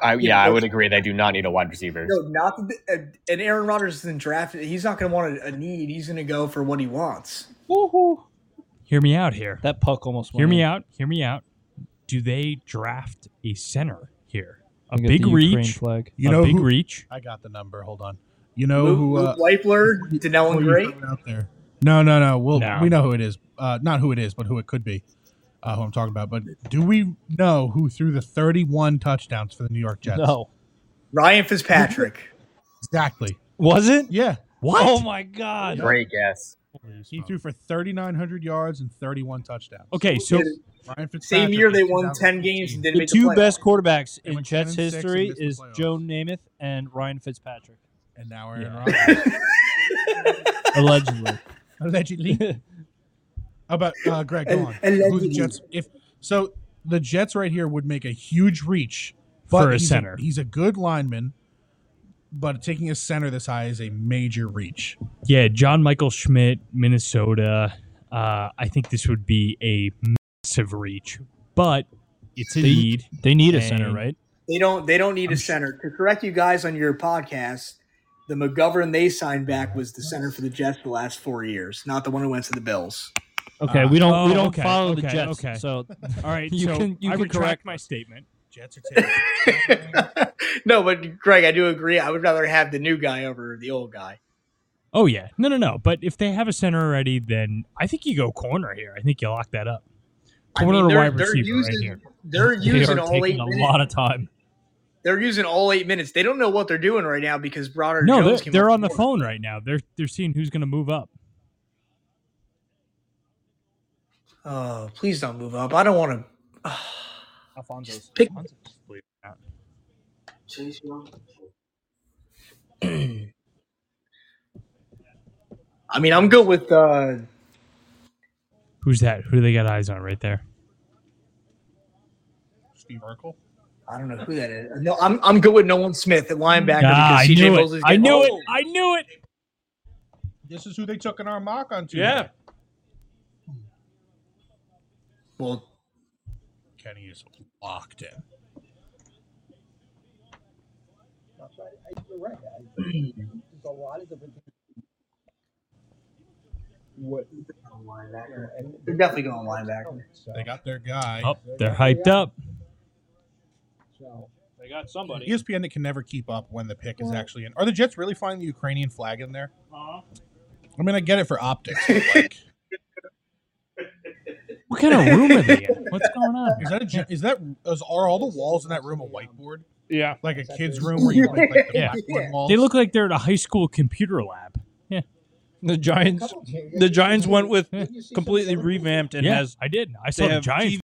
I, Yeah, yeah, I but- would agree. They do not need a wide receiver. No, not that the, uh, and Aaron Rodgers isn't drafted. He's not gonna want a, a need. He's gonna go for what he wants. Woohoo. Hear me out here. That puck almost went Hear me in. out. Hear me out. Do they draft a center here? A I got big the Ukraine reach. flag. You know, big reach. I got the number. Hold on. You know Luke, who? Uh, Luke Weipler, Denellen before you Gray. throw it out there. No, no, no. We'll, No. We know who it is. Uh, not who it is, but who it could be. Uh, who I'm talking about. But do we know who threw the 31 touchdowns for the New York Jets? No. Ryan Fitzpatrick. Exactly. Was it? Yeah. What? Oh my god. Great guess. He threw for 3,900 yards and 31 touchdowns. Okay, so Ryan Fitzpatrick. Same year they in won 2000 ten games and didn't The make the two playoffs. best quarterbacks in went Jets 10 and six and history missed the is playoffs. Joe Namath and Ryan Fitzpatrick. And now Aaron Yeah. Rodgers. Allegedly. Allegedly. *laughs* How about uh, Greg? Go on. Allegedly. Who the Jets? If so, the Jets right here would make a huge reach For a he's center. he's a good lineman, but taking a center this high is a major reach. Yeah, John Michael Schmidt, Minnesota. Uh, I think this would be a massive reach, but it's a They- need. They need a center, And- right? *laughs* They don't. They don't need a center. To correct you guys on your podcast, the McGovern they signed back was the center for the Jets the last four years, not the one who went to the Bills. *laughs* Okay, we don't Uh, Oh, we don't okay, follow the okay, Jets. okay. So *laughs* All right, you so can you I can retract correct my statement. Jets are *laughs* no, but Greg, I do agree. I would rather have the new guy over the old guy. Oh yeah, no, no, no. But if they have a center already, then I think you go corner here. I think you lock that up. I Corner mean, or they're, wide they're receiver using right here. *laughs* they're They using are all eight taking a minutes. lot of time. they're using all eight minutes. They don't know what they're doing right now because Broderick No, Jones they're, came they're off on the phone right now. They're they're seeing who's going to move up. Oh, please don't move up. I don't want to. Alfonso's. Pick- I mean, I'm good with uh, Who's that? Who do they got eyes on right there? Steve Urkel. I don't know who that is. No, I'm I'm good with Nolan Smith at linebacker Ah, I because CJ knew Bowles it. is I getting knew old. it. I knew it. This is who they took in our mock on Tuesday. Yeah. Well, Kenny is locked in. They're definitely going linebacker. They got their guy. Oh, they're hyped up. They got E somebody. ESPN that can never keep up when the pick is actually in. Are the Jets really flying the Ukrainian flag in there? I mean, I get it for optics. *laughs* but, Like, What kind of room are they *laughs* in? What's going on? is that a, Jet- is that is, are all the walls in that room a whiteboard? Yeah. Like a kid's room where you *laughs* make like the Yeah. blackboard walls. They look like they're at a high school computer lab. The Giants the Giants went with completely revamped and yeah, has I did. I they saw the have Giants